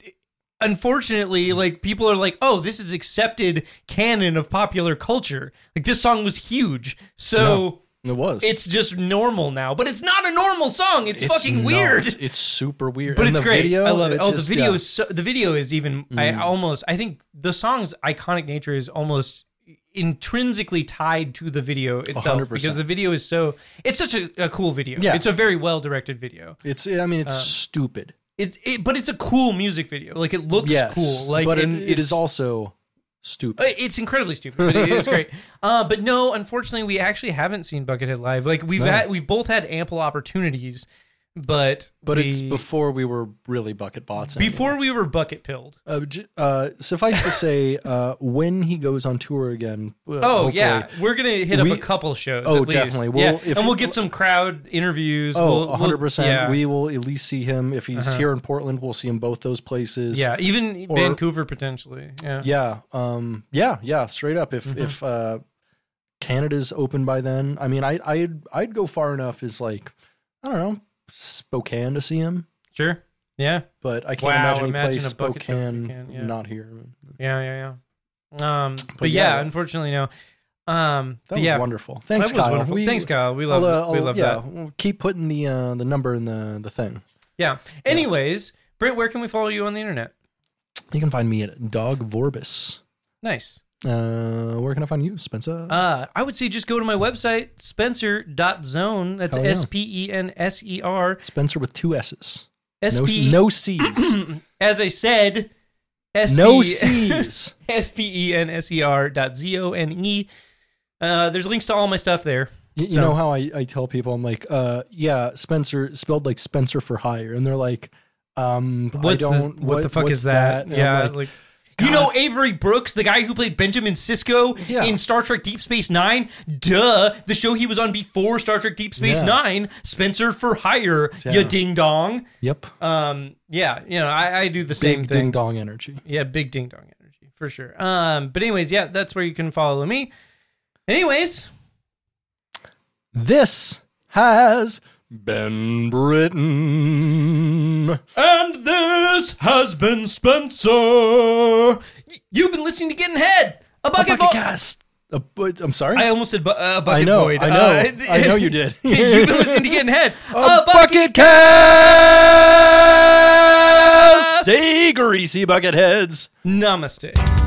Speaker 7: unfortunately like people are like oh this is accepted canon of popular culture like this song was huge so
Speaker 2: It was.
Speaker 7: it's just normal now but it's not a normal song it's,
Speaker 2: It's
Speaker 7: fucking
Speaker 2: not.
Speaker 7: weird
Speaker 2: It's super weird.
Speaker 7: but
Speaker 2: And
Speaker 7: it's
Speaker 2: the
Speaker 7: great.
Speaker 2: video,
Speaker 7: I love it. Mm. Oh,
Speaker 2: just-
Speaker 7: the video
Speaker 2: yeah.
Speaker 7: is so, the video is even. I almost. I think the song's iconic nature is almost intrinsically tied to the video itself
Speaker 2: 100%.
Speaker 7: because the video is so. It's such a, a cool video.
Speaker 2: Yeah.
Speaker 7: it's a very well directed video.
Speaker 2: It's. I mean,
Speaker 7: Uh,
Speaker 2: it's stupid.
Speaker 7: It, it, but it's a cool music video. Like it looks
Speaker 2: Yes,
Speaker 7: cool. Like
Speaker 2: but it-
Speaker 7: and
Speaker 2: it is
Speaker 7: it's-
Speaker 2: also stupid.
Speaker 7: uh, It's incredibly stupid, but it- it's great. Uh, but no, unfortunately, we actually haven't seen Buckethead live. Like we've had, we've both had ample opportunities, but
Speaker 2: but it's
Speaker 7: we-
Speaker 2: before we were really bucket bots. anyway.
Speaker 7: before we were bucket pilled.
Speaker 2: uh, j- uh, suffice to say, uh, when he goes on tour again, uh,
Speaker 7: Oh
Speaker 2: hopefully-
Speaker 7: yeah, we're gonna hit
Speaker 2: We-
Speaker 7: up a couple shows.
Speaker 2: Oh,
Speaker 7: at least.
Speaker 2: definitely.
Speaker 7: Yeah,
Speaker 2: We'll- if-
Speaker 7: and we'll get some crowd interviews.
Speaker 2: Oh,
Speaker 7: We'll- we'll-
Speaker 2: 100 percent.
Speaker 7: yeah. Uh-huh.
Speaker 2: We will at least see him if he's here in Portland. We'll see him both those places.
Speaker 7: yeah, even
Speaker 2: Or-
Speaker 7: Vancouver potentially. Yeah.
Speaker 2: yeah, um, yeah, yeah. Straight up, if
Speaker 7: Mm-hmm.
Speaker 2: if uh, Canada's open by then, I mean, I I'd I'd go far enough as like I don't know Spokane to see him.
Speaker 7: sure.
Speaker 1: Yeah.
Speaker 2: But I can't
Speaker 1: Wow,
Speaker 2: imagine he
Speaker 1: imagine
Speaker 2: plays
Speaker 1: a bucket truck
Speaker 2: Spokane,
Speaker 1: weekend, yeah.
Speaker 2: not here.
Speaker 1: Yeah. Yeah. Yeah. Um. But,
Speaker 2: But
Speaker 1: yeah,
Speaker 2: yeah.
Speaker 1: unfortunately, no. Um.
Speaker 2: That
Speaker 1: but
Speaker 2: was
Speaker 1: yeah,
Speaker 2: wonderful.
Speaker 1: That
Speaker 2: Thanks,
Speaker 1: was
Speaker 2: Kyle.
Speaker 1: wonderful.
Speaker 2: We-
Speaker 1: Thanks, Kyle. We love.
Speaker 2: I'll, uh,
Speaker 1: we
Speaker 2: I'll-
Speaker 1: love
Speaker 2: yeah,
Speaker 1: that.
Speaker 2: we'll keep putting the uh, the number in the the thing.
Speaker 1: Yeah. Anyways, Britt, where can we follow you on the internet?
Speaker 2: You can find me at Dog Vorbis.
Speaker 1: Nice.
Speaker 2: Uh, where can I find you, Spencer?
Speaker 1: Uh, I would say just go to my website, spencer.zone. That's
Speaker 2: Hell yeah.
Speaker 1: S P E N S E R.
Speaker 2: Spencer with two S's.
Speaker 1: S
Speaker 2: No,
Speaker 1: P. E,
Speaker 2: no C's.
Speaker 1: As I said, S
Speaker 2: no
Speaker 1: P-
Speaker 2: C's.
Speaker 1: S P E N S E R dot Z O N E. Uh, there's links to all my stuff there.
Speaker 2: You, you
Speaker 1: So-
Speaker 2: know how I, I tell people, I'm like, uh, yeah, Spencer, spelled like Spencer for hire. And they're like, um, I
Speaker 1: What's the-
Speaker 2: don't,
Speaker 1: what, the fuck
Speaker 2: what's
Speaker 1: is that?
Speaker 2: And I'm
Speaker 1: Yeah,
Speaker 2: like,
Speaker 1: like, you know Avery Brooks, the guy who played Benjamin Cisco
Speaker 2: Yeah.
Speaker 1: in Star Trek Deep Space Nine. Duh, the show he was on before Star Trek Deep Space
Speaker 2: Yeah.
Speaker 1: Nine. Spencer for hire,
Speaker 2: Yeah.
Speaker 1: you ding dong.
Speaker 2: yep.
Speaker 1: Um, yeah, you know I, I do the same
Speaker 2: Big
Speaker 1: thing.
Speaker 2: ding dong energy.
Speaker 1: Yeah, big ding dong energy for sure. Um, but anyways, yeah, that's where you can follow me. Anyways,
Speaker 2: This has been Britain.
Speaker 1: and this has been Spencer. Y- You've been listening to Getting Head, a bucket,
Speaker 2: Bucket
Speaker 1: Bo-
Speaker 2: cast. Uh, but- I'm sorry.
Speaker 1: I almost said bu- uh, bucket
Speaker 2: I know,
Speaker 1: void.
Speaker 2: I know,
Speaker 1: Uh,
Speaker 2: I know you did.
Speaker 1: You've been listening to Getting Head, a,
Speaker 2: a
Speaker 1: bucket.
Speaker 2: bucket cast. Stay greasy, bucket heads.
Speaker 1: Namaste.